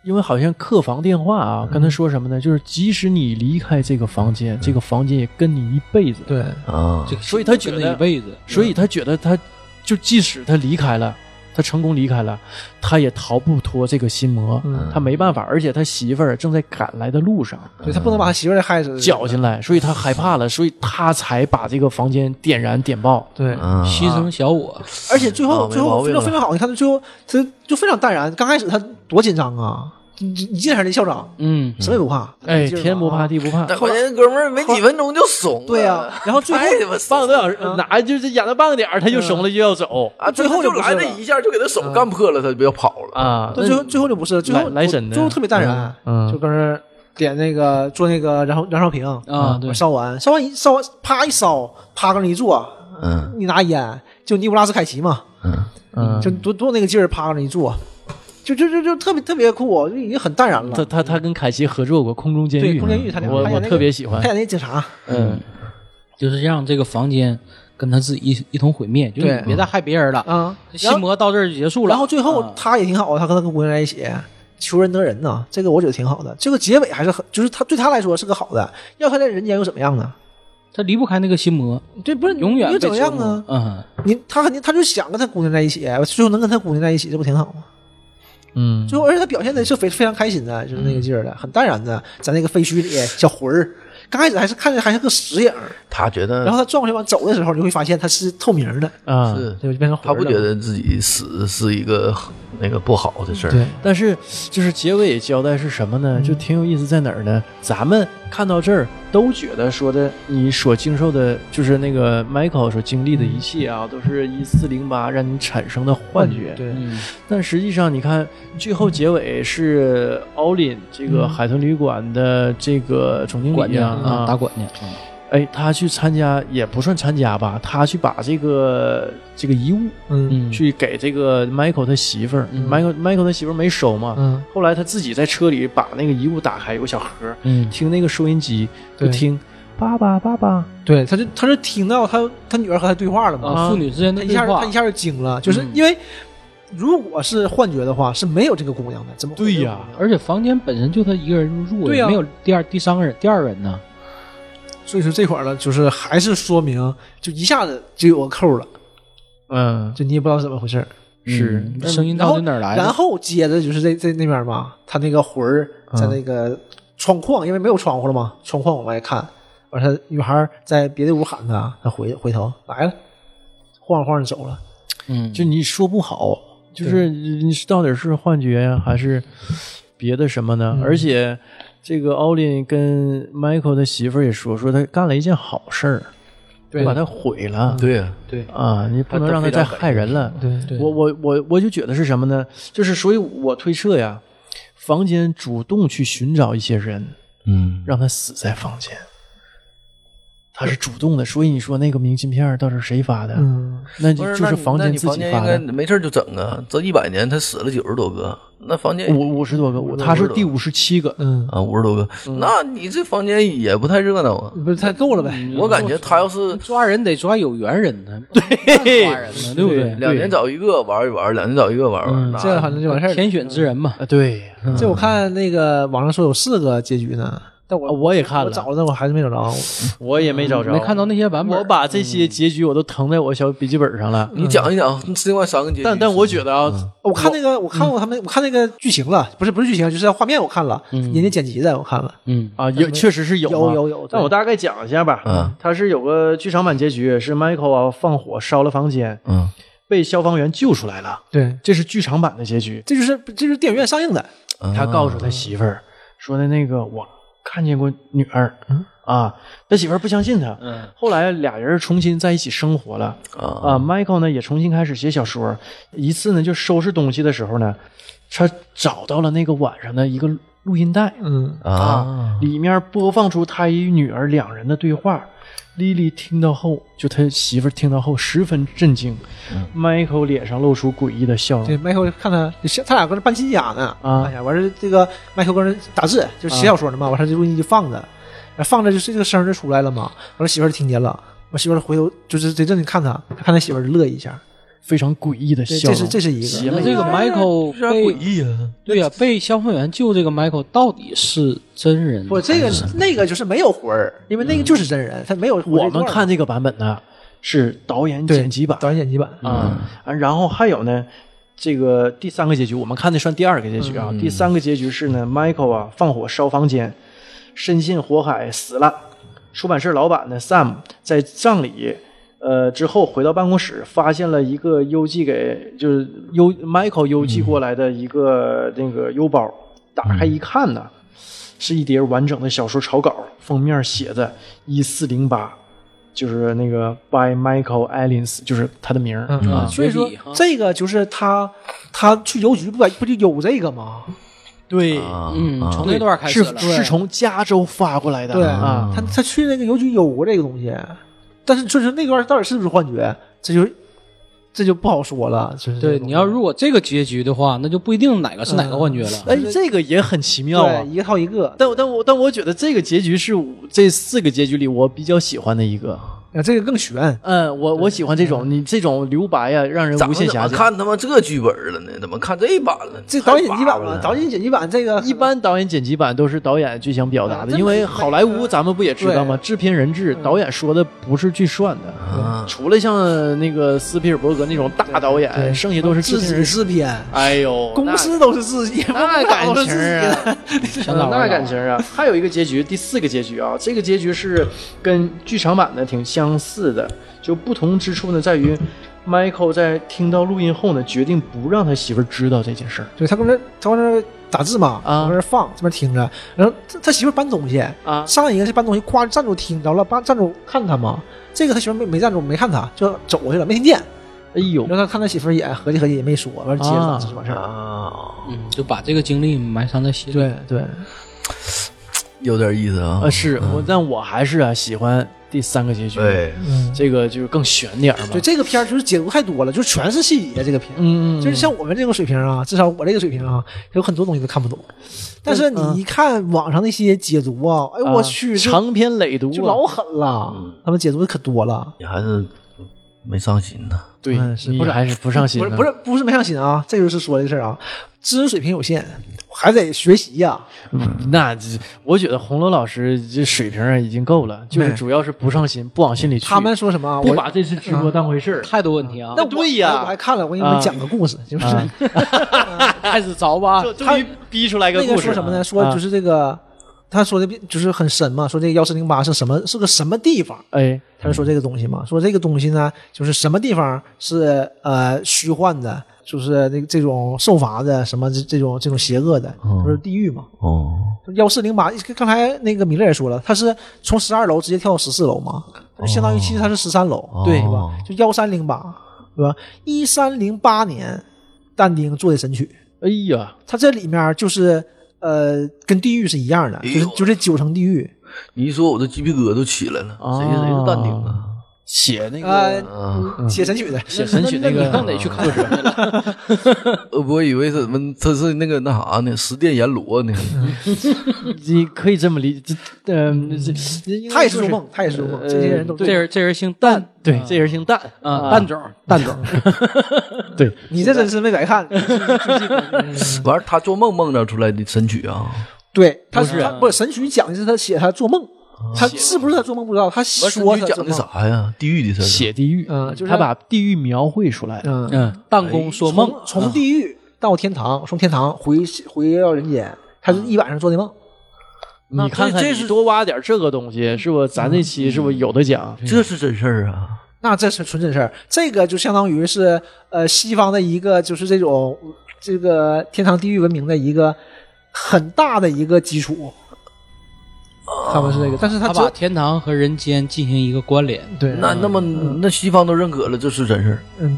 Speaker 2: 因为好像客房电话啊，跟他说什么呢？就是即使你离开这个房间，这个房间也跟你一辈子。
Speaker 3: 对，
Speaker 5: 啊，
Speaker 4: 这个
Speaker 2: 所以他觉得
Speaker 4: 跟了一辈子，
Speaker 2: 所以他觉得他，就即使他离开了，他成功离开了，他也逃不脱这个心魔，
Speaker 3: 嗯
Speaker 2: 他没办法。而且他媳妇儿正在赶来的路上，
Speaker 3: 对他不能把他媳妇儿害死，
Speaker 2: 搅进来，所以他害怕了，所以他才把这个房间点燃点爆。
Speaker 3: 对，
Speaker 5: 啊，
Speaker 4: 嗯牺牲小我，
Speaker 3: 而且最后、
Speaker 5: 啊没
Speaker 3: 最后
Speaker 5: 毛
Speaker 3: 非
Speaker 5: 病
Speaker 3: 常
Speaker 5: 了
Speaker 3: 非常好，你看他最后他就非常淡然。刚开始他多紧张啊，你你见他那校长
Speaker 4: 嗯，
Speaker 3: 什么也不怕，
Speaker 2: 哎，
Speaker 3: 劲儿嘛
Speaker 2: 天不怕地不怕，
Speaker 5: 但关键哥们儿没几分钟就怂了。哎
Speaker 3: 对 呀，然后最后
Speaker 2: 哎
Speaker 5: 太他妈怂
Speaker 2: 半个多
Speaker 5: 了
Speaker 2: 小时，哪就是演到半个点儿，他就怂了，就要走。
Speaker 5: 啊！
Speaker 3: 最后
Speaker 5: 就
Speaker 3: 就不是
Speaker 5: 来
Speaker 3: 了
Speaker 5: 这一下就给他手干破了，他就要跑了。
Speaker 2: 啊，
Speaker 3: 但最后最后就不是，最后
Speaker 2: 来来神的
Speaker 3: 最后特别淡然，
Speaker 2: 嗯嗯
Speaker 3: 就搁那儿点那个做那个燃烧燃烧瓶
Speaker 2: 嗯
Speaker 4: 啊对
Speaker 3: 烧完烧完一烧完，啪一烧，啪搁那一坐，
Speaker 5: 嗯
Speaker 3: 你拿烟，就尼古拉斯凯奇嘛，
Speaker 5: 嗯，
Speaker 2: 嗯
Speaker 3: 就多多那个劲儿，啪搁那一坐，就就就就特别特别酷，就已经很淡然
Speaker 2: 他
Speaker 3: 了。
Speaker 2: 他他跟凯奇合作过《空中监狱》，
Speaker 3: 对，空间玉他俩，
Speaker 2: 我
Speaker 3: 他演
Speaker 2: 我
Speaker 3: 那个
Speaker 2: 特别喜欢
Speaker 3: 他。演那警察，
Speaker 2: 嗯，
Speaker 4: 就是让这个房间跟他自己一一同毁灭，就是
Speaker 3: 对
Speaker 4: 你别再害别人了，
Speaker 2: 嗯
Speaker 3: 啊，
Speaker 4: 心魔到这儿就结束了，
Speaker 3: 然后最后
Speaker 4: 啊
Speaker 3: 他也挺好，他跟他跟姑娘在一起，求人得人呐，这个我觉得挺好的。这个结尾还是很，就是他对他来说是个好的，要他在人间又怎么样呢？
Speaker 4: 他离不开那个心魔，
Speaker 3: 对，不是你
Speaker 4: 永远
Speaker 3: 又
Speaker 4: 被
Speaker 3: 怎么
Speaker 4: 折
Speaker 3: 样
Speaker 4: 磨
Speaker 3: 呢？？
Speaker 4: 嗯
Speaker 3: 你他肯定他就想跟他姑娘在一起，最后能跟他姑娘在一起，这不挺好吗？
Speaker 2: 嗯，
Speaker 3: 最后而且他表现的是非非常开心的，就是那个劲儿的，很淡然的，在那个废墟里小魂儿。刚开始还是看着还是个死影儿，
Speaker 5: 他觉
Speaker 3: 然
Speaker 5: 得
Speaker 3: 后他转过去往走的时候，你会发现他是透明的，
Speaker 2: 啊，
Speaker 5: 是
Speaker 3: 对，就变成魂
Speaker 5: 他
Speaker 3: 儿
Speaker 5: 不
Speaker 3: 了
Speaker 5: 觉得自己死是一个那个不好的事儿，
Speaker 3: 对
Speaker 2: 但是就是结尾也交代是什么呢？就挺有意思，在哪儿呢？咱们看到这儿都觉得说的你所经受的，就是那个 Michael 所经历的一切啊，都是一四零八让你产生的幻觉。
Speaker 3: 对，
Speaker 4: 嗯
Speaker 2: 但实际上，你看最后结尾是奥林这个海豚旅馆的这个总经
Speaker 4: 管
Speaker 2: 理
Speaker 4: 家
Speaker 2: 啊，
Speaker 4: 啊，打
Speaker 2: 啊
Speaker 4: 管家，嗯
Speaker 2: 哎，他去参加也不算参加吧，他去把这个这个遗物
Speaker 3: 嗯
Speaker 4: 嗯
Speaker 2: 去给这个 Michael 他媳妇儿、m i c h a e l Michael 他媳妇儿没收嘛，
Speaker 3: 嗯，
Speaker 2: 后来他自己在车里把那个遗物打开，有个小盒，
Speaker 4: 嗯
Speaker 2: 听那个收音机，就
Speaker 3: 对
Speaker 2: 听爸爸爸爸，
Speaker 3: 对，他就他就听到他他女儿和他对话了嘛，
Speaker 4: 啊，父女之间
Speaker 3: 他
Speaker 4: 的
Speaker 3: 一
Speaker 4: 对
Speaker 3: 下
Speaker 4: 话
Speaker 3: 他一，下就惊了，就是
Speaker 4: 嗯
Speaker 3: 因为如果是幻觉的话是没有这个姑娘的，怎么会有
Speaker 2: 对呀
Speaker 3: 这个姑娘
Speaker 4: 而且房间本身就他一个人入住，
Speaker 3: 对呀啊
Speaker 4: 没有第二第三个人第二人呢，
Speaker 3: 所以说这块儿呢，就是还是说明就一下子就有个扣了，
Speaker 2: 嗯，
Speaker 3: 就你也不知道怎么回事儿。
Speaker 2: 是
Speaker 4: 嗯声音到底哪儿来的？
Speaker 3: 然后接着就是在在那边嘛，他那个魂儿在那
Speaker 4: 嗯
Speaker 3: 个窗框，因为没有窗户了嘛，窗框往外看，完他女孩儿在别的屋喊他，他回回头来了，晃着晃着走了。
Speaker 4: 嗯，
Speaker 2: 就你说不好，就是你到底是幻觉呀，还是别的什么呢？而且这个奥林跟 Michael 的媳妇儿也说，说他干了一件好事儿，
Speaker 3: 对
Speaker 2: 你把他毁了，
Speaker 5: 对呀、
Speaker 2: 啊，你不能让他再害人了。
Speaker 3: 对对
Speaker 2: 我我我我就觉得是什么呢？就是所以，我推测呀，房间主动去寻找一些人，
Speaker 5: 嗯，
Speaker 2: 让他死在房间。他是主动的，所以你说那个明信片儿到底是谁发的？
Speaker 3: 嗯，
Speaker 2: 那
Speaker 5: 不
Speaker 2: 就是就是
Speaker 5: 那
Speaker 2: 房
Speaker 5: 那
Speaker 2: 间
Speaker 5: 你
Speaker 2: 自己
Speaker 5: 间
Speaker 2: 发的
Speaker 5: 应该。没事儿就整啊，这一百年他死了九十多个，那房间
Speaker 2: 五五十多个，我他是第五十七个。
Speaker 3: 嗯，
Speaker 5: 啊五十多个，那你这房间也不太热闹啊。
Speaker 3: 不是嗯他够了呗？
Speaker 5: 我感觉他要是
Speaker 4: 抓人得抓有缘人 呢，对，抓人呢，对不对？
Speaker 5: 两年找一个玩一玩，两年找一个玩玩，
Speaker 3: 嗯
Speaker 5: 那
Speaker 3: 这反正就完事儿了。
Speaker 4: 天选之人嘛，
Speaker 2: 啊，对，
Speaker 4: 嗯
Speaker 3: 这我看那个网上说有四个结局呢，但我
Speaker 2: 啊我也看
Speaker 3: 我
Speaker 2: 了，
Speaker 3: 找的我还是没找着。
Speaker 2: 我也没找着，
Speaker 4: 没看到那些版本。
Speaker 2: 我把这些结局我都腾在我小笔记本上了。
Speaker 5: 你讲一讲另外三个结局。
Speaker 2: 但但我嗯觉得啊，
Speaker 3: 我看那个，我看过他们，我看那个剧情了，不是不是剧情，就是画面我看了，
Speaker 2: 嗯
Speaker 3: 人家剪辑的我看了。
Speaker 4: 嗯
Speaker 2: 啊，有确实是有
Speaker 3: 有
Speaker 2: 啊
Speaker 3: 有有
Speaker 2: 但
Speaker 3: 对
Speaker 2: 我大概讲一下吧。
Speaker 5: 嗯，
Speaker 2: 它是有个剧场版结局，是 Michael 啊放火烧了房间，
Speaker 5: 嗯，
Speaker 2: 被消防员救出来了，
Speaker 3: 对，
Speaker 2: 这是剧场版的结局。
Speaker 3: 这就是这就是电影院上映的，
Speaker 5: 啊
Speaker 2: 他告诉他媳妇儿说的那个，我看见过女儿，啊，他媳妇儿不相信他。
Speaker 4: 嗯
Speaker 2: 后来俩人重新在一起生活了
Speaker 5: 啊，
Speaker 2: 啊，Michael 呢也重新开始写小说。一次呢，就收拾东西的时候呢，他找到了那个晚上的一个录音带，
Speaker 3: 嗯，
Speaker 5: 啊，
Speaker 2: 里面播放出他与女儿两人的对话。莉莉听到后，就他媳妇儿听到后十分震惊、m i c h a e l 脸上露出诡异的笑
Speaker 3: 嗯对，
Speaker 2: 容。
Speaker 3: 迈克看他，就像他俩搁那扮亲家呢，
Speaker 2: 啊
Speaker 3: 哎呀，完事儿这个迈克搁那打字，就写小说呢嘛，完事儿这录音就放着，然后放着就是这个声儿就出来了嘛，完了媳妇儿就听见了，我媳妇儿回头就是真正的看他，他看他媳妇儿就乐一下，
Speaker 2: 非常诡异的
Speaker 3: 对，
Speaker 2: 笑
Speaker 3: 这
Speaker 2: 容。
Speaker 3: 是这是一
Speaker 2: 邪
Speaker 3: 个，
Speaker 4: 那
Speaker 2: 魅
Speaker 4: 这个 Michael
Speaker 5: 非常诡
Speaker 4: 被
Speaker 5: 异啊。
Speaker 4: 对呀、被消防员救这个 Michael 到底是真人呢？
Speaker 3: 不，这个那个就是没有魂儿，因为那个就是真人，他没有魂儿啊
Speaker 2: 我
Speaker 3: 这段
Speaker 2: 们
Speaker 3: 儿
Speaker 2: 看这个版本呢，是导演
Speaker 3: 对
Speaker 2: 剪辑版
Speaker 3: 导演剪辑版，
Speaker 2: 啊、然后还有呢，这个第三个结局，我们看的算第二个结局啊。第三个结局是呢，Michael 啊放火烧房间，深陷火海死了。出版社老板呢 Sam 在葬礼。呃，之后回到办公室，发现了一个邮寄给就是邮 Michael 邮寄过来的一个那个邮包，打开一看呢，是一叠完整的小说草稿，封面写着一四零八，就是那个 by Michael Allens，就是他的名儿、啊。
Speaker 3: 所以说
Speaker 4: 绝笔哈
Speaker 3: 这个就是他他去邮局不把不就有这个吗？
Speaker 2: 对，
Speaker 5: 啊
Speaker 4: 嗯，从那段开始
Speaker 2: 啊是
Speaker 4: 了，
Speaker 2: 是从加州发过来的
Speaker 3: 对
Speaker 2: 啊。
Speaker 3: 他他去那个邮局有过这个东西，但是就是那段到底是不是幻觉，这就这就不好说了。就是这
Speaker 4: 对，
Speaker 3: 个
Speaker 4: 你要如果这个结局的话，那就不一定哪个是哪个幻觉了。
Speaker 2: 哎，这个也很奇妙啊
Speaker 3: 对。一个套一个，
Speaker 2: 但但我但我觉得这个结局是我这四个结局里我比较喜欢的一个，
Speaker 3: 啊，这个更悬。
Speaker 2: 嗯，我我喜欢这种，你这种留白呀，让人
Speaker 5: 咱
Speaker 2: 无
Speaker 5: 们
Speaker 2: 限
Speaker 5: 怎
Speaker 2: 遐
Speaker 5: 么
Speaker 2: 想。
Speaker 5: 看他妈这剧本了呢？怎么看这版了呢？
Speaker 3: 这导演剪辑版嘛，
Speaker 5: 还扒
Speaker 3: 导演剪辑版这个
Speaker 2: 一般导演剪辑版都是导演最想表达
Speaker 3: 嗯
Speaker 2: 的，
Speaker 3: 真
Speaker 2: 因为
Speaker 3: 没
Speaker 2: 好莱坞咱们不也知道吗？制片人制，导演说的不是去算的。
Speaker 5: 啊，
Speaker 2: 除了像那个斯皮尔伯格那种大导
Speaker 3: 对
Speaker 2: 演，剩下都是制
Speaker 3: 自
Speaker 2: 片
Speaker 3: 己
Speaker 2: 人。
Speaker 3: 制片，
Speaker 2: 哎呦，
Speaker 3: 公司都是自己，
Speaker 2: 那
Speaker 3: 大
Speaker 2: 感
Speaker 3: 都是
Speaker 2: 情
Speaker 3: 自己
Speaker 2: 啊
Speaker 3: 的。
Speaker 4: 想咋玩咋
Speaker 2: 那
Speaker 4: 玩
Speaker 2: 感情啊，还有一个结局，第四个结局啊，这个结局是跟剧场版的挺相似的，就不同之处呢在于，Michael 在听到录音后呢，决定不让他媳妇儿知道这件事儿
Speaker 3: 对他跟那他跟那打字嘛，
Speaker 2: 啊
Speaker 3: 我搁那放这边听着，然后他他媳妇儿搬东西，
Speaker 2: 啊。
Speaker 3: 上一个是搬东西，夸站住听着了，搬站住看他嘛，这个他媳妇儿没没站住，没看他，就走过去了，没听见。
Speaker 2: 哎呦
Speaker 3: 然，后他看他媳妇儿也合计合计也没说，完了接着打字就完事儿了。
Speaker 5: 啊，
Speaker 4: 嗯，就把这个经历埋藏在心里。
Speaker 3: 对对，
Speaker 5: 有点意思啊
Speaker 2: 啊，。是我，但我还是啊喜欢第三个结局，
Speaker 5: 对，
Speaker 3: 嗯，
Speaker 2: 这个就是更悬点儿嘛
Speaker 3: 对。这个片儿就是解读太多了，就是全是细节。这个片，
Speaker 2: 嗯，嗯嗯
Speaker 3: 就是像我们这种水平啊，至少我这个水平啊，有很多东西都看不懂。但是你一看网上那些解读啊，哎
Speaker 2: 啊
Speaker 3: 我去，就
Speaker 2: 长篇累读啊，
Speaker 3: 就老狠了，他们解读的可多了。
Speaker 5: 你还是没上心呢。
Speaker 2: 对，
Speaker 3: 嗯是
Speaker 2: 你
Speaker 3: 不是
Speaker 2: 还是不上心啊
Speaker 3: 不
Speaker 2: 呢，
Speaker 3: 是不是不是没上心啊，这就是说这事儿啊，知识水平有限，还得学习呀、
Speaker 2: 嗯那这我觉得红楼老师这水平啊已经够了，就是
Speaker 3: 没
Speaker 2: 主要是不上心，不往心里去。
Speaker 3: 哎他们说什么啊？
Speaker 2: 不
Speaker 3: 我
Speaker 2: 把这次直播当回事儿。
Speaker 4: 太多问题啊，
Speaker 3: 那我
Speaker 2: 对呀
Speaker 3: 哎我还看了，我给你们讲个故事，就是、
Speaker 2: 啊
Speaker 4: 开始凿吧。
Speaker 2: 终于逼出来
Speaker 3: 那个说什么呢？说就是是这个，他说的就是很深嘛，说这个幺四零八是什么是个什么地方？
Speaker 2: 哎，
Speaker 3: 他就说这个东西嘛，说这个东西呢，就是什么地方是呃虚幻的，就是那个这种受罚的，什么这这种这种邪恶的，就是地狱嘛。
Speaker 5: 哦，
Speaker 3: 幺四零八，刚才那个米勒也说了，他是从十二楼直接跳到十四楼嘛，相当于其实他是十三楼，对吧？就幺三零八，对吧？一三零八年，但丁做的神曲，
Speaker 2: 哎呀，
Speaker 3: 他这里面就是呃，跟地狱是一样的，
Speaker 5: 哎
Speaker 3: 就
Speaker 5: 呦
Speaker 3: 是就是九层地狱，
Speaker 5: 你一说我这鸡皮疙瘩都起来了，
Speaker 2: 啊
Speaker 5: 谁谁是淡定啊？
Speaker 2: 写那
Speaker 3: 呃
Speaker 2: 个，
Speaker 4: 嗯
Speaker 5: 啊，
Speaker 3: 写神曲的，
Speaker 2: 写神曲那
Speaker 4: 你
Speaker 2: 个
Speaker 4: 更得去看去了。
Speaker 5: 呃我以为是什么，他是那个那啥呢，十殿阎罗呢。
Speaker 3: 嗯
Speaker 2: 你可以这么理，这嗯，这这
Speaker 3: 他也是入梦，他也是入梦，这些人都
Speaker 4: 呃这人这人姓蛋
Speaker 2: 对，这人姓蛋
Speaker 4: 啊，蛋总，蛋 总，
Speaker 2: 对，
Speaker 3: 你这真是没白 看。
Speaker 5: 完事儿他做梦梦着出来的神曲啊，
Speaker 3: 对，他
Speaker 4: 不是啊哦
Speaker 3: 他不是神曲讲的是他写他做梦，他是不是他做梦不知道，他
Speaker 5: 完神
Speaker 3: 说
Speaker 5: 曲
Speaker 3: 他
Speaker 5: 讲的
Speaker 3: 做梦？
Speaker 5: 啥呀？地狱的事儿啊。
Speaker 2: 写地狱，
Speaker 3: 嗯就是
Speaker 2: 他把地狱描绘出来，
Speaker 3: 嗯，
Speaker 4: 嗯，弹弓说梦，
Speaker 3: 从从地狱到天堂，从天堂回回到人间，他
Speaker 4: 嗯
Speaker 3: 是一晚上做的梦。
Speaker 2: 你看看，
Speaker 5: 这这
Speaker 2: 你
Speaker 5: 是
Speaker 2: 多挖点这个东西，是不？咱这期是不是有的讲？
Speaker 5: 这是真事儿啊！
Speaker 3: 那这是纯真事儿，这个就相当于是呃西方的一个就是这种这个天堂地狱文明的一个很大的一个基础。
Speaker 5: 哦
Speaker 3: 他们是这个，但是他
Speaker 4: 他
Speaker 3: 只
Speaker 4: 把天堂和人间进行一个关联。
Speaker 3: 对
Speaker 5: 那那么那西方都认可了，这是真事儿。
Speaker 3: 嗯，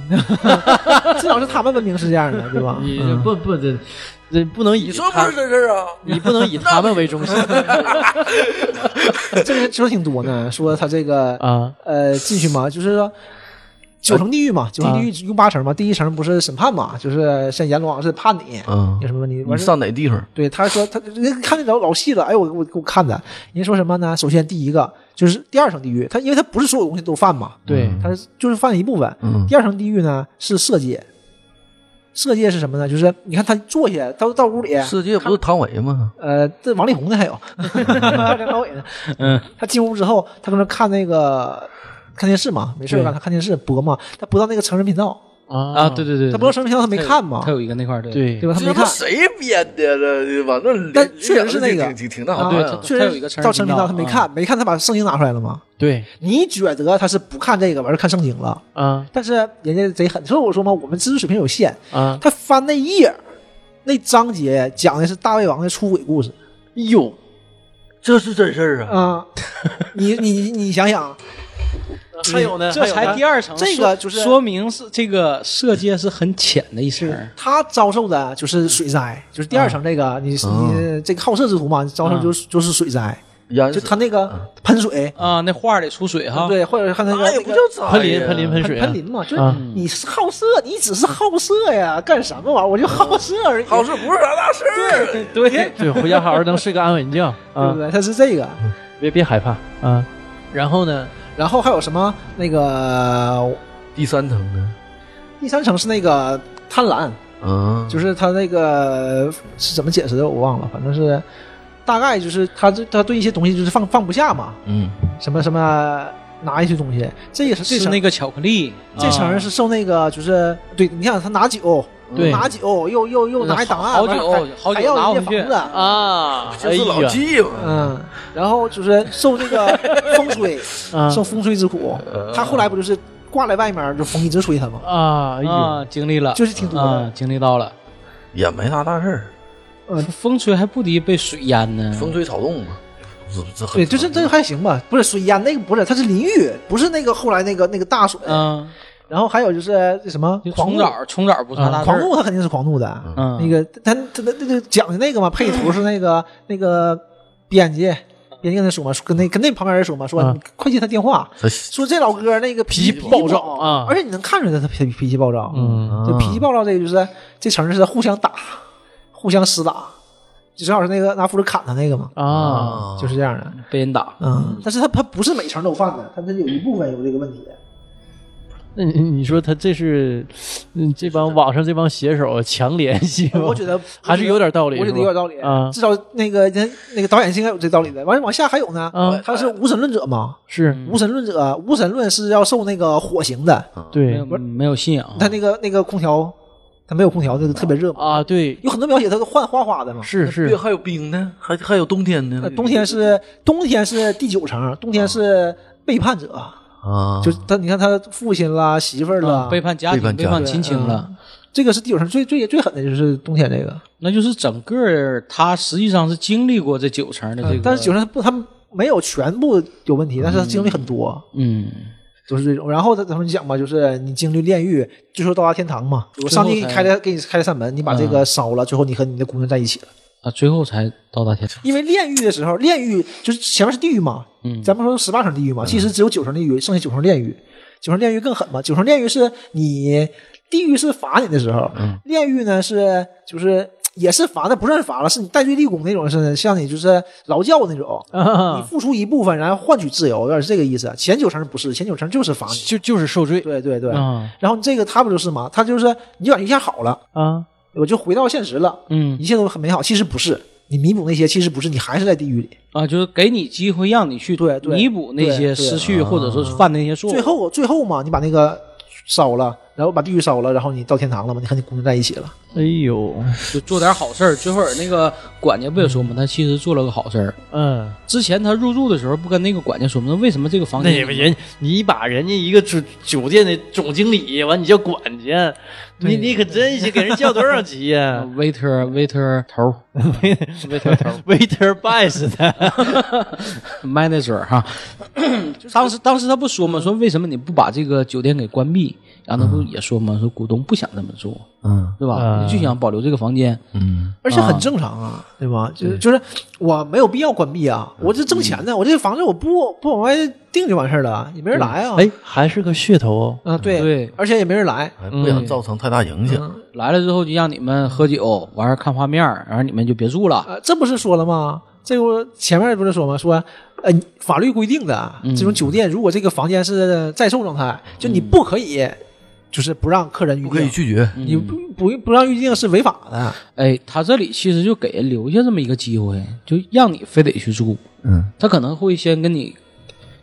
Speaker 3: 至少是他们文明是这样的，对吧？
Speaker 5: 嗯
Speaker 2: 你这不不这这嗯不能以
Speaker 5: 你说不是真事儿啊？
Speaker 2: 你不能 以他们为中心
Speaker 3: 这个说挺多呢，说他这个
Speaker 2: 啊！
Speaker 3: 呃进去嘛，就是说九层地狱嘛，九层地狱
Speaker 5: 啊
Speaker 3: 一共八层嘛，第一层不是审判嘛，就是像阎罗王是判你
Speaker 5: 嗯
Speaker 3: 有，什么问题，
Speaker 5: 你
Speaker 3: 完事
Speaker 5: 上哪地方？
Speaker 3: 对，他说他人看那老老细了，哎，我我给我看的，人家说什么呢？首先第一个就是第二层地狱，他因为他不是所有东西都犯嘛，
Speaker 2: 对，
Speaker 3: 他是就是犯一部分。
Speaker 5: 嗯
Speaker 3: 第二层地狱呢是色戒，色戒是什么呢？就是你看他坐下，到到屋里，
Speaker 5: 世界不是汤唯吗？
Speaker 3: 呃，这王力宏的 还有梁朝伟呢。嗯，他进屋之后，他搁那看那个看电视嘛，没事儿干，他看电视播嘛，他播到那个成人频道，
Speaker 2: 啊
Speaker 4: 对对对
Speaker 3: 他播到成人频道他没看嘛
Speaker 4: 他，有一个那块儿对，
Speaker 2: 对
Speaker 3: 对吧？他没
Speaker 5: 他妈
Speaker 3: 看。
Speaker 5: 谁编的了？往那联
Speaker 3: 但确实是那个
Speaker 5: 挺挺挺那
Speaker 3: 啊
Speaker 5: 啥
Speaker 4: 对
Speaker 5: 呀
Speaker 4: 他
Speaker 3: 确
Speaker 4: 有一个
Speaker 3: 实
Speaker 4: 成
Speaker 3: 到
Speaker 4: 人
Speaker 3: 成人频
Speaker 4: 频道
Speaker 3: 道
Speaker 4: 啊
Speaker 3: 他没看，没看他把圣经拿出来了吗？
Speaker 2: 对
Speaker 3: 你觉得他是不看这个，完事看圣经了，
Speaker 2: 啊
Speaker 3: 但是人家贼狠。所以我说嘛，我们知识水平有限。
Speaker 2: 啊！
Speaker 3: 他翻那一页，那章节讲的是大胃王的出轨故事
Speaker 2: 哟，
Speaker 5: 这是真事儿啊！
Speaker 3: 啊、你你你想想，啊
Speaker 2: 还有呢，
Speaker 4: 这才第
Speaker 2: 二
Speaker 4: 二层，
Speaker 3: 这
Speaker 4: 说
Speaker 3: 个就是
Speaker 4: 说明是这个色戒是很浅的一层。
Speaker 3: 他遭受的就是水灾，就是第二层这个，你你这个好色之徒嘛，遭受就是就是水灾，
Speaker 5: 淹
Speaker 3: 嗯就
Speaker 5: 死
Speaker 3: 他那个喷水，
Speaker 4: 啊，那画儿得出水哈。，
Speaker 3: 对，或者看那个
Speaker 2: 哎
Speaker 5: 那也
Speaker 3: 那
Speaker 5: 不
Speaker 3: 个
Speaker 5: 叫咋
Speaker 2: 喷淋
Speaker 5: 呀
Speaker 2: 喷淋喷
Speaker 3: 喷
Speaker 2: 水啊
Speaker 3: 喷淋嘛，就是
Speaker 2: 啊
Speaker 3: 你是好色，你只是好色呀，干什么玩意儿？我就好色而已，
Speaker 4: 啊
Speaker 5: 好事不是啥大事儿。
Speaker 3: 对 对
Speaker 2: 对，回家好好能睡个安稳觉
Speaker 3: 不
Speaker 2: 啊！
Speaker 3: 对？他是这个，嗯
Speaker 2: 别别害怕啊！然后呢，
Speaker 3: 然后还有什么那个
Speaker 5: 第三层呢？
Speaker 3: 第三层是那个贪婪，
Speaker 5: 啊，
Speaker 3: 就是他那个是怎么解释的我忘了，反正是大概就是他这他对一些东西就是放放不下嘛，
Speaker 5: 嗯，
Speaker 3: 什么什么拿一些东西，这也是这
Speaker 4: 是
Speaker 3: 层
Speaker 4: 那个巧克力，
Speaker 3: 这层是受那个就是对你看他拿酒，
Speaker 2: 啊对
Speaker 3: 拿酒又又又拿一档案，
Speaker 4: 好
Speaker 3: 完
Speaker 4: 久
Speaker 3: 还
Speaker 4: 好
Speaker 3: 还
Speaker 4: 久拿
Speaker 3: 要
Speaker 4: 回
Speaker 3: 人家房
Speaker 4: 去
Speaker 3: 子。
Speaker 2: 啊，
Speaker 5: 就是
Speaker 3: 哎
Speaker 5: 老纪嘛，
Speaker 3: 嗯，然后就是受这个风水，
Speaker 2: 啊
Speaker 3: 受风水之苦。他后来不就是挂在外面，就风一直吹他吗？
Speaker 2: 啊，哎呦，
Speaker 4: 啊，经历了，
Speaker 3: 就是挺多
Speaker 4: 啊
Speaker 3: 的，，
Speaker 4: 经历到了。
Speaker 5: 也没啥大事儿，
Speaker 4: 风吹还不敌被水淹呢，
Speaker 5: 风吹草动嘛，这这很
Speaker 3: 对，就是这还行吧，不是水淹那个不是，它是淋浴，不是那个后来那个那个大水。
Speaker 4: 嗯，
Speaker 3: 然后还有就是这什么
Speaker 4: 就
Speaker 3: 狂
Speaker 4: 虫
Speaker 3: 怒，
Speaker 4: 枣虫枣不算大
Speaker 3: 啊
Speaker 4: 事
Speaker 3: 狂
Speaker 4: 儿，
Speaker 3: 怒他肯定是狂怒的。
Speaker 4: 嗯，
Speaker 3: 那个他他那那个讲的那个嘛，配图是那个那个编辑。编辑跟他说嘛，说跟那跟那旁边人说嘛，说
Speaker 2: 啊
Speaker 3: 你快接他电话，
Speaker 5: 他
Speaker 3: 说这老哥那个
Speaker 2: 脾
Speaker 3: 脾
Speaker 2: 气
Speaker 3: 气
Speaker 2: 暴躁
Speaker 3: 暴
Speaker 2: 啊
Speaker 3: 而且你能看出来他脾脾气暴躁，
Speaker 2: 嗯
Speaker 3: 就脾气暴躁这个就是这层是互相打，互相厮打，就正好是那个拿斧子砍他那个嘛，
Speaker 2: 啊，
Speaker 5: 啊，
Speaker 3: 就是这样的，
Speaker 4: 被人打，
Speaker 3: 嗯，但是他他不是每层都犯的，他他有一部分有这个问题，
Speaker 2: 那你你说他这是，嗯，这帮网上这帮写手强联系吗？
Speaker 3: 我觉得
Speaker 2: 还是有点道理
Speaker 3: 我
Speaker 2: 是
Speaker 3: 觉得
Speaker 2: 吧
Speaker 3: 有点道理
Speaker 2: 啊
Speaker 3: 至少那个人那个导演是应该有这道理的。完了往下还有呢
Speaker 2: 啊，
Speaker 3: 他是无神论者嘛？
Speaker 2: 是
Speaker 3: 无神论者，无神论是要受那个火刑的。
Speaker 4: 没
Speaker 2: 对
Speaker 4: 有没有信仰，
Speaker 3: 他那个那个空调，他没有空调，那个特别热嘛。
Speaker 2: 啊，对，
Speaker 3: 有嗯很多描写他都换花花的嘛。
Speaker 2: 是
Speaker 5: 对，
Speaker 2: 是
Speaker 5: 还有冰呢，还还有冬天呢
Speaker 3: 呃，冬天是冬天是第九层，冬天是背叛者，
Speaker 5: 啊，
Speaker 3: 就是他，你看他父亲啦、媳妇儿啦
Speaker 4: 嗯，背叛家
Speaker 5: 背叛
Speaker 4: 庭，
Speaker 5: 家
Speaker 4: 背叛亲情了，
Speaker 3: 这个是第九层最最最狠的就是冬天这个。
Speaker 4: 那就是整个儿他实际上是经历过这九层的这个，
Speaker 3: 嗯但是九层不，他们没有全部有问题，但是他经历很多。
Speaker 4: 嗯，
Speaker 3: 就是这种。然后他他们讲嘛，就是你经历炼狱，最后到达天堂嘛。我上帝给你开了给你开了扇门，你把这个烧了，最后你和你的姑娘在一起了。
Speaker 4: 啊，最后才到达天堂，
Speaker 3: 因为炼狱的时候，炼狱就是前面是地狱嘛，
Speaker 4: 嗯
Speaker 3: 咱们说十八层地狱嘛，其实只有九层地狱，剩下九层炼狱。九层炼狱更狠嘛，九层炼狱是你地狱是罚你的时候，
Speaker 2: 嗯
Speaker 3: 炼狱呢是就是。也是罚，但不算罚了，是你戴罪立功那种，是像你就是劳教那种，你
Speaker 2: 啊，
Speaker 3: 付出一部分，然后换取自由，有点是这个意思。前九层不是，前九层就是罚你，
Speaker 2: 就就是受罪
Speaker 3: 对对对，
Speaker 4: 嗯
Speaker 2: 啊
Speaker 3: 然后这个他不就是吗？他就是你就感觉一下好了，
Speaker 2: 啊，
Speaker 3: 我就回到现实了，
Speaker 4: 嗯
Speaker 3: 一切都很美好。其实不是，你弥补那些，其实不是，你还是在地狱里。
Speaker 4: 啊，就是给你机会让你去
Speaker 3: 对对啊
Speaker 4: 弥补那些失去或者说是犯那些错误，
Speaker 3: 最后最后嘛，你把那个烧了，然后把地狱烧了，然后你到天堂了嘛，你和你姑娘在一起了。
Speaker 2: 哎呦，
Speaker 4: 就做点好事儿。最后儿那个管家不也说吗？他其实做了个好事儿。
Speaker 2: 嗯，
Speaker 4: 之前他入住的时候不跟那个管家说吗？那为什么这个房
Speaker 2: 那
Speaker 4: 间
Speaker 2: 也不人你把人家一个酒酒店的总经理，完你叫管家，你你可真是给人叫多少级呀
Speaker 4: waiter waiter 呃头儿 waiter 头儿
Speaker 2: ？Waiter best，
Speaker 4: manager 哈，当时当时他不说吗？说为什么你不把这个酒店给关闭？然后他不也说吗？说股东不想这么做，
Speaker 5: 嗯
Speaker 4: 对吧？
Speaker 2: 嗯
Speaker 4: 你就想保留这个房间，
Speaker 5: 嗯，
Speaker 3: 而且很正常啊，对吧？就是就是我没有必要关闭啊，我这挣钱呢，我这房子我不不往外订就完事儿了，也没人来啊。
Speaker 2: 哎，还是个噱头哦。
Speaker 3: 啊，对
Speaker 4: 对
Speaker 3: 而且也没人来。
Speaker 5: 还哎不想造成太大影
Speaker 3: 嗯
Speaker 5: 响，
Speaker 4: 来了之后就让你们喝酒，完事儿看画面儿，然后你们就别住了。
Speaker 3: 呃，这不是说了吗？这不前面不是说吗？说，呃，法律规定的
Speaker 4: 嗯
Speaker 3: 这种酒店，如果这个房间是在售状态，就你不可以，就是不让客人预
Speaker 5: 不可以
Speaker 3: 定，
Speaker 5: 拒绝，
Speaker 3: 你
Speaker 4: 嗯
Speaker 3: 不不不让预定是违法的。
Speaker 4: 哎，他这里其实就给人留下这么一个机会，就让你非得去住。
Speaker 5: 嗯，
Speaker 4: 他可能会先跟你，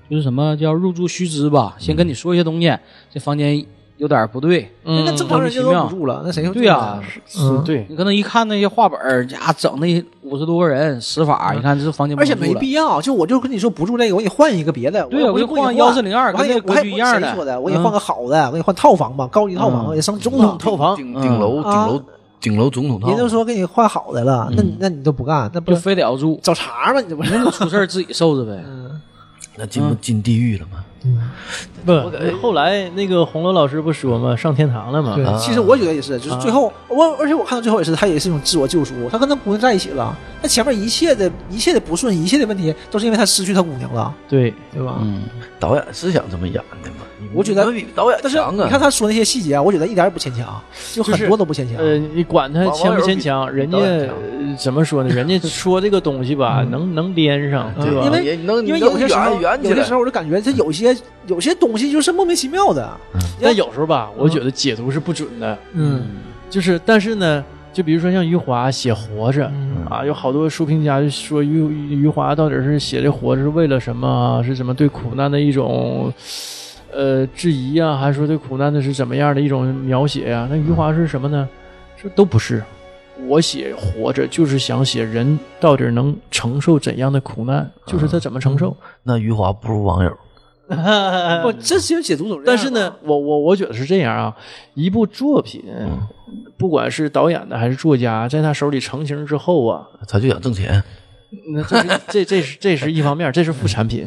Speaker 4: 就是什么叫入住须知吧，先跟你说一些东西，这房间有点不对。
Speaker 2: 嗯
Speaker 3: 那正常人就
Speaker 4: 莫名其妙
Speaker 3: 都不住了，那谁会
Speaker 4: 对
Speaker 3: 呀、
Speaker 4: 呀
Speaker 3: 嗯，
Speaker 2: 对，
Speaker 4: 你可能一看那些画本儿，家整那五十多个人施法，你看这房间
Speaker 3: 嗯
Speaker 4: 不
Speaker 3: 而且
Speaker 4: 能住
Speaker 3: 没
Speaker 4: 了
Speaker 3: 必要，就我就跟你说不住这个，我给你换一个别的。
Speaker 4: 对
Speaker 3: 我
Speaker 4: 我就
Speaker 3: 就
Speaker 4: 换102
Speaker 3: 我还
Speaker 4: 跟那
Speaker 3: 我
Speaker 4: 格
Speaker 3: 还
Speaker 4: 局一样的
Speaker 3: 谁说的，我给你换个好的，我给你换套房吧，高级套房，
Speaker 4: 嗯
Speaker 3: 我给你上中档
Speaker 2: 套房
Speaker 5: 顶顶楼
Speaker 3: 啊
Speaker 5: 顶楼顶楼总统套，
Speaker 3: 人都说给你换好的了，那你那你都不干，那不
Speaker 4: 嗯 就非得要住，
Speaker 3: 找茬吗？你这不是？
Speaker 4: 出事儿自己受着呗。
Speaker 3: 嗯
Speaker 5: 那进不进地狱了吗？
Speaker 2: 不，呃后来那个红楼老师不说嘛，上天堂了嘛，
Speaker 5: 啊
Speaker 3: 对，其实我觉得也是，就是最后我，而且我看到最后也是，他也是一种自我救赎。他跟他姑娘在一起了，那前面一切的一切的不顺，一切的问题，都是因为他失去他姑娘了，
Speaker 2: 对，
Speaker 3: 对吧？
Speaker 4: 嗯，
Speaker 5: 导演是想这么演的吗？你
Speaker 3: 我觉得
Speaker 5: 你们比导演
Speaker 3: 但是
Speaker 5: 强啊！
Speaker 3: 你看他说那些细节啊，我觉得一点也不牵强，有
Speaker 2: 就是
Speaker 3: 很多都不牵强。
Speaker 2: 呃，你管他
Speaker 5: 网
Speaker 2: 牵不
Speaker 5: 友
Speaker 2: 牵
Speaker 5: 比
Speaker 2: 强，人家
Speaker 5: 导演强
Speaker 2: 呃怎么说呢？人家说这个东西吧，能能连上，
Speaker 3: 嗯
Speaker 2: 对吧？
Speaker 3: 因为
Speaker 5: 啊也能
Speaker 3: 因为
Speaker 5: 能
Speaker 3: 有些时候，
Speaker 5: 圆圆起
Speaker 3: 有些
Speaker 5: 来
Speaker 3: 时候我就感觉这有些有些东西就是莫名其妙的。
Speaker 2: 但有时候吧，我觉得解读是不准的，
Speaker 3: 嗯
Speaker 2: 就是但是呢，就比如说像余华写《活着》啊，有好多书评家就说余余华到底是写这《活着》是为了什么啊？是什么对苦难的一种呃质疑啊，还是说对苦难的是怎么样的一种描写啊呀、那余华是什么呢？说都不是。我写活着就是想写人到底能承受怎样的苦难，就是他怎么承受。
Speaker 5: 那余华不如网友，
Speaker 3: 不，这啊其实解读总
Speaker 2: 嗯但是呢，，
Speaker 3: 嗯
Speaker 2: 我我我觉得是这样啊，一部作品，不管是导演的还是作家，在他手里成型之后啊，
Speaker 5: 他就想挣钱。
Speaker 2: 那这是 这这是这是一方面，这是副产品，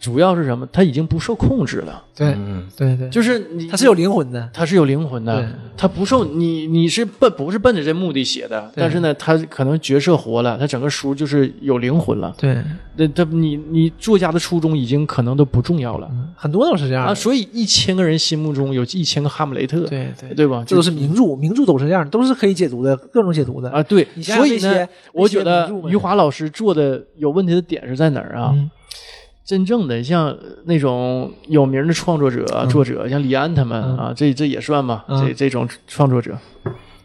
Speaker 2: 主要是什么？他已经不受控制了，
Speaker 3: 对
Speaker 5: 嗯
Speaker 3: 对对，
Speaker 2: 就是你
Speaker 3: 他是有灵魂的。
Speaker 2: 他是有灵魂的
Speaker 3: 对，
Speaker 2: 他不受你你是奔不是奔着这目的写的，但是呢，他可能角色活了，他整个书就是有灵魂了，
Speaker 3: 对，
Speaker 2: 那他你你作家的初衷已经可能都不重要了。
Speaker 3: 很多都是这样
Speaker 2: 啊，
Speaker 3: 的。
Speaker 2: 所以一千个人心目中有一千个哈姆雷特，
Speaker 3: 对对
Speaker 2: 对吧？
Speaker 3: 这都是名著，名著都是这样的，都是可以解读的，各种解读 的
Speaker 2: 啊，。对，
Speaker 3: 你想想
Speaker 2: 所以
Speaker 3: 那些
Speaker 2: 呢
Speaker 3: 那，
Speaker 2: 我
Speaker 3: 些
Speaker 2: 觉得
Speaker 3: 名著们
Speaker 2: 余华老师做的有问题的点是在哪儿啊？
Speaker 3: 嗯
Speaker 2: 真正的像那种有名的创作者、啊作者，像李安他们、啊，这这也算嘛？
Speaker 3: 嗯
Speaker 2: 这这种创作者，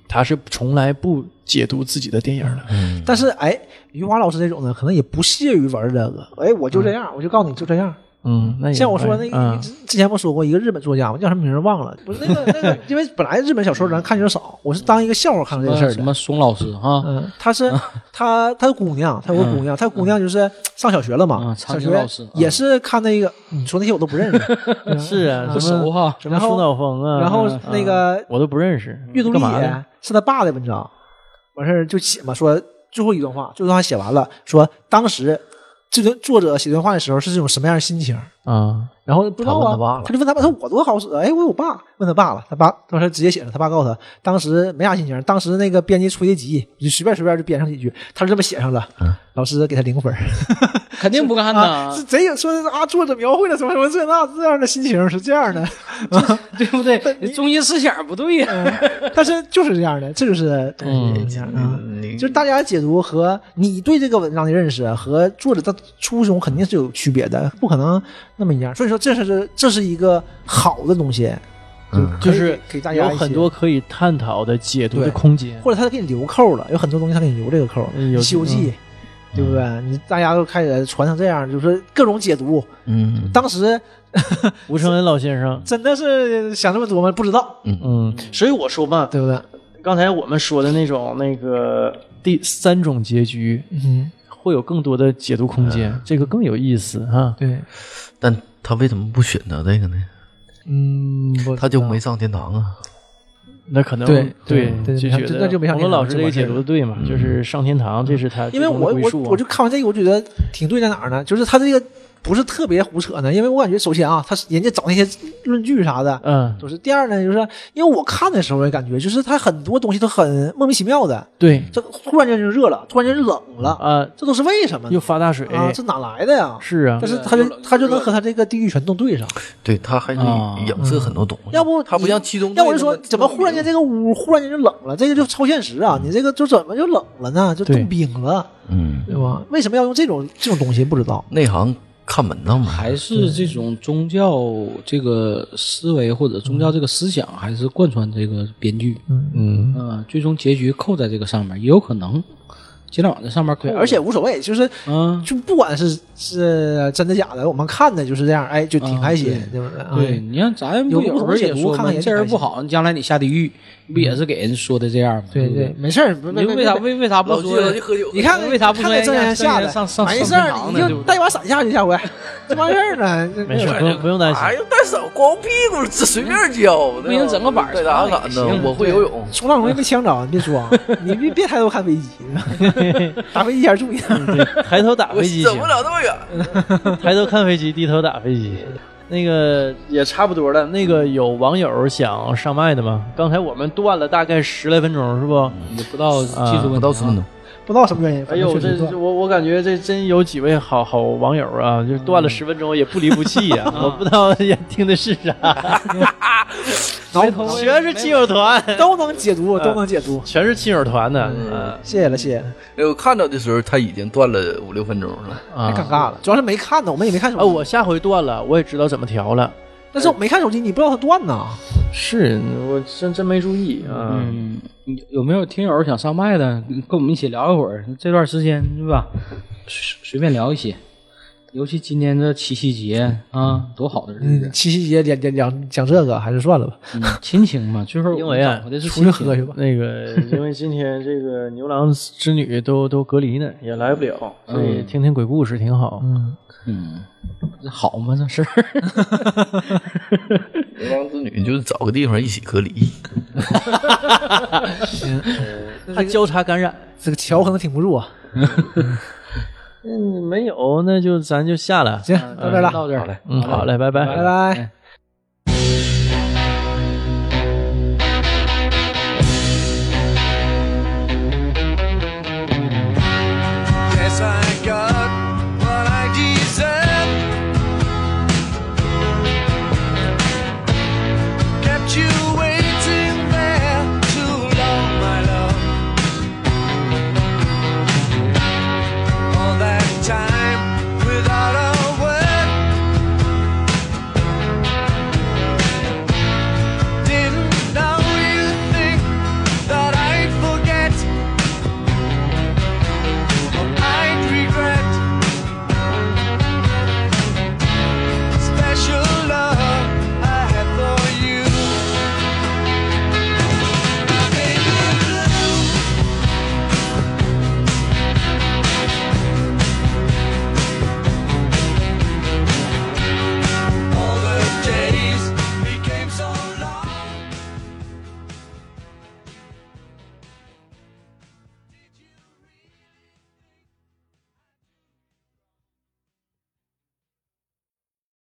Speaker 2: 他是从来不解读自己的电影的。
Speaker 3: 但是哎，余华老师这种呢，可能也不屑于玩这个。哎，我就这样，我就告诉你就这样。
Speaker 2: 嗯，那也
Speaker 3: 像我说
Speaker 2: 没
Speaker 3: 那个，之之前不说过一个日本作家吗？叫什么名儿忘了？不是那个那 个，因为本来日本小说咱看就少，我是当一个笑话看这个事儿
Speaker 4: 什
Speaker 3: 的。
Speaker 4: 么松老师哈，
Speaker 3: 嗯，他是他他姑娘，他有个姑娘，他姑娘就是上小学了嘛
Speaker 4: 嗯，
Speaker 3: 小
Speaker 4: 苍井
Speaker 3: 学
Speaker 4: 老师嗯
Speaker 3: 也是看那个，你说那些我都不认 识。
Speaker 2: 嗯是啊，
Speaker 4: 不
Speaker 2: 什么
Speaker 4: 熟哈，
Speaker 2: 什么
Speaker 3: 然后
Speaker 2: 苏脑风啊，
Speaker 3: 然后
Speaker 2: 嗯
Speaker 3: 那个
Speaker 2: 我都不认识，
Speaker 3: 阅读理
Speaker 2: 干嘛呢
Speaker 3: 解是他爸的文章，完事儿就写嘛，说最后一段话，最后一段话写完了，说当时这段作者写这段话的时候是这种什么样的心情，
Speaker 2: 啊？
Speaker 3: 然后不知道
Speaker 5: 他问他爸
Speaker 3: 啊
Speaker 5: 了，
Speaker 3: 他就问他爸，他说我多好使，哎，我有爸，问他爸了，他爸当时直接写了，他爸告诉他，当时没啥心情，当时那个编辑出一急，就随便随便就编上几句，他是这么写上了，
Speaker 5: 嗯
Speaker 3: 老师给他零分儿，
Speaker 4: 肯定不看
Speaker 3: 啊，
Speaker 4: 呐
Speaker 3: 是， 贼有说啊，作者描绘了什么什么这那这样的心情是这样的，
Speaker 4: 对不对？中心思想不对呀。
Speaker 3: 嗯但是就是这样的，这就是东
Speaker 5: 嗯
Speaker 3: 西这样啊。
Speaker 2: 嗯
Speaker 3: 就是大家解读和你对这个文章的认识和作者的初衷肯定是有区别的，不可能那么一样。所以说，这是这是一个好的东西，
Speaker 5: 嗯，
Speaker 3: 可以
Speaker 2: 就是
Speaker 3: 给大家
Speaker 2: 有
Speaker 3: 一些
Speaker 2: 很多可以探讨的解读的
Speaker 3: 对
Speaker 2: 空间。
Speaker 3: 或者他给你留扣了，有很多东西他给你留这个扣。
Speaker 2: 嗯有嗯
Speaker 3: 西游记》对不对？你大家都开始传成这样，就是各种解读。
Speaker 5: 嗯，
Speaker 3: 当时
Speaker 2: 吴承恩老先生，
Speaker 3: 真的是想这么多吗？不知道，
Speaker 2: 嗯，所以我说嘛，
Speaker 3: 对不对？
Speaker 2: 刚才我们说的那种那个第三种结局，
Speaker 3: 嗯，
Speaker 2: 会有更多的解读空间，这个更有意思哈。
Speaker 3: 对，
Speaker 5: 但他为什么不选择这个呢？
Speaker 3: 嗯，我
Speaker 5: 他就没上天堂啊。
Speaker 2: 那可能
Speaker 3: 对对
Speaker 2: 就
Speaker 3: 对
Speaker 2: 觉得
Speaker 3: 那就没上
Speaker 2: 洪
Speaker 3: 天堂
Speaker 2: 龙老师这
Speaker 3: 就
Speaker 2: 个
Speaker 3: 完事儿
Speaker 2: 解读嗯的对嘛，就是上天堂，这是他
Speaker 3: 因
Speaker 2: 最
Speaker 3: 为
Speaker 2: 终
Speaker 3: 我
Speaker 2: 的归
Speaker 3: 我
Speaker 2: 宿啊
Speaker 3: 我就看完这个，我觉得挺对在哪儿呢？就是他这个不是特别胡扯呢，因为我感觉首先啊，他是人家找那些论据啥的
Speaker 2: 嗯，
Speaker 3: 都是。第二呢，就是因为我看的时候也感觉，就是他很多东西都很莫名其妙的，
Speaker 2: 对
Speaker 3: 这突然间就热了，突然间就冷了，
Speaker 2: 啊，
Speaker 3: 这都是为什么呢
Speaker 2: 又？发大水，
Speaker 3: 啊，这哪来的呀？
Speaker 2: 是啊
Speaker 3: 但，是他就他就能和他这个地狱全都对上，
Speaker 5: 对他还
Speaker 4: 啊
Speaker 5: 能影射很多东西，
Speaker 3: 嗯要不
Speaker 5: 嗯他不
Speaker 3: 你
Speaker 5: 像七宗罪那
Speaker 3: 要
Speaker 5: 么，
Speaker 3: 我就说，怎么忽然间这个屋忽然间就冷了？这个就超现实啊！你这个就怎么就冷了呢？就
Speaker 2: 对啊
Speaker 3: 冻冰了，
Speaker 5: 嗯
Speaker 3: 对吧？为什么要用这种这种东西？不知道。
Speaker 5: 内行看门道嘛？
Speaker 4: 还是这种宗教这个思维或者宗教这个思想，还是贯穿这个编剧，
Speaker 2: 嗯，
Speaker 4: 嗯，最终结局扣在这个上面，也有可能尽量往这上面扣
Speaker 3: 对，。而且无所谓，就是
Speaker 4: 哦嗯，
Speaker 3: 就不管是是真的假的，我们看的就是这样，哎，就挺开心，
Speaker 4: 啊
Speaker 3: 对不对？
Speaker 4: 对，
Speaker 3: 哎
Speaker 4: 你看咱
Speaker 3: 有
Speaker 4: 不有时候也说
Speaker 3: 看看
Speaker 4: 嘛，
Speaker 3: 也
Speaker 4: 这人不好，将来你下地狱，不也是给人说的这样吗？
Speaker 3: 对
Speaker 4: 不
Speaker 2: 嗯
Speaker 3: 对，，没事儿，不
Speaker 4: 你就为啥？为为啥不
Speaker 5: 老
Speaker 4: 说
Speaker 5: 季？老季喝酒，
Speaker 3: 你看看
Speaker 4: 为啥不
Speaker 3: 看
Speaker 4: 说
Speaker 3: 看真人下
Speaker 4: 下
Speaker 3: 来
Speaker 4: 上上
Speaker 3: 没事
Speaker 4: 上
Speaker 3: 儿，
Speaker 4: 天堂
Speaker 3: 你
Speaker 4: 呢对
Speaker 3: 就
Speaker 4: 不对
Speaker 3: 带一把伞下去，下回就完事儿了。这
Speaker 2: 没事，不用不用担心
Speaker 5: 哎。呦，带手光屁股，这随便教，
Speaker 4: 不行整个板儿
Speaker 5: 带打伞呢
Speaker 4: 行？
Speaker 5: 我会游泳，
Speaker 3: 冲浪容易被呛着，你别装，你别别抬头看飞机，打飞机前注意。
Speaker 2: 对抬头打
Speaker 5: 我
Speaker 2: 飞机
Speaker 5: 整
Speaker 2: 行
Speaker 5: 啊不，了那么远。
Speaker 2: 抬头看飞机，低头打飞机。那个也差不多了。那个有网友想上麦的吗？刚才我们断了大概十来分钟，是不？
Speaker 4: 也不到技术问题啊，
Speaker 5: 不到十分钟，
Speaker 3: 不知道什么原因，
Speaker 2: 哎
Speaker 3: 反正
Speaker 2: 呦，
Speaker 3: 确实
Speaker 2: 这
Speaker 3: 断
Speaker 2: 这我我感觉这真有几位好好网友啊，就断了十分钟也不离不弃呀、 我不知道也听的是啥， 全是亲友团，
Speaker 3: 都能解读，都能解读。
Speaker 2: 全是亲友团的，嗯
Speaker 3: 谢谢了，谢谢了，
Speaker 5: 哎我看到的时候他已经断了五六分钟了。
Speaker 3: 太
Speaker 2: 啊
Speaker 3: 尴尬了。主要是没看呢，我们也没看手
Speaker 2: 啊！
Speaker 3: 机，
Speaker 2: 我下回断了，我也知道怎么调了。
Speaker 3: 但是我没看手机，你不知道它断呢。
Speaker 2: 是我真真没注意啊。
Speaker 4: 嗯，有有没有听友想上麦的，跟我们一起聊一会儿？这段时间是吧，随随便聊一些，尤其今年这七夕节啊，多好的日子，
Speaker 3: 嗯，七夕节讲讲讲讲这个，还是算了吧，
Speaker 4: 嗯亲情嘛，最后
Speaker 2: 因为啊
Speaker 4: 我这是
Speaker 3: 出去
Speaker 4: 亲情
Speaker 3: 喝去吧。
Speaker 2: 那个， 因为今天这个牛郎织女都都隔离呢，也来不了，所以听听鬼故事挺好。
Speaker 3: 嗯，
Speaker 4: 嗯，这好吗？这事儿
Speaker 5: 牛郎织女就是找个地方一起隔离，
Speaker 2: 怕交叉感染，
Speaker 3: 这个桥可能挺不住啊。
Speaker 2: 嗯，没有，那就咱就下了。
Speaker 3: 行，到这儿了，
Speaker 4: 到这儿，
Speaker 2: 嗯，好嘞，拜拜，
Speaker 3: 拜拜。